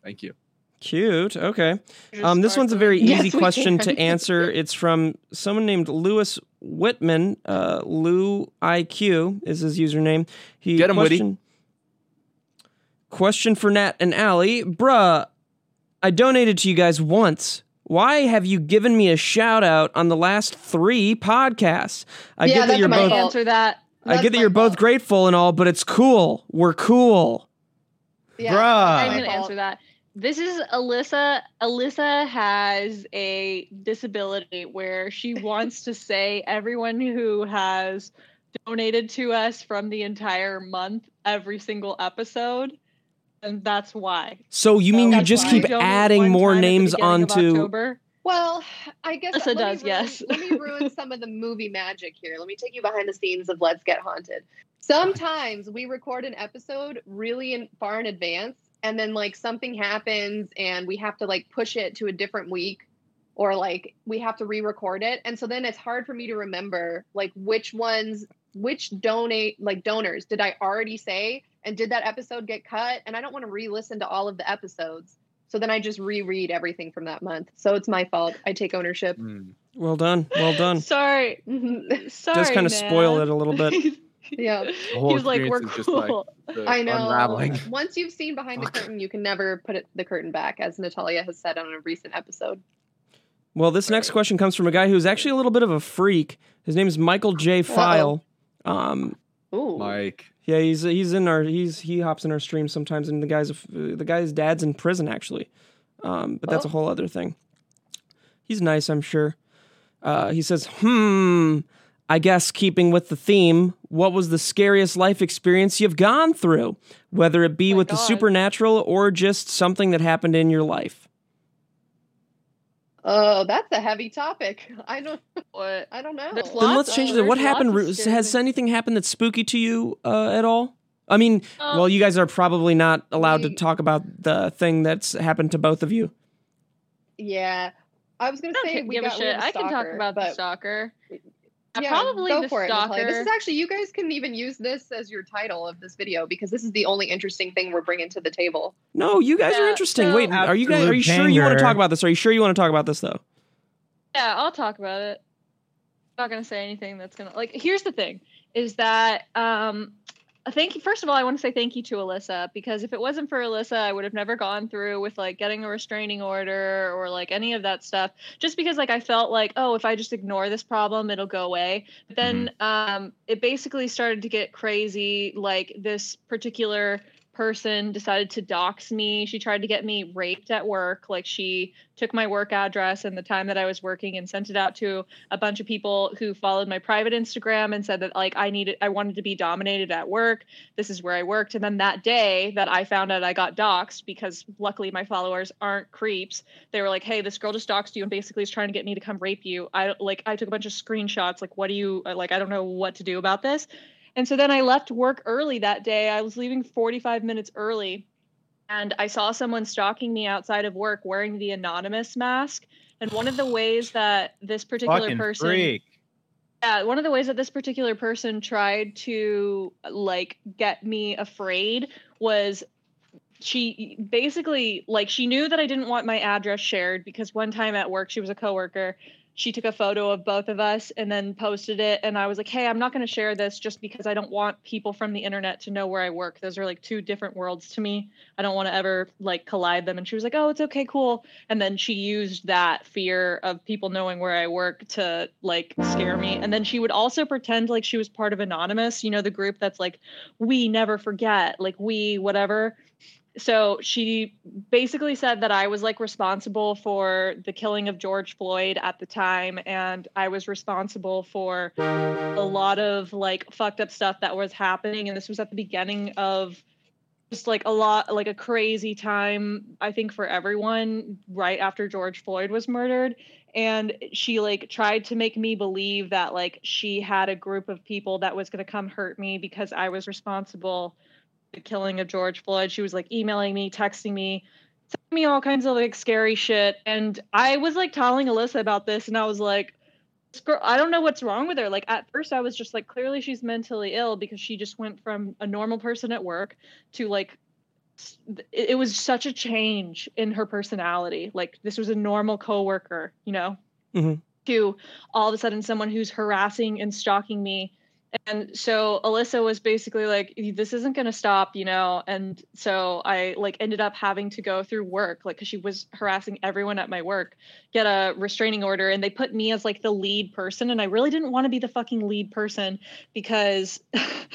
S9: Thank you.
S1: Cute. Okay.
S4: Just
S1: Um, this one's a very
S5: Yes,
S1: easy
S5: we
S1: question
S5: can.
S1: to answer. It's from someone named Lewis Whitman. Uh, Lou IQ is his username. He
S9: Get 'em, Whitty.
S1: Question for Nat and Allie. Bruh, I donated to you guys once. Why have you given me a shout out on the last three podcasts? I
S5: Yeah,
S1: get that
S5: that's
S1: you're
S5: my
S1: both.
S5: fault.
S4: Answer that.
S1: I get
S5: That's
S1: that
S5: my
S1: you're both
S5: fault.
S1: grateful and all, but it's cool. We're cool.
S5: Yeah,
S3: Bruh.
S5: that's my
S4: I'm gonna
S5: fault.
S4: answer that. This is Alyssa. Alyssa has a disability where she wants to say everyone who has donated to us from the entire month every single episode, and that's why.
S1: So you mean you
S4: That's
S1: just
S4: why
S1: keep
S4: I donate
S1: adding
S4: one
S1: more
S4: time at the
S1: names
S4: beginning of
S1: onto?
S4: October.
S5: Well, I guess
S4: Yes, it
S5: let me
S4: does,
S5: ruin-
S4: yes.
S5: let me ruin some of the movie magic here. Let me take you behind the scenes of Let's Get Haunted. Sometimes we record an episode really in, far in advance, and then like something happens, and we have to like push it to a different week, or like we have to re-record it, and so then it's hard for me to remember like which ones, which donate like donors did I already say, and did that episode get cut? And I don't want to re-listen to all of the episodes. So then I just reread everything from that month. So it's my fault. I take ownership.
S9: Mm,
S1: Well done. Well done.
S4: Sorry,
S5: Mhm.
S4: sorry.
S1: Does kind of spoil
S4: man.
S1: it a little bit.
S5: yeah,
S4: He
S9: whole
S4: was like, "We're
S9: experience is just like-
S4: cool."
S5: I know.
S9: Unraveling.
S5: Once you've seen behind the
S9: Fuck.
S5: curtain, you can never put it, the curtain back, as Natalia has said on a recent episode.
S1: Well, this next question comes from a guy who's actually a little bit of a freak. His name is Michael J. File. Um,
S5: Ooh,
S9: Mike.
S1: yeah, he's he's in our he's he hops in our stream sometimes, and the guy's a f- the guy's dad's in prison actually, um, but
S4: Oh.
S1: that's a whole other thing. He's nice, I'm sure. Uh, he says, "Hmm, I guess keeping with the theme, what was the scariest life experience you've gone through, whether it be
S4: Oh my
S1: with the
S4: God.
S1: supernatural or just something that happened in your life?"
S5: oh, that's a heavy topic. I don't,
S4: What?
S5: I don't know.
S4: There's
S1: Then
S4: Lots
S1: let's
S4: of-
S1: change it. What
S4: Oh, there's
S1: happened?
S4: lots of
S1: Ru- Has
S4: scary-
S1: anything happened that's spooky to you uh, at all? I mean,
S4: Um,
S1: well, you guys are probably not allowed to
S5: we-
S1: talk about the thing that's happened to both of you.
S5: Yeah, I was
S4: I
S5: gonna
S4: don't
S5: say
S4: ca-
S5: we
S4: give
S5: got
S4: a shit.
S5: rid of
S4: I can talk
S5: stalker,
S4: about the
S5: but-
S4: stalker. Uh,
S5: Yeah,
S4: probably
S5: go
S4: the
S5: for it,
S4: stalker.
S5: Natalia. This is actually you guys can even use this as your title of this video because this is the only interesting thing we're bringing to the table.
S1: No, you guys are
S4: Yeah,
S1: interesting.
S4: so-
S1: Wait, are you guys? Are you sure you want to
S3: Absolute
S1: talk about this? Are you sure you want to talk about this though?
S4: Yeah, I'll talk about it. I'm not gonna say anything that's gonna like. Here's the thing: is that um, a thank you. First of all, I want to say thank you to Alyssa because if it wasn't for Alyssa, I would have never gone through with like getting a restraining order or like any of that stuff. Just because like I felt like, oh, if I just ignore this problem, it'll go away. But then um, it basically started to get crazy. Like this particular person decided to dox me. She tried to get me raped at work. Like she took my work address and the time that I was working and sent it out to a bunch of people who followed my private Instagram and said that like I needed I wanted to be dominated at work. This is where I worked. And then that day that I found out I got doxxed because luckily my followers aren't creeps. They were like, "Hey, this girl just doxed you and basically is trying to get me to come rape you." I like I took a bunch of screenshots like what do you uh, like I don't know what to do about this. And so then I left work early that day. I was leaving 45 minutes early and I saw someone stalking me outside of work wearing the anonymous mask. And one of the ways that this particular
S3: Fucking
S4: person
S3: freak.
S4: yeah, one of the ways that this particular person tried to like get me afraid was she basically like she knew that I didn't want my address shared because one time at work she was a coworker. She took a photo of both of us and then posted it and I was like, "Hey, I'm not going to share this just because I don't want people from the internet to know where I work. Those are like two different worlds to me. I don't want to ever like collide them." And she was like, "Oh, it's okay, cool." and then she used that fear of people knowing where I work to like scare me. And then she would also pretend like she was part of Anonymous, you know, the group that's like, we never forget, like we whatever. So she basically said that I was like responsible for the killing of George Floyd at the time, and I was responsible for a lot of like fucked up stuff that was happening. And this was at the beginning of just like a lot like a crazy time i think for everyone right after george floyd was murdered and she like tried to make me believe that like she had a group of people that was going to come hurt me because i was responsible for the killing of george floyd she was like emailing me texting me sending me all kinds of like scary shit and i was like telling alyssa about this and i was like this girl i don't know what's wrong with her like at first i was just like clearly she's mentally ill because she just went from a normal person at work to like s- th- it it was such a change in her personality like this was a normal coworker you know
S1: Mhm.
S4: to all of a sudden someone who's harassing and stalking me and so alyssa was basically like this isn't going to stop you know and so i like ended up having to go through work like because she was harassing everyone at my work get a restraining order and they put me as like the lead person and i really didn't want to be the fucking lead person because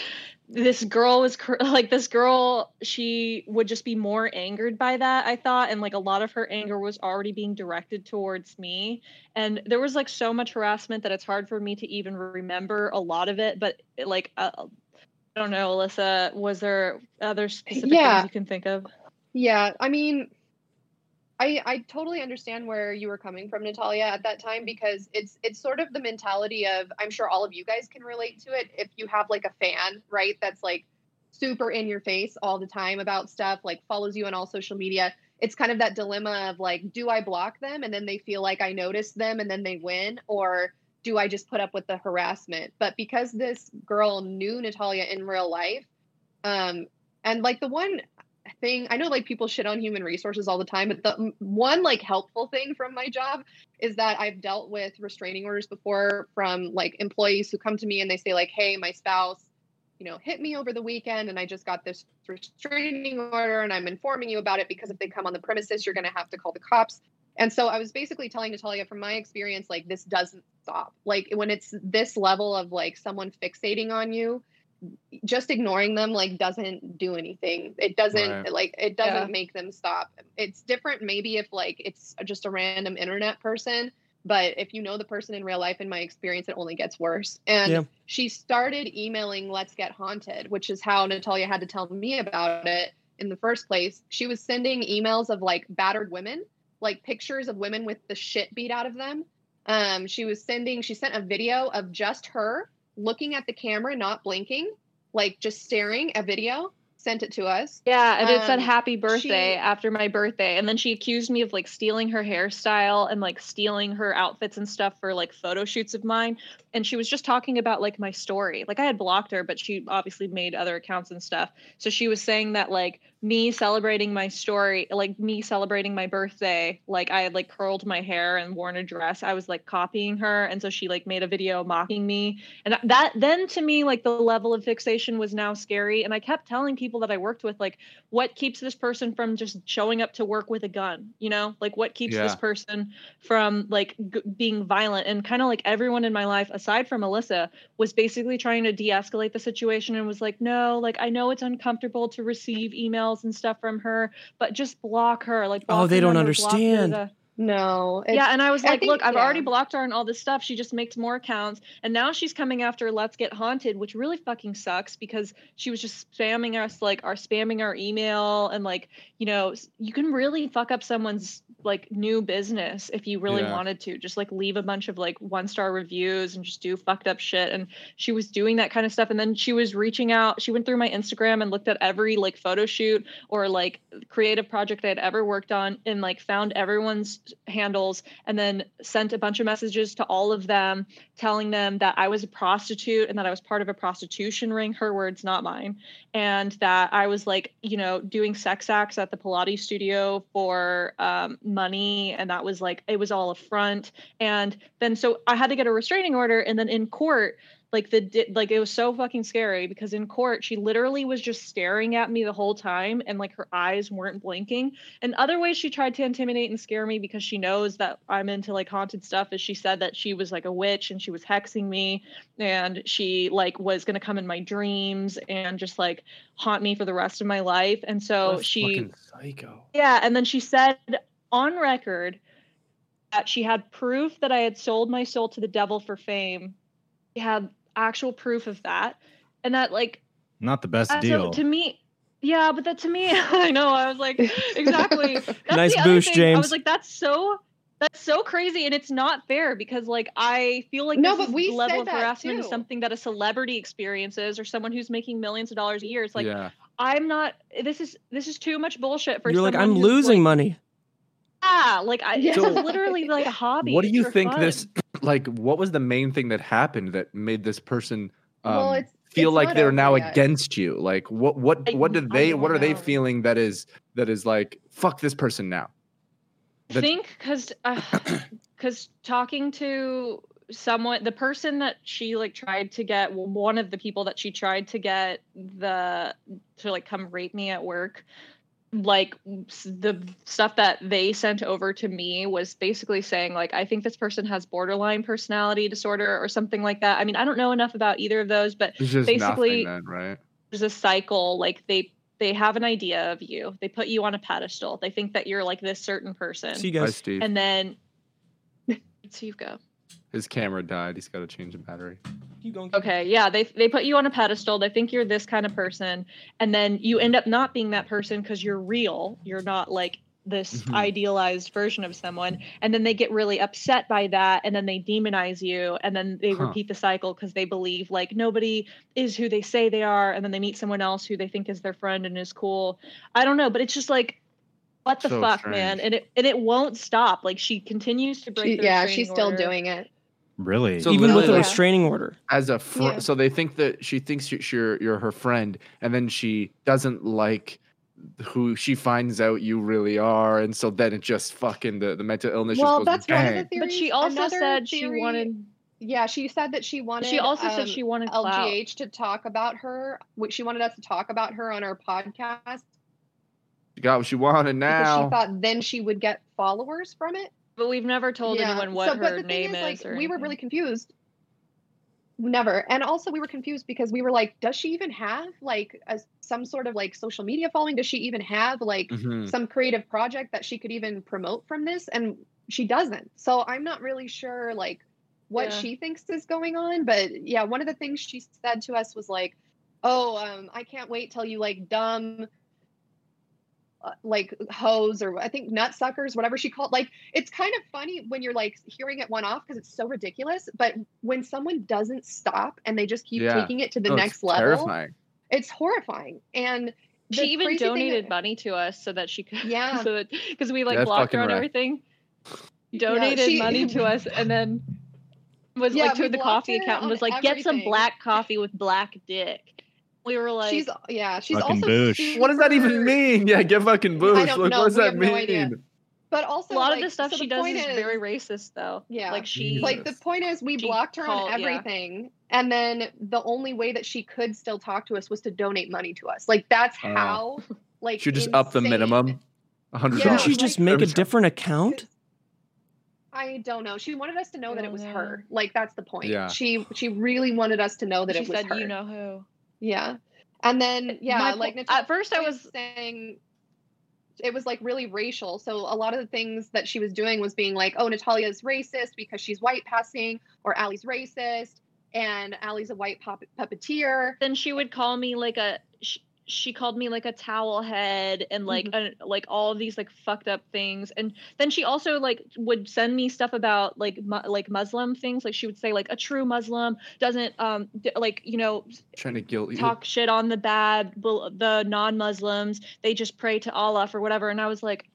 S4: this girl was cr- like this girl she would just be more angered by that i thought and like a lot of her anger was already being directed towards me and there was like so much harassment that it's hard for me to even remember a lot of it but like uh, i don't know alyssa was there other specific
S5: Yeah.
S4: things you can think of
S5: Yeah, I mean, I I totally understand where you were coming from, Natalia, at that time because it's it's sort of the mentality of I'm sure all of you guys can relate to it. If you have like a fan, right, that's like super in your face all the time about stuff, like follows you on all social media. It's kind of that dilemma of like, do I block them and then they feel like I noticed them and then they win, or do I just put up with the harassment? But because this girl knew Natalia in real life, um, and like the one thing i know like people shit on human resources all the time but the m- one like helpful thing from my job is that i've dealt with restraining orders before from like employees who come to me and they say like hey my spouse you know hit me over the weekend and i just got this restraining order and i'm informing you about it because if they come on the premises you're going to have to call the cops and so i was basically telling natalia from my experience like this doesn't stop like when it's this level of like someone fixating on you just ignoring them like doesn't do anything it doesn't
S3: Right.
S5: like it doesn't
S4: Yeah.
S5: make them stop it's different maybe if like it's just a random internet person but if you know the person in real life in my experience it only gets worse and
S1: Yeah.
S5: she started emailing let's get haunted which is how natalia had to tell me about it in the first place she was sending emails of like battered women like pictures of women with the shit beat out of them um she was sending she sent a video of just her looking at the camera not blinking like just staring a video sent it to us
S4: Yeah, and it said
S5: Um,
S4: happy birthday
S5: she-
S4: after my birthday. And then she accused me of like stealing her hairstyle and like stealing her outfits and stuff for like photo shoots of mine. And she was just talking about like my story. Like I had blocked her, but she obviously made other accounts and stuff. So she was saying that like me celebrating my story, like me celebrating my birthday, like I had like curled my hair and worn a dress. I was like copying her, and so she like made a video mocking me, and that then to me like the level of fixation was now scary. And I kept telling people that I worked with like, what keeps this person from just showing up to work with a gun? You know, like what keeps this
S9: Yeah.
S4: person from like g- being violent? And kind of like everyone in my life, aside from Alyssa, was basically trying to de-escalate the situation and was like no like i know it's uncomfortable to receive emails and stuff from her but just block her like
S1: Oh,
S4: block
S1: they
S4: her
S1: don't
S4: number, block her
S1: understand.
S4: the-
S5: No. it's-
S4: yeah and i was
S5: I
S4: like
S5: think-
S4: look i've
S5: yeah.
S4: already blocked her on all this stuff she just makes more accounts and now she's coming after let's get haunted which really fucking sucks because she was just spamming us like our spamming our email and like you know s- you can really fuck up someone's like new business if you really
S9: Yeah.
S4: wanted to just like leave a bunch of like one star reviews and just do fucked up shit and she was doing that kind of stuff and then she was reaching out she went through my instagram and looked at every like photo shoot or like creative project i had ever worked on and like found everyone's handles and then sent a bunch of messages to all of them telling them that i was a prostitute and that i was part of a prostitution ring her words not mine and that i was like you know doing sex acts at the pilates studio for um, money and that was like it was all a front and then so i had to get a restraining order and then in court like the di- like it was so fucking scary because in court she literally was just staring at me the whole time and like her eyes weren't blinking and other ways she tried to intimidate and scare me because she knows that i'm into like haunted stuff is she said that she was like a witch and she was hexing me and she like was going to come in my dreams and just like haunt me for the rest of my life and so
S2: What a
S4: she
S2: fucking psycho.
S4: yeah, and then she said on record that she had proof that I had sold my soul to the devil for fame. She had actual proof of that, and that like
S3: Not the best
S4: uh,
S3: deal.
S4: so to me, yeah, but that to me, I know I was like
S9: Um,
S4: exactly. That's
S1: Nice
S4: the other
S1: boosh,
S4: thing. I
S1: James.
S4: was like, that's so. That's so crazy, and it's not fair because, like, I feel like
S5: No,
S4: this
S5: but we
S4: level
S5: said
S4: of
S5: that
S4: harassment is
S5: too.
S4: something that a celebrity experiences or someone who's making millions of dollars a year. It's like
S9: yeah.
S4: I'm not. This is this is too much bullshit for.
S1: You're like,
S4: someone
S1: I'm
S4: who's,
S1: losing
S4: like,
S1: money.
S4: yeah, like I, it's
S5: So-
S4: literally like a hobby.
S9: What do
S4: It's
S9: you
S4: for
S9: think
S4: fun.
S9: this like what was the main thing that happened that made this person um,
S5: Well, it's-
S9: feel
S5: it's
S9: like
S5: not
S9: they're
S5: over
S9: now
S5: yet.
S9: against you? Like what what
S4: I-
S9: what did
S4: I
S9: they
S4: don't
S9: what are they
S4: know.
S9: feeling that is that is like fuck this person now?
S4: I
S9: the-
S4: think because because talking to someone, the person that she like tried to get, well, one of the people that she tried to get the to like come rape me at work, like s- the stuff that they sent over to me was basically saying like i think this person has borderline personality disorder or something like that i mean i don't know enough about either of those but
S9: It's just
S4: Basically-
S9: nothing then, right?
S4: there's a cycle like they they have an idea of you they put you on a pedestal they think that you're like this certain person
S1: See you
S9: Hi
S1: guys.
S9: Steve.
S4: and then so you go
S9: His camera died. He's got to change the battery.
S4: okay yeah they they put you on a pedestal they think you're this kind of person and then you end up not being that person because you're real you're not like this
S9: Mhm.
S4: idealized version of someone and then they get really upset by that and then they demonize you and then they
S9: Huh.
S4: repeat the cycle because they believe like nobody is who they say they are and then they meet someone else who they think is their friend and is cool i don't know but it's just like what the
S9: So
S4: fuck
S9: strange.
S4: man and it and it won't stop like she continues to break
S5: She-
S4: the
S5: yeah,
S4: restraining
S5: she's still
S4: order.
S5: doing it.
S3: really?
S9: So
S1: Even with a
S5: Yeah.
S1: restraining order.
S9: as a friend.
S5: Yeah.
S9: So they think that she thinks you- you're you're her friend, and then she doesn't like who she finds out you really are, and so then it just fucking the, the mental illness.
S5: Well,
S9: just goes
S5: that's one of the
S9: bang.
S5: theories.
S4: but she also
S5: Another
S4: said she
S5: theory-
S4: wanted
S5: Yeah, she said that she wanted.
S4: she also
S5: um,
S4: said she wanted clout.
S5: LGH to talk about her. wh- She wanted us to talk about her on our podcast
S9: She got what she wanted
S5: because she
S9: now.
S5: thought then she would get followers from it.
S4: but we've never told
S5: Yeah.
S4: anyone what
S5: So- but
S4: her
S5: the
S4: name
S5: thing is, like,
S4: is. or
S5: we were
S4: anything.
S5: really confused. Never, and also we were confused because we were like, does she even have like a, some sort of like social media following? Does she even have like
S9: Mhm.
S5: some creative project that she could even promote from this and she doesn't so i'm not really sure like what
S4: Yeah.
S5: she thinks is going on but yeah one of the things she said to us was like oh um, i can't wait till you like dumb uh, like hoes or i think nut suckers whatever she called like it's kind of funny when you're like hearing it one off because it's so ridiculous but when someone doesn't stop and they just keep
S9: Yeah.
S5: taking it to the
S9: No, Oh, it's
S5: next level
S9: Terrifying.
S5: it's horrifying and the
S4: she even
S5: crazy thing that-
S4: donated money to us so that she could
S5: Yeah.
S4: so that because we like
S9: That's
S4: blocked her
S9: fucking
S4: on
S9: right.
S4: everything. Donated
S5: she-
S4: money to us and then was
S5: Yeah,
S4: like to
S5: we
S4: the
S5: blocked
S4: coffee
S5: her
S4: account and
S5: on
S4: was like, get some
S5: everything."
S4: black coffee with black dick. We were like,
S5: she's yeah, she's
S3: Fucking
S5: also
S3: Bush.
S5: super-
S9: What does that even mean? Yeah, get fucking boosh.
S5: don't
S9: Like,
S5: know.
S9: what does
S5: We
S9: that
S5: have
S9: mean?
S5: no idea. But
S4: a
S5: also,
S4: lot
S5: like,
S4: of the stuff
S5: so
S4: she does
S5: point
S4: is, very racist, though.
S5: Yeah.
S4: Like she,
S5: like the point is we
S4: She
S5: blocked her
S4: called-
S5: on
S4: yeah.
S5: everything and then the only way that she could still talk to us was to donate money to us like that's
S9: Oh.
S5: how like
S9: Should just up the
S5: insane-
S9: minimum. A hundred
S5: Yeah,
S1: Couldn't
S9: dollars.
S1: she just make a different account?
S5: i don't know she wanted us to know that it was
S4: Yeah.
S5: her like that's the point
S9: Yeah.
S5: she she really wanted us to know that
S4: she
S5: it was
S4: said,
S5: her
S4: "You know who."
S5: yeah and then yeah
S4: My po-
S5: like
S4: at first I
S5: Natalia
S4: was
S5: saying it was like really racial. So a lot of the things that she was doing was being like, "Oh, Natalia's racist because she's white passing," or "Allie's racist," and "Allie's a white pop- puppeteer."
S4: then she would call me like a she, she called me like a towel head and like
S5: Mm-hmm.
S4: uh, like all of these like fucked up things and then she also like would send me stuff about like mu- like muslim things like she would say like a true muslim doesn't um d- like you know
S9: Trying to guilt
S2: Mm-hmm.
S9: you.
S4: talk shit on the bad bel- the non-muslims they just pray to allah for whatever and i was like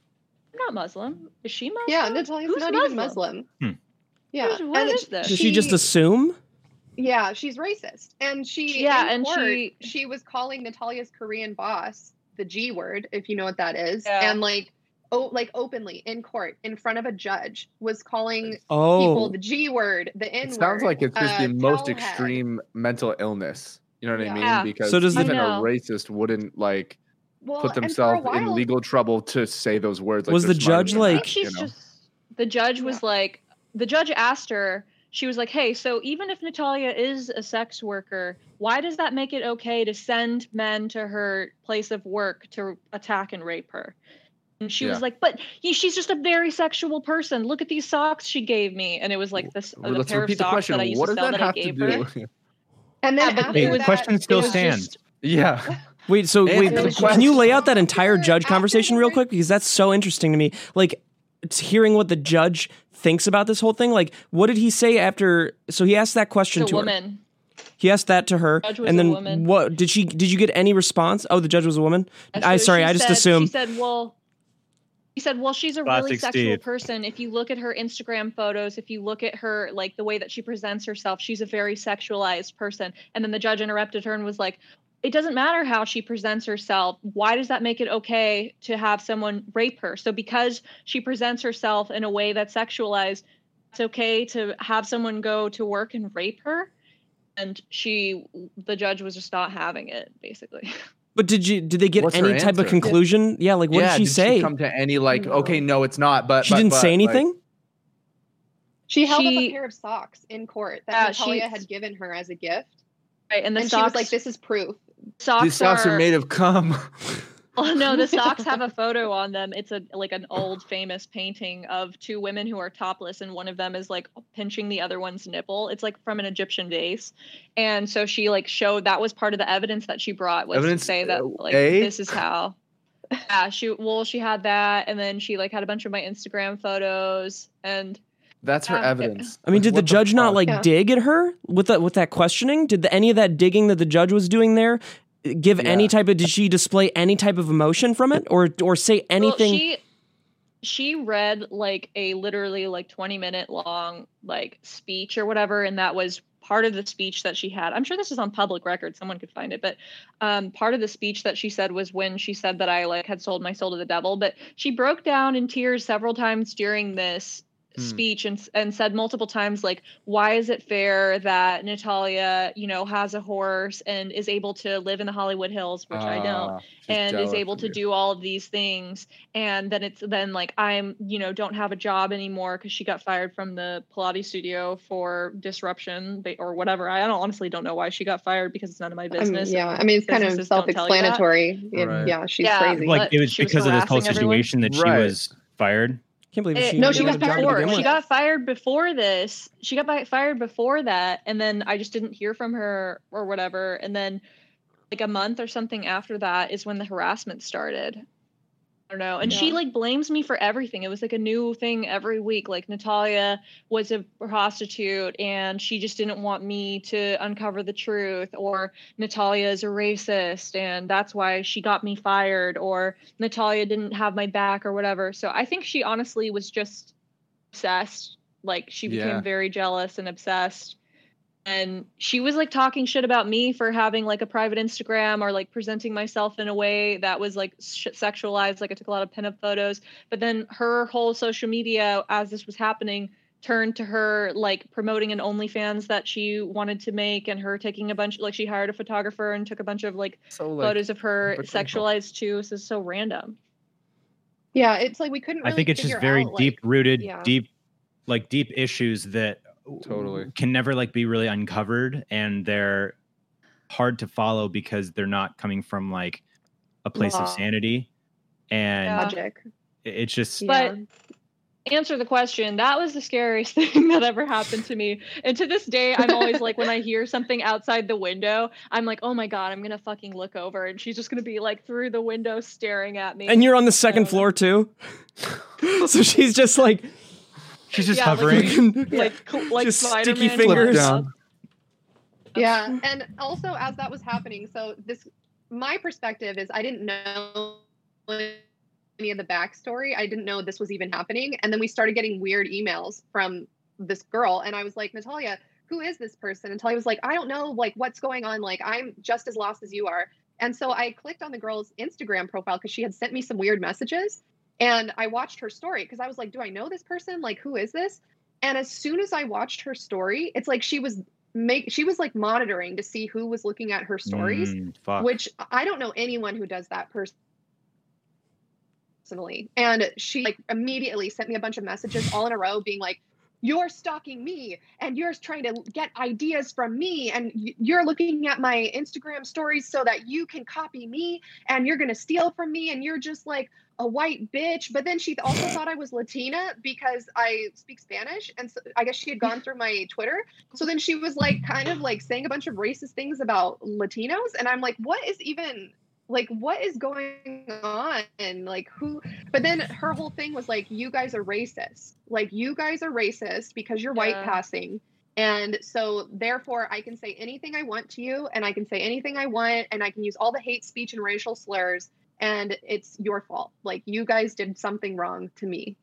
S4: i'm not muslim is she muslim
S5: Yeah, Natalia's
S4: Who's
S5: not even Muslim.
S3: Hmm.
S5: Yeah,
S4: Who's- what
S5: and
S4: is
S5: she-
S4: this?
S1: Does she just assume?
S5: yeah, she's racist, and she
S4: Yeah,
S5: in
S4: and
S5: court,
S4: she-
S5: she was calling Natalia's Korean boss the G word, if you know what that is,
S4: Yeah.
S5: and like oh, like openly in court in front of a judge was calling people
S1: Oh,
S5: the G word, the N word.
S9: It sounds like it's just
S5: uh,
S9: the most
S5: towel head.
S9: extreme mental illness. You know what I
S5: Yeah.
S9: mean?
S4: Yeah.
S9: Because
S1: So does the-
S9: even a
S4: I know.
S9: racist wouldn't like
S5: Well,
S9: put
S5: and for a
S9: themselves in
S5: while-
S9: legal trouble to say those words. Like
S1: Was
S9: they're
S1: the
S9: smarter
S1: judge,
S9: than
S4: I
S9: that,
S4: think she's
S9: you know?
S4: just the judge was like the judge asked her. She was like, "Hey, so even if Natalia is a sex worker, why does that make it okay to send men to her place of work to attack and rape her?" And she
S9: Yeah.
S4: was like, "But he, she's just a very sexual person. Look at these socks she gave me." And it was like this
S9: Well,
S4: the
S9: let's
S4: pair of
S9: repeat the
S4: socks
S9: question.
S4: that I used
S9: What
S4: to
S9: does
S4: sell
S9: that
S4: that, I
S9: have to
S4: gave her.
S9: do?
S5: And then
S4: Yeah, but
S5: after
S3: Hey,
S4: it
S3: the
S5: that,
S3: question
S5: it
S3: still
S5: was
S3: stands.
S4: just-
S9: yeah.
S1: wait. So
S9: And
S1: wait,
S9: the
S1: th- can
S9: question-
S1: you lay out that entire judge
S5: After
S1: conversation real
S5: words-
S1: quick because that's so interesting to me. Like, it's hearing what the judge thinks about this whole thing. Like, what did he say after? So he asked that question
S4: The
S1: to her.
S4: woman.
S1: He asked that to her,
S4: Judge was
S1: and
S4: a
S1: then
S4: woman.
S1: what did she? Did you get any response? Oh, the judge was a woman.
S4: And
S1: I
S4: so
S1: sorry,
S4: she
S1: I just
S4: said-
S1: assumed.
S4: She said, "Well, he said, well, she's a really
S3: Classic
S4: sexual
S3: Steve.
S4: person. If you look at her Instagram photos, if you look at her like the way that she presents herself, she's a very sexualized person." And then the judge interrupted her and was like, "It doesn't matter how she presents herself. Why does that make it okay to have someone rape her? So because she presents herself in a way that's sexualized, it's okay to have someone go to work and rape her." And she, the judge was just not having it, basically.
S1: But did you? Did they get
S9: What's her
S1: any type of
S9: answer?
S1: conclusion? Yeah, like what
S9: yeah,
S1: did she say?
S9: come to any like?
S4: No.
S9: Okay, no, it's not. But
S1: she
S9: but-
S1: didn't
S9: but,"
S1: say
S9: like,
S1: anything.
S5: She held up
S4: She-
S5: a pair of socks in court that
S4: Yeah,
S5: Natalia
S4: she-
S5: had given her as a gift,
S4: Right, and the
S5: and she was
S4: socks
S5: like, "This is proof."
S4: socks,
S9: These socks are made of cum.
S4: Oh no, the socks have a photo on them. It's a like an old famous painting of two women who are topless, and one of them is like pinching the other one's nipple. It's like from an Egyptian vase, and so she like showed that was part of the evidence that she brought was
S9: Evidence,
S4: to say that
S9: uh,
S4: like
S9: A?
S4: this is how. Yeah, she well she had that, and then she like had a bunch of my Instagram photos, and
S9: That's her
S4: Um, it-
S9: evidence.
S1: I mean, did the
S9: What
S1: judge not
S9: fuck?
S1: like
S5: Yeah.
S1: dig at her with that with that questioning? Did the, any of that digging that the judge was doing there give any
S9: Yeah.
S1: type of? Did she display any type of emotion from it, or or say
S4: Well,
S1: anything?
S4: she she read like a literally like 20 minute long like speech or whatever and that was part of the speech that she had i'm sure this is on public record someone could find it but um, part of the speech that she said was when she said that i like had sold my soul to the devil but she broke down in tears several times during this
S9: Hmm.
S4: speech and and said multiple times like why is it fair that natalia you know has a horse and is able to live in the hollywood hills which i don't
S9: Ah, she's
S4: and is
S9: jealous
S4: able
S9: of
S4: to
S9: you.
S4: do all of these things and then it's then like i'm you know don't have a job anymore because she got fired from the pilates studio for disruption ba- or whatever i don't honestly don't know why she got fired because it's none of my
S5: I mean,
S4: business
S5: yeah, I mean it's kind of
S4: businesses don't tell you that.
S5: self-explanatory. And
S9: Right.
S5: Yeah, she's
S4: Yeah.
S5: crazy.
S4: Like,
S3: Like it was
S4: she was
S3: because of this whole
S4: harassing everyone?
S3: situation that
S9: Right.
S3: she was fired.
S1: Can't believe
S4: Eh,
S1: she.
S5: no,
S4: no,
S5: she
S4: she
S5: was
S4: got
S5: fired
S4: fired.
S5: before.
S4: She got fired before this. She got bi- fired before that, and then I just didn't hear from her or whatever. And then, like a month or something after that, is when the harassment started. I don't know. And she
S5: Yeah.
S4: like blames me for everything. It was like a new thing every week. Like Natalia was a prostitute, and she just didn't want me to uncover the truth. Or Natalia is a racist, and that's why she got me fired. Or Natalia didn't have my back or whatever. So I think she honestly was just obsessed. Like she became
S9: Yeah.
S4: very jealous and obsessed. and she was like talking shit about me for having like a private Instagram or like presenting myself in a way that was like sh- sexualized. Like I took a lot of pinup photos, but then her whole social media as this was happening turned to her like promoting an OnlyFans that she wanted to make and her taking a bunch like she hired a photographer and took a bunch of like,
S9: So like,
S4: photos of her
S9: but-
S4: sexualized too. So it's so random.
S5: Yeah, it's like we couldn't. Really
S3: I think it's just
S5: figure
S3: very
S5: out, like-
S3: deep rooted,
S5: yeah.
S3: deep, like deep issues that w-
S9: Totally.
S3: can never like be really uncovered, and they're hard to follow because they're not coming from like a place
S5: Law.
S3: of sanity, and
S4: Yeah.
S5: logic.
S3: i- it's just
S5: Yeah.
S4: answer the question that was the scariest thing that ever happened to me and to this day i'm always like when i hear something outside the window i'm like oh my god i'm gonna fucking look over and she's just gonna be like through the window staring at me
S1: And you're on the second floor too. so she's just like
S3: she's just
S4: Yeah, like-
S3: hovering.
S4: like cl- like
S1: Just sticky
S4: Spider-Man
S1: fingers.
S4: going up.
S5: yeah and also as that was happening so this my perspective is i didn't know any of the backstory i didn't know this was even happening and then we started getting weird emails from this girl and i was like natalia who is this person and Talia was like i don't know like what's going on like i'm just as lost as you are and so i clicked on the girl's instagram profile because she had sent me some weird messages and i watched her story because i was like do i know this person like who is this and as soon as i watched her story it's like she was make she was like monitoring to see who was looking at her stories
S3: Mm, fuck.
S5: which i don't know anyone who does that pers- personally and she like immediately sent me a bunch of messages all in a row being like you're stalking me and you're trying to get ideas from me and y- you're looking at my instagram stories so that you can copy me and you're going to steal from me and you're just like a white bitch but then she also thought i was latina because i speak spanish and so i guess she had gone through my twitter so then she was like kind of like saying a bunch of racist things about latinos and i'm like what is even like what is going on like who but then her whole thing was like you guys are racist like you guys are racist because you're white
S4: Yeah.
S5: passing and so therefore i can say anything i want to you and i can say anything i want and i can use all the hate speech and racial slurs and it's your fault like you guys did something wrong to me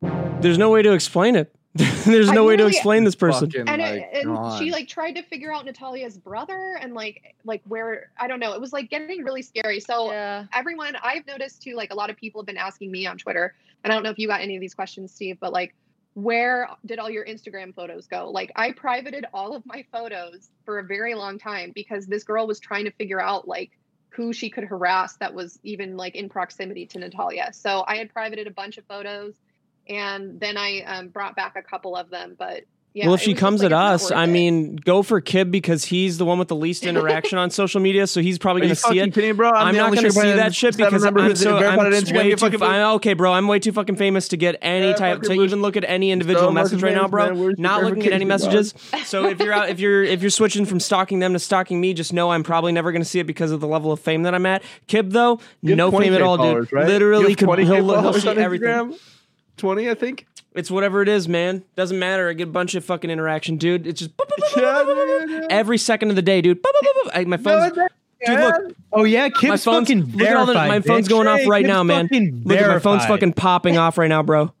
S1: There's no way to explain it. There's
S5: I
S1: no way to
S5: really-
S1: explain this person.
S9: Fucking,
S5: and,
S9: like,
S5: it, and
S9: gone.
S5: she like tried to figure out natalia's brother and like like where i don't know it was like getting really scary so
S4: yeah
S5: everyone I've noticed too, like a lot of people have been asking me on Twitter, and I don't know if you got any of these questions, Steve, but like, where did all your Instagram photos go? Like, I privated all of my photos for a very long time because this girl was trying to figure out like who she could harass that was even like in proximity to Natalia. So I had privated a bunch of photos, and then I um, brought back a couple of them. But yeah,
S1: well, if
S5: it
S1: she
S5: was just,
S1: comes at
S5: like, it's not
S1: us,
S5: worth
S1: I
S5: it.
S1: mean, go for Kib because he's the one with the least interaction on social media, so he's probably
S9: Are
S1: going
S9: you
S1: to see
S9: fucking
S1: it.
S9: kidding me, bro?
S1: I'm,
S9: the
S1: not
S9: only
S1: going to
S9: shit
S1: see
S9: brand
S1: that shit
S9: seven
S1: because
S9: member
S1: I'm
S9: who's
S1: so
S9: verified
S1: I'm
S9: on
S1: just
S9: Instagram.
S1: way
S9: You
S1: too.
S9: fucking lose.
S1: I, okay, bro, I'm way too fucking famous to get any
S9: Yeah,
S1: type to
S9: fucking lose.
S1: even look at any individual
S9: So much
S1: message right now,
S9: famous,
S1: bro.
S9: man. Where's the
S1: not looking at any messages.
S9: verification,
S1: so if you're out, if you're if you're switching from stalking them to stalking me, just know I'm probably never going to see it because of the level of fame that I'm at. Kib though,
S9: You have
S1: no fame
S9: 20K
S1: at all,
S9: followers,
S1: dude.
S9: right? You
S1: Literally,
S9: have
S1: could,
S9: 20K
S1: he'll, look- he'll
S9: followers
S1: see
S9: on
S1: everything.
S9: Instagram? Twenty, I think.
S1: It's whatever it is, man. Doesn't matter. I get a bunch of fucking interaction, dude. It's just boop, boop, boop,
S9: Yeah,
S1: boop, boop, boop,
S9: yeah, yeah.
S1: every second of the day, dude. Boop, boop, boop, boop. I- my phone's Dude, look.
S3: oh yeah, Kim's
S1: my phone's
S3: fucking
S1: look at all the-
S3: verified,
S1: my phone's
S3: bitch.
S1: going off
S3: Hey,
S1: right
S3: Kim's
S1: now, man.
S3: fucking
S1: Look, at my phone's
S3: verified.
S1: fucking popping off right now, bro.
S9: No,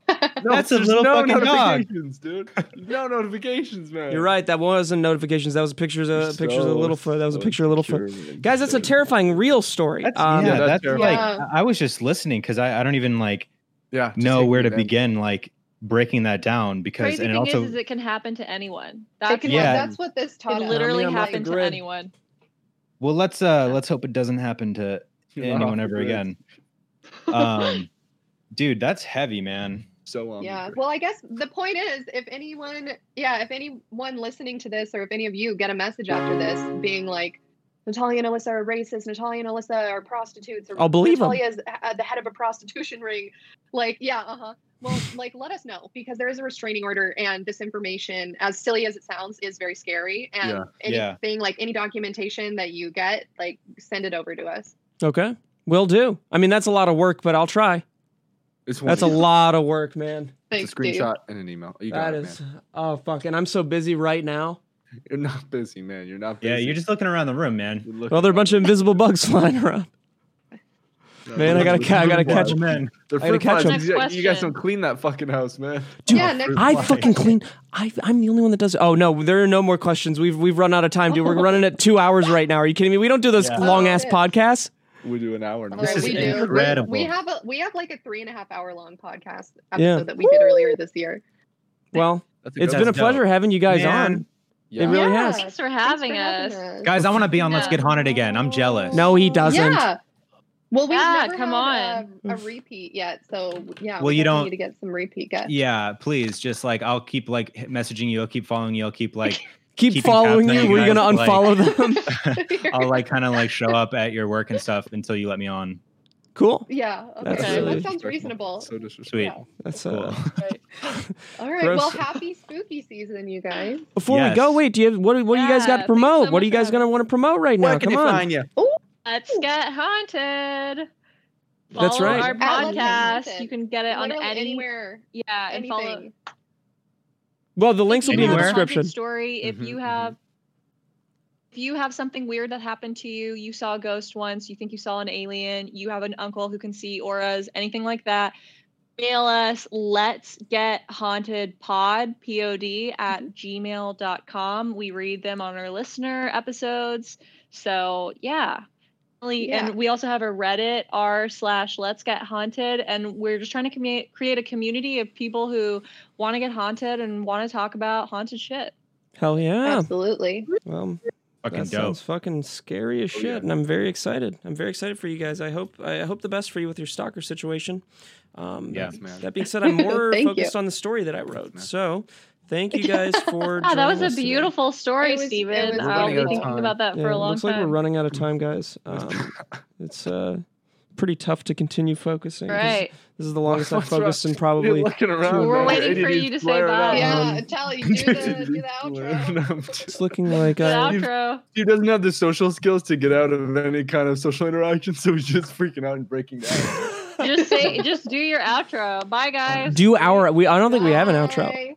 S3: That's a
S9: there's
S3: little
S9: no
S3: fucking dog.
S9: notifications, dude. No notifications, man.
S1: You're right. That wasn't notifications. That was pictures of pictures of Littlefoot. That was a picture of Littlefoot. Guys, that's a terrifying real story.
S3: That's,
S1: um,
S3: yeah,
S9: that's
S3: that's,
S9: terrifying.
S3: like
S5: Yeah.
S3: I I was just listening because I, I don't even like
S9: Yeah. just
S3: know
S9: take
S3: where
S9: me
S3: to
S9: then.
S3: begin like breaking that down because
S4: crazy
S3: and
S4: thing
S3: it also
S4: is, is it can happen to anyone
S5: They
S4: that
S5: can-
S4: can
S3: Yeah.
S5: that's what this taught
S4: it
S5: us.
S4: literally
S1: I'm off the
S4: happen to
S1: grid.
S4: anyone
S3: well let's uh let's hope it doesn't happen to
S9: You're off
S3: anyone
S9: the
S3: ever
S9: grid.
S3: again. Um dude, that's heavy, man.
S9: So um.
S5: yeah well i guess the point is if anyone yeah if anyone listening to this or if any of you get a message after this being like natalia and alyssa are racist natalia and alyssa are prostitutes or
S1: I'll believe 'em.
S5: natalia is uh, the head of a prostitution ring like yeah uh-huh well like let us know because there is a restraining order and this information as silly as it sounds is very scary and
S9: Yeah.
S3: Yeah.
S5: anything like any documentation that you get like send it over to us
S1: okay, will do. I mean, that's a lot of work, but I'll try.
S9: It's one
S1: That's a
S9: email.
S1: lot of work, man.
S5: thanks
S9: It's a
S5: Dave.
S9: screenshot and an email. You got
S1: That
S9: it,
S1: is. Oh fuck! And I'm so busy right now.
S9: man. You're not busy, man. You're not busy.
S3: Yeah, you're just looking around the room, man.
S9: You're looking
S1: Well, there are a bunch of invisible bugs flying around. Man, I gotta, ca- I gotta catch.
S3: men.
S9: They're
S1: I gotta
S9: fruit
S1: catch
S9: flies.
S4: 'em.
S9: You-
S4: Next
S9: You guys
S4: question.
S9: don't clean that fucking house, man.
S1: Dude,
S5: yeah, next
S1: I
S3: Why?
S1: fucking clean. I, I'm the only one that does. Oh no, there are no more questions. We've we've run out of time, dude. We're running at two hours right now. Are you kidding me? We don't do those
S3: Yeah.
S1: long ass
S5: Oh, yeah.
S1: podcasts.
S9: We do an
S2: Oh,
S9: hour.
S5: All right,
S3: is
S5: we do. We-
S3: incredible.
S5: We, have a we have like a three and a half hour long podcast episode
S1: Yeah.
S5: that we did earlier this year.
S1: Well, it's
S3: good
S1: been a
S3: one.
S1: pleasure having you guys
S3: Man.
S1: on.
S9: Yeah.
S1: It really
S5: Yeah.
S1: has.
S4: Thanks for
S5: Thanks
S4: having
S5: for
S4: us.
S3: Guys, I want to be on Let's
S4: Yeah.
S3: Get Haunted again. I'm jealous.
S1: No, he doesn't.
S5: Yeah. Well, we
S4: Yeah,
S5: never
S4: come
S5: had, um, a
S1: Oof.
S5: repeat yet, so yeah.
S3: Well, you
S5: definitely
S3: don't-
S5: need to get some repeat guests.
S3: Yeah, please. Just like I'll keep like messaging you. I'll keep following you. I'll keep like
S1: Keep
S3: Keeping
S1: following
S3: tabs on
S1: you.
S3: you
S1: We're
S3: guys,
S1: gonna
S3: like-
S1: unfollow them.
S3: I'll like kind of like show up at your work and stuff until you let me on.
S1: cool.
S5: yeah.
S1: That's
S5: Okay.
S1: really
S5: that sounds reasonable.
S9: So disrespectful.
S3: Sweet.
S1: That's
S3: Cool.
S1: uh,
S5: All right.
S1: Gross.
S5: Well, happy spooky season, you guys.
S1: Before
S3: Yes.
S1: we go, wait. Do you have, what? What do you guys got
S4: Yeah,
S1: to
S4: thanks
S1: promote?
S4: so
S1: what are you
S4: much for
S1: guys gonna want to promote right now?
S9: Where can
S1: Come
S9: they
S1: on.
S9: find you?
S4: Let's get haunted. Follow
S1: That's right.
S4: Our
S5: At Let's Get
S4: podcast.
S5: Haunted.
S4: You can get it on
S5: Literally
S4: any,
S5: anywhere,
S4: Yeah, and
S5: anything.
S4: follow.
S1: Well, the links will
S4: If
S1: be in
S4: you
S1: the
S3: Anywhere.
S4: have a haunted
S1: description.
S4: Story. If
S9: Mhm,
S4: you
S9: mhm.
S4: have, if you have something weird that happened to you, you saw a ghost once, you think you saw an alien, you have an uncle who can see auras, anything like that, mail us. Let's get haunted pod p o d at gmail.com. We read them on our listener episodes. So yeah. Really-
S5: Yeah.
S4: And we also have a Reddit r slash Let's Get Haunted, and we're just trying to commu- create a community of people who want to get haunted and want to talk about haunted shit.
S1: Hell yeah.
S5: Absolutely.
S1: Well,
S3: Fucking
S1: that
S3: dope. Oh,
S1: sounds fucking scary as shit,
S9: yeah.
S1: and I'm very excited. I'm very excited for you guys. I hope I hope the best for you with your stalker situation. Um,
S3: Yeah.
S9: Yes, man.
S1: That being said, I'm more
S5: Thank
S1: focused
S5: you.
S1: on the story that I wrote.
S9: man.
S1: So, thank you guys for.
S4: Ah, that was
S1: joining
S4: a
S1: us today.
S4: beautiful story,
S5: It was- it
S4: Steven.
S5: was
S4: I'll be
S9: wonderful.
S4: thinking about that
S1: Yeah,
S4: for a
S1: it
S4: long
S1: looks like
S4: time.
S1: we're running out of time, guys. Um, it's uh, pretty tough to continue focusing. This is-
S4: right.
S1: This is the longest I've
S9: What's wrong?
S1: focused in
S9: You're
S1: probably.
S9: looking around.
S4: We're
S9: man.
S4: waiting for
S9: ADD
S4: you to say
S9: flaring
S4: bye.
S9: up.
S5: Yeah,
S1: Um,
S5: Tally, do the, do the outro.
S1: It's looking like
S4: The
S1: I.
S4: outro.
S9: Dude doesn't have the social skills to get out of any kind of social interaction, so he's just freaking out and breaking down.
S4: just say, just do your outro. Bye, guys.
S1: Do our we? I don't think we have an outro.
S5: Bye.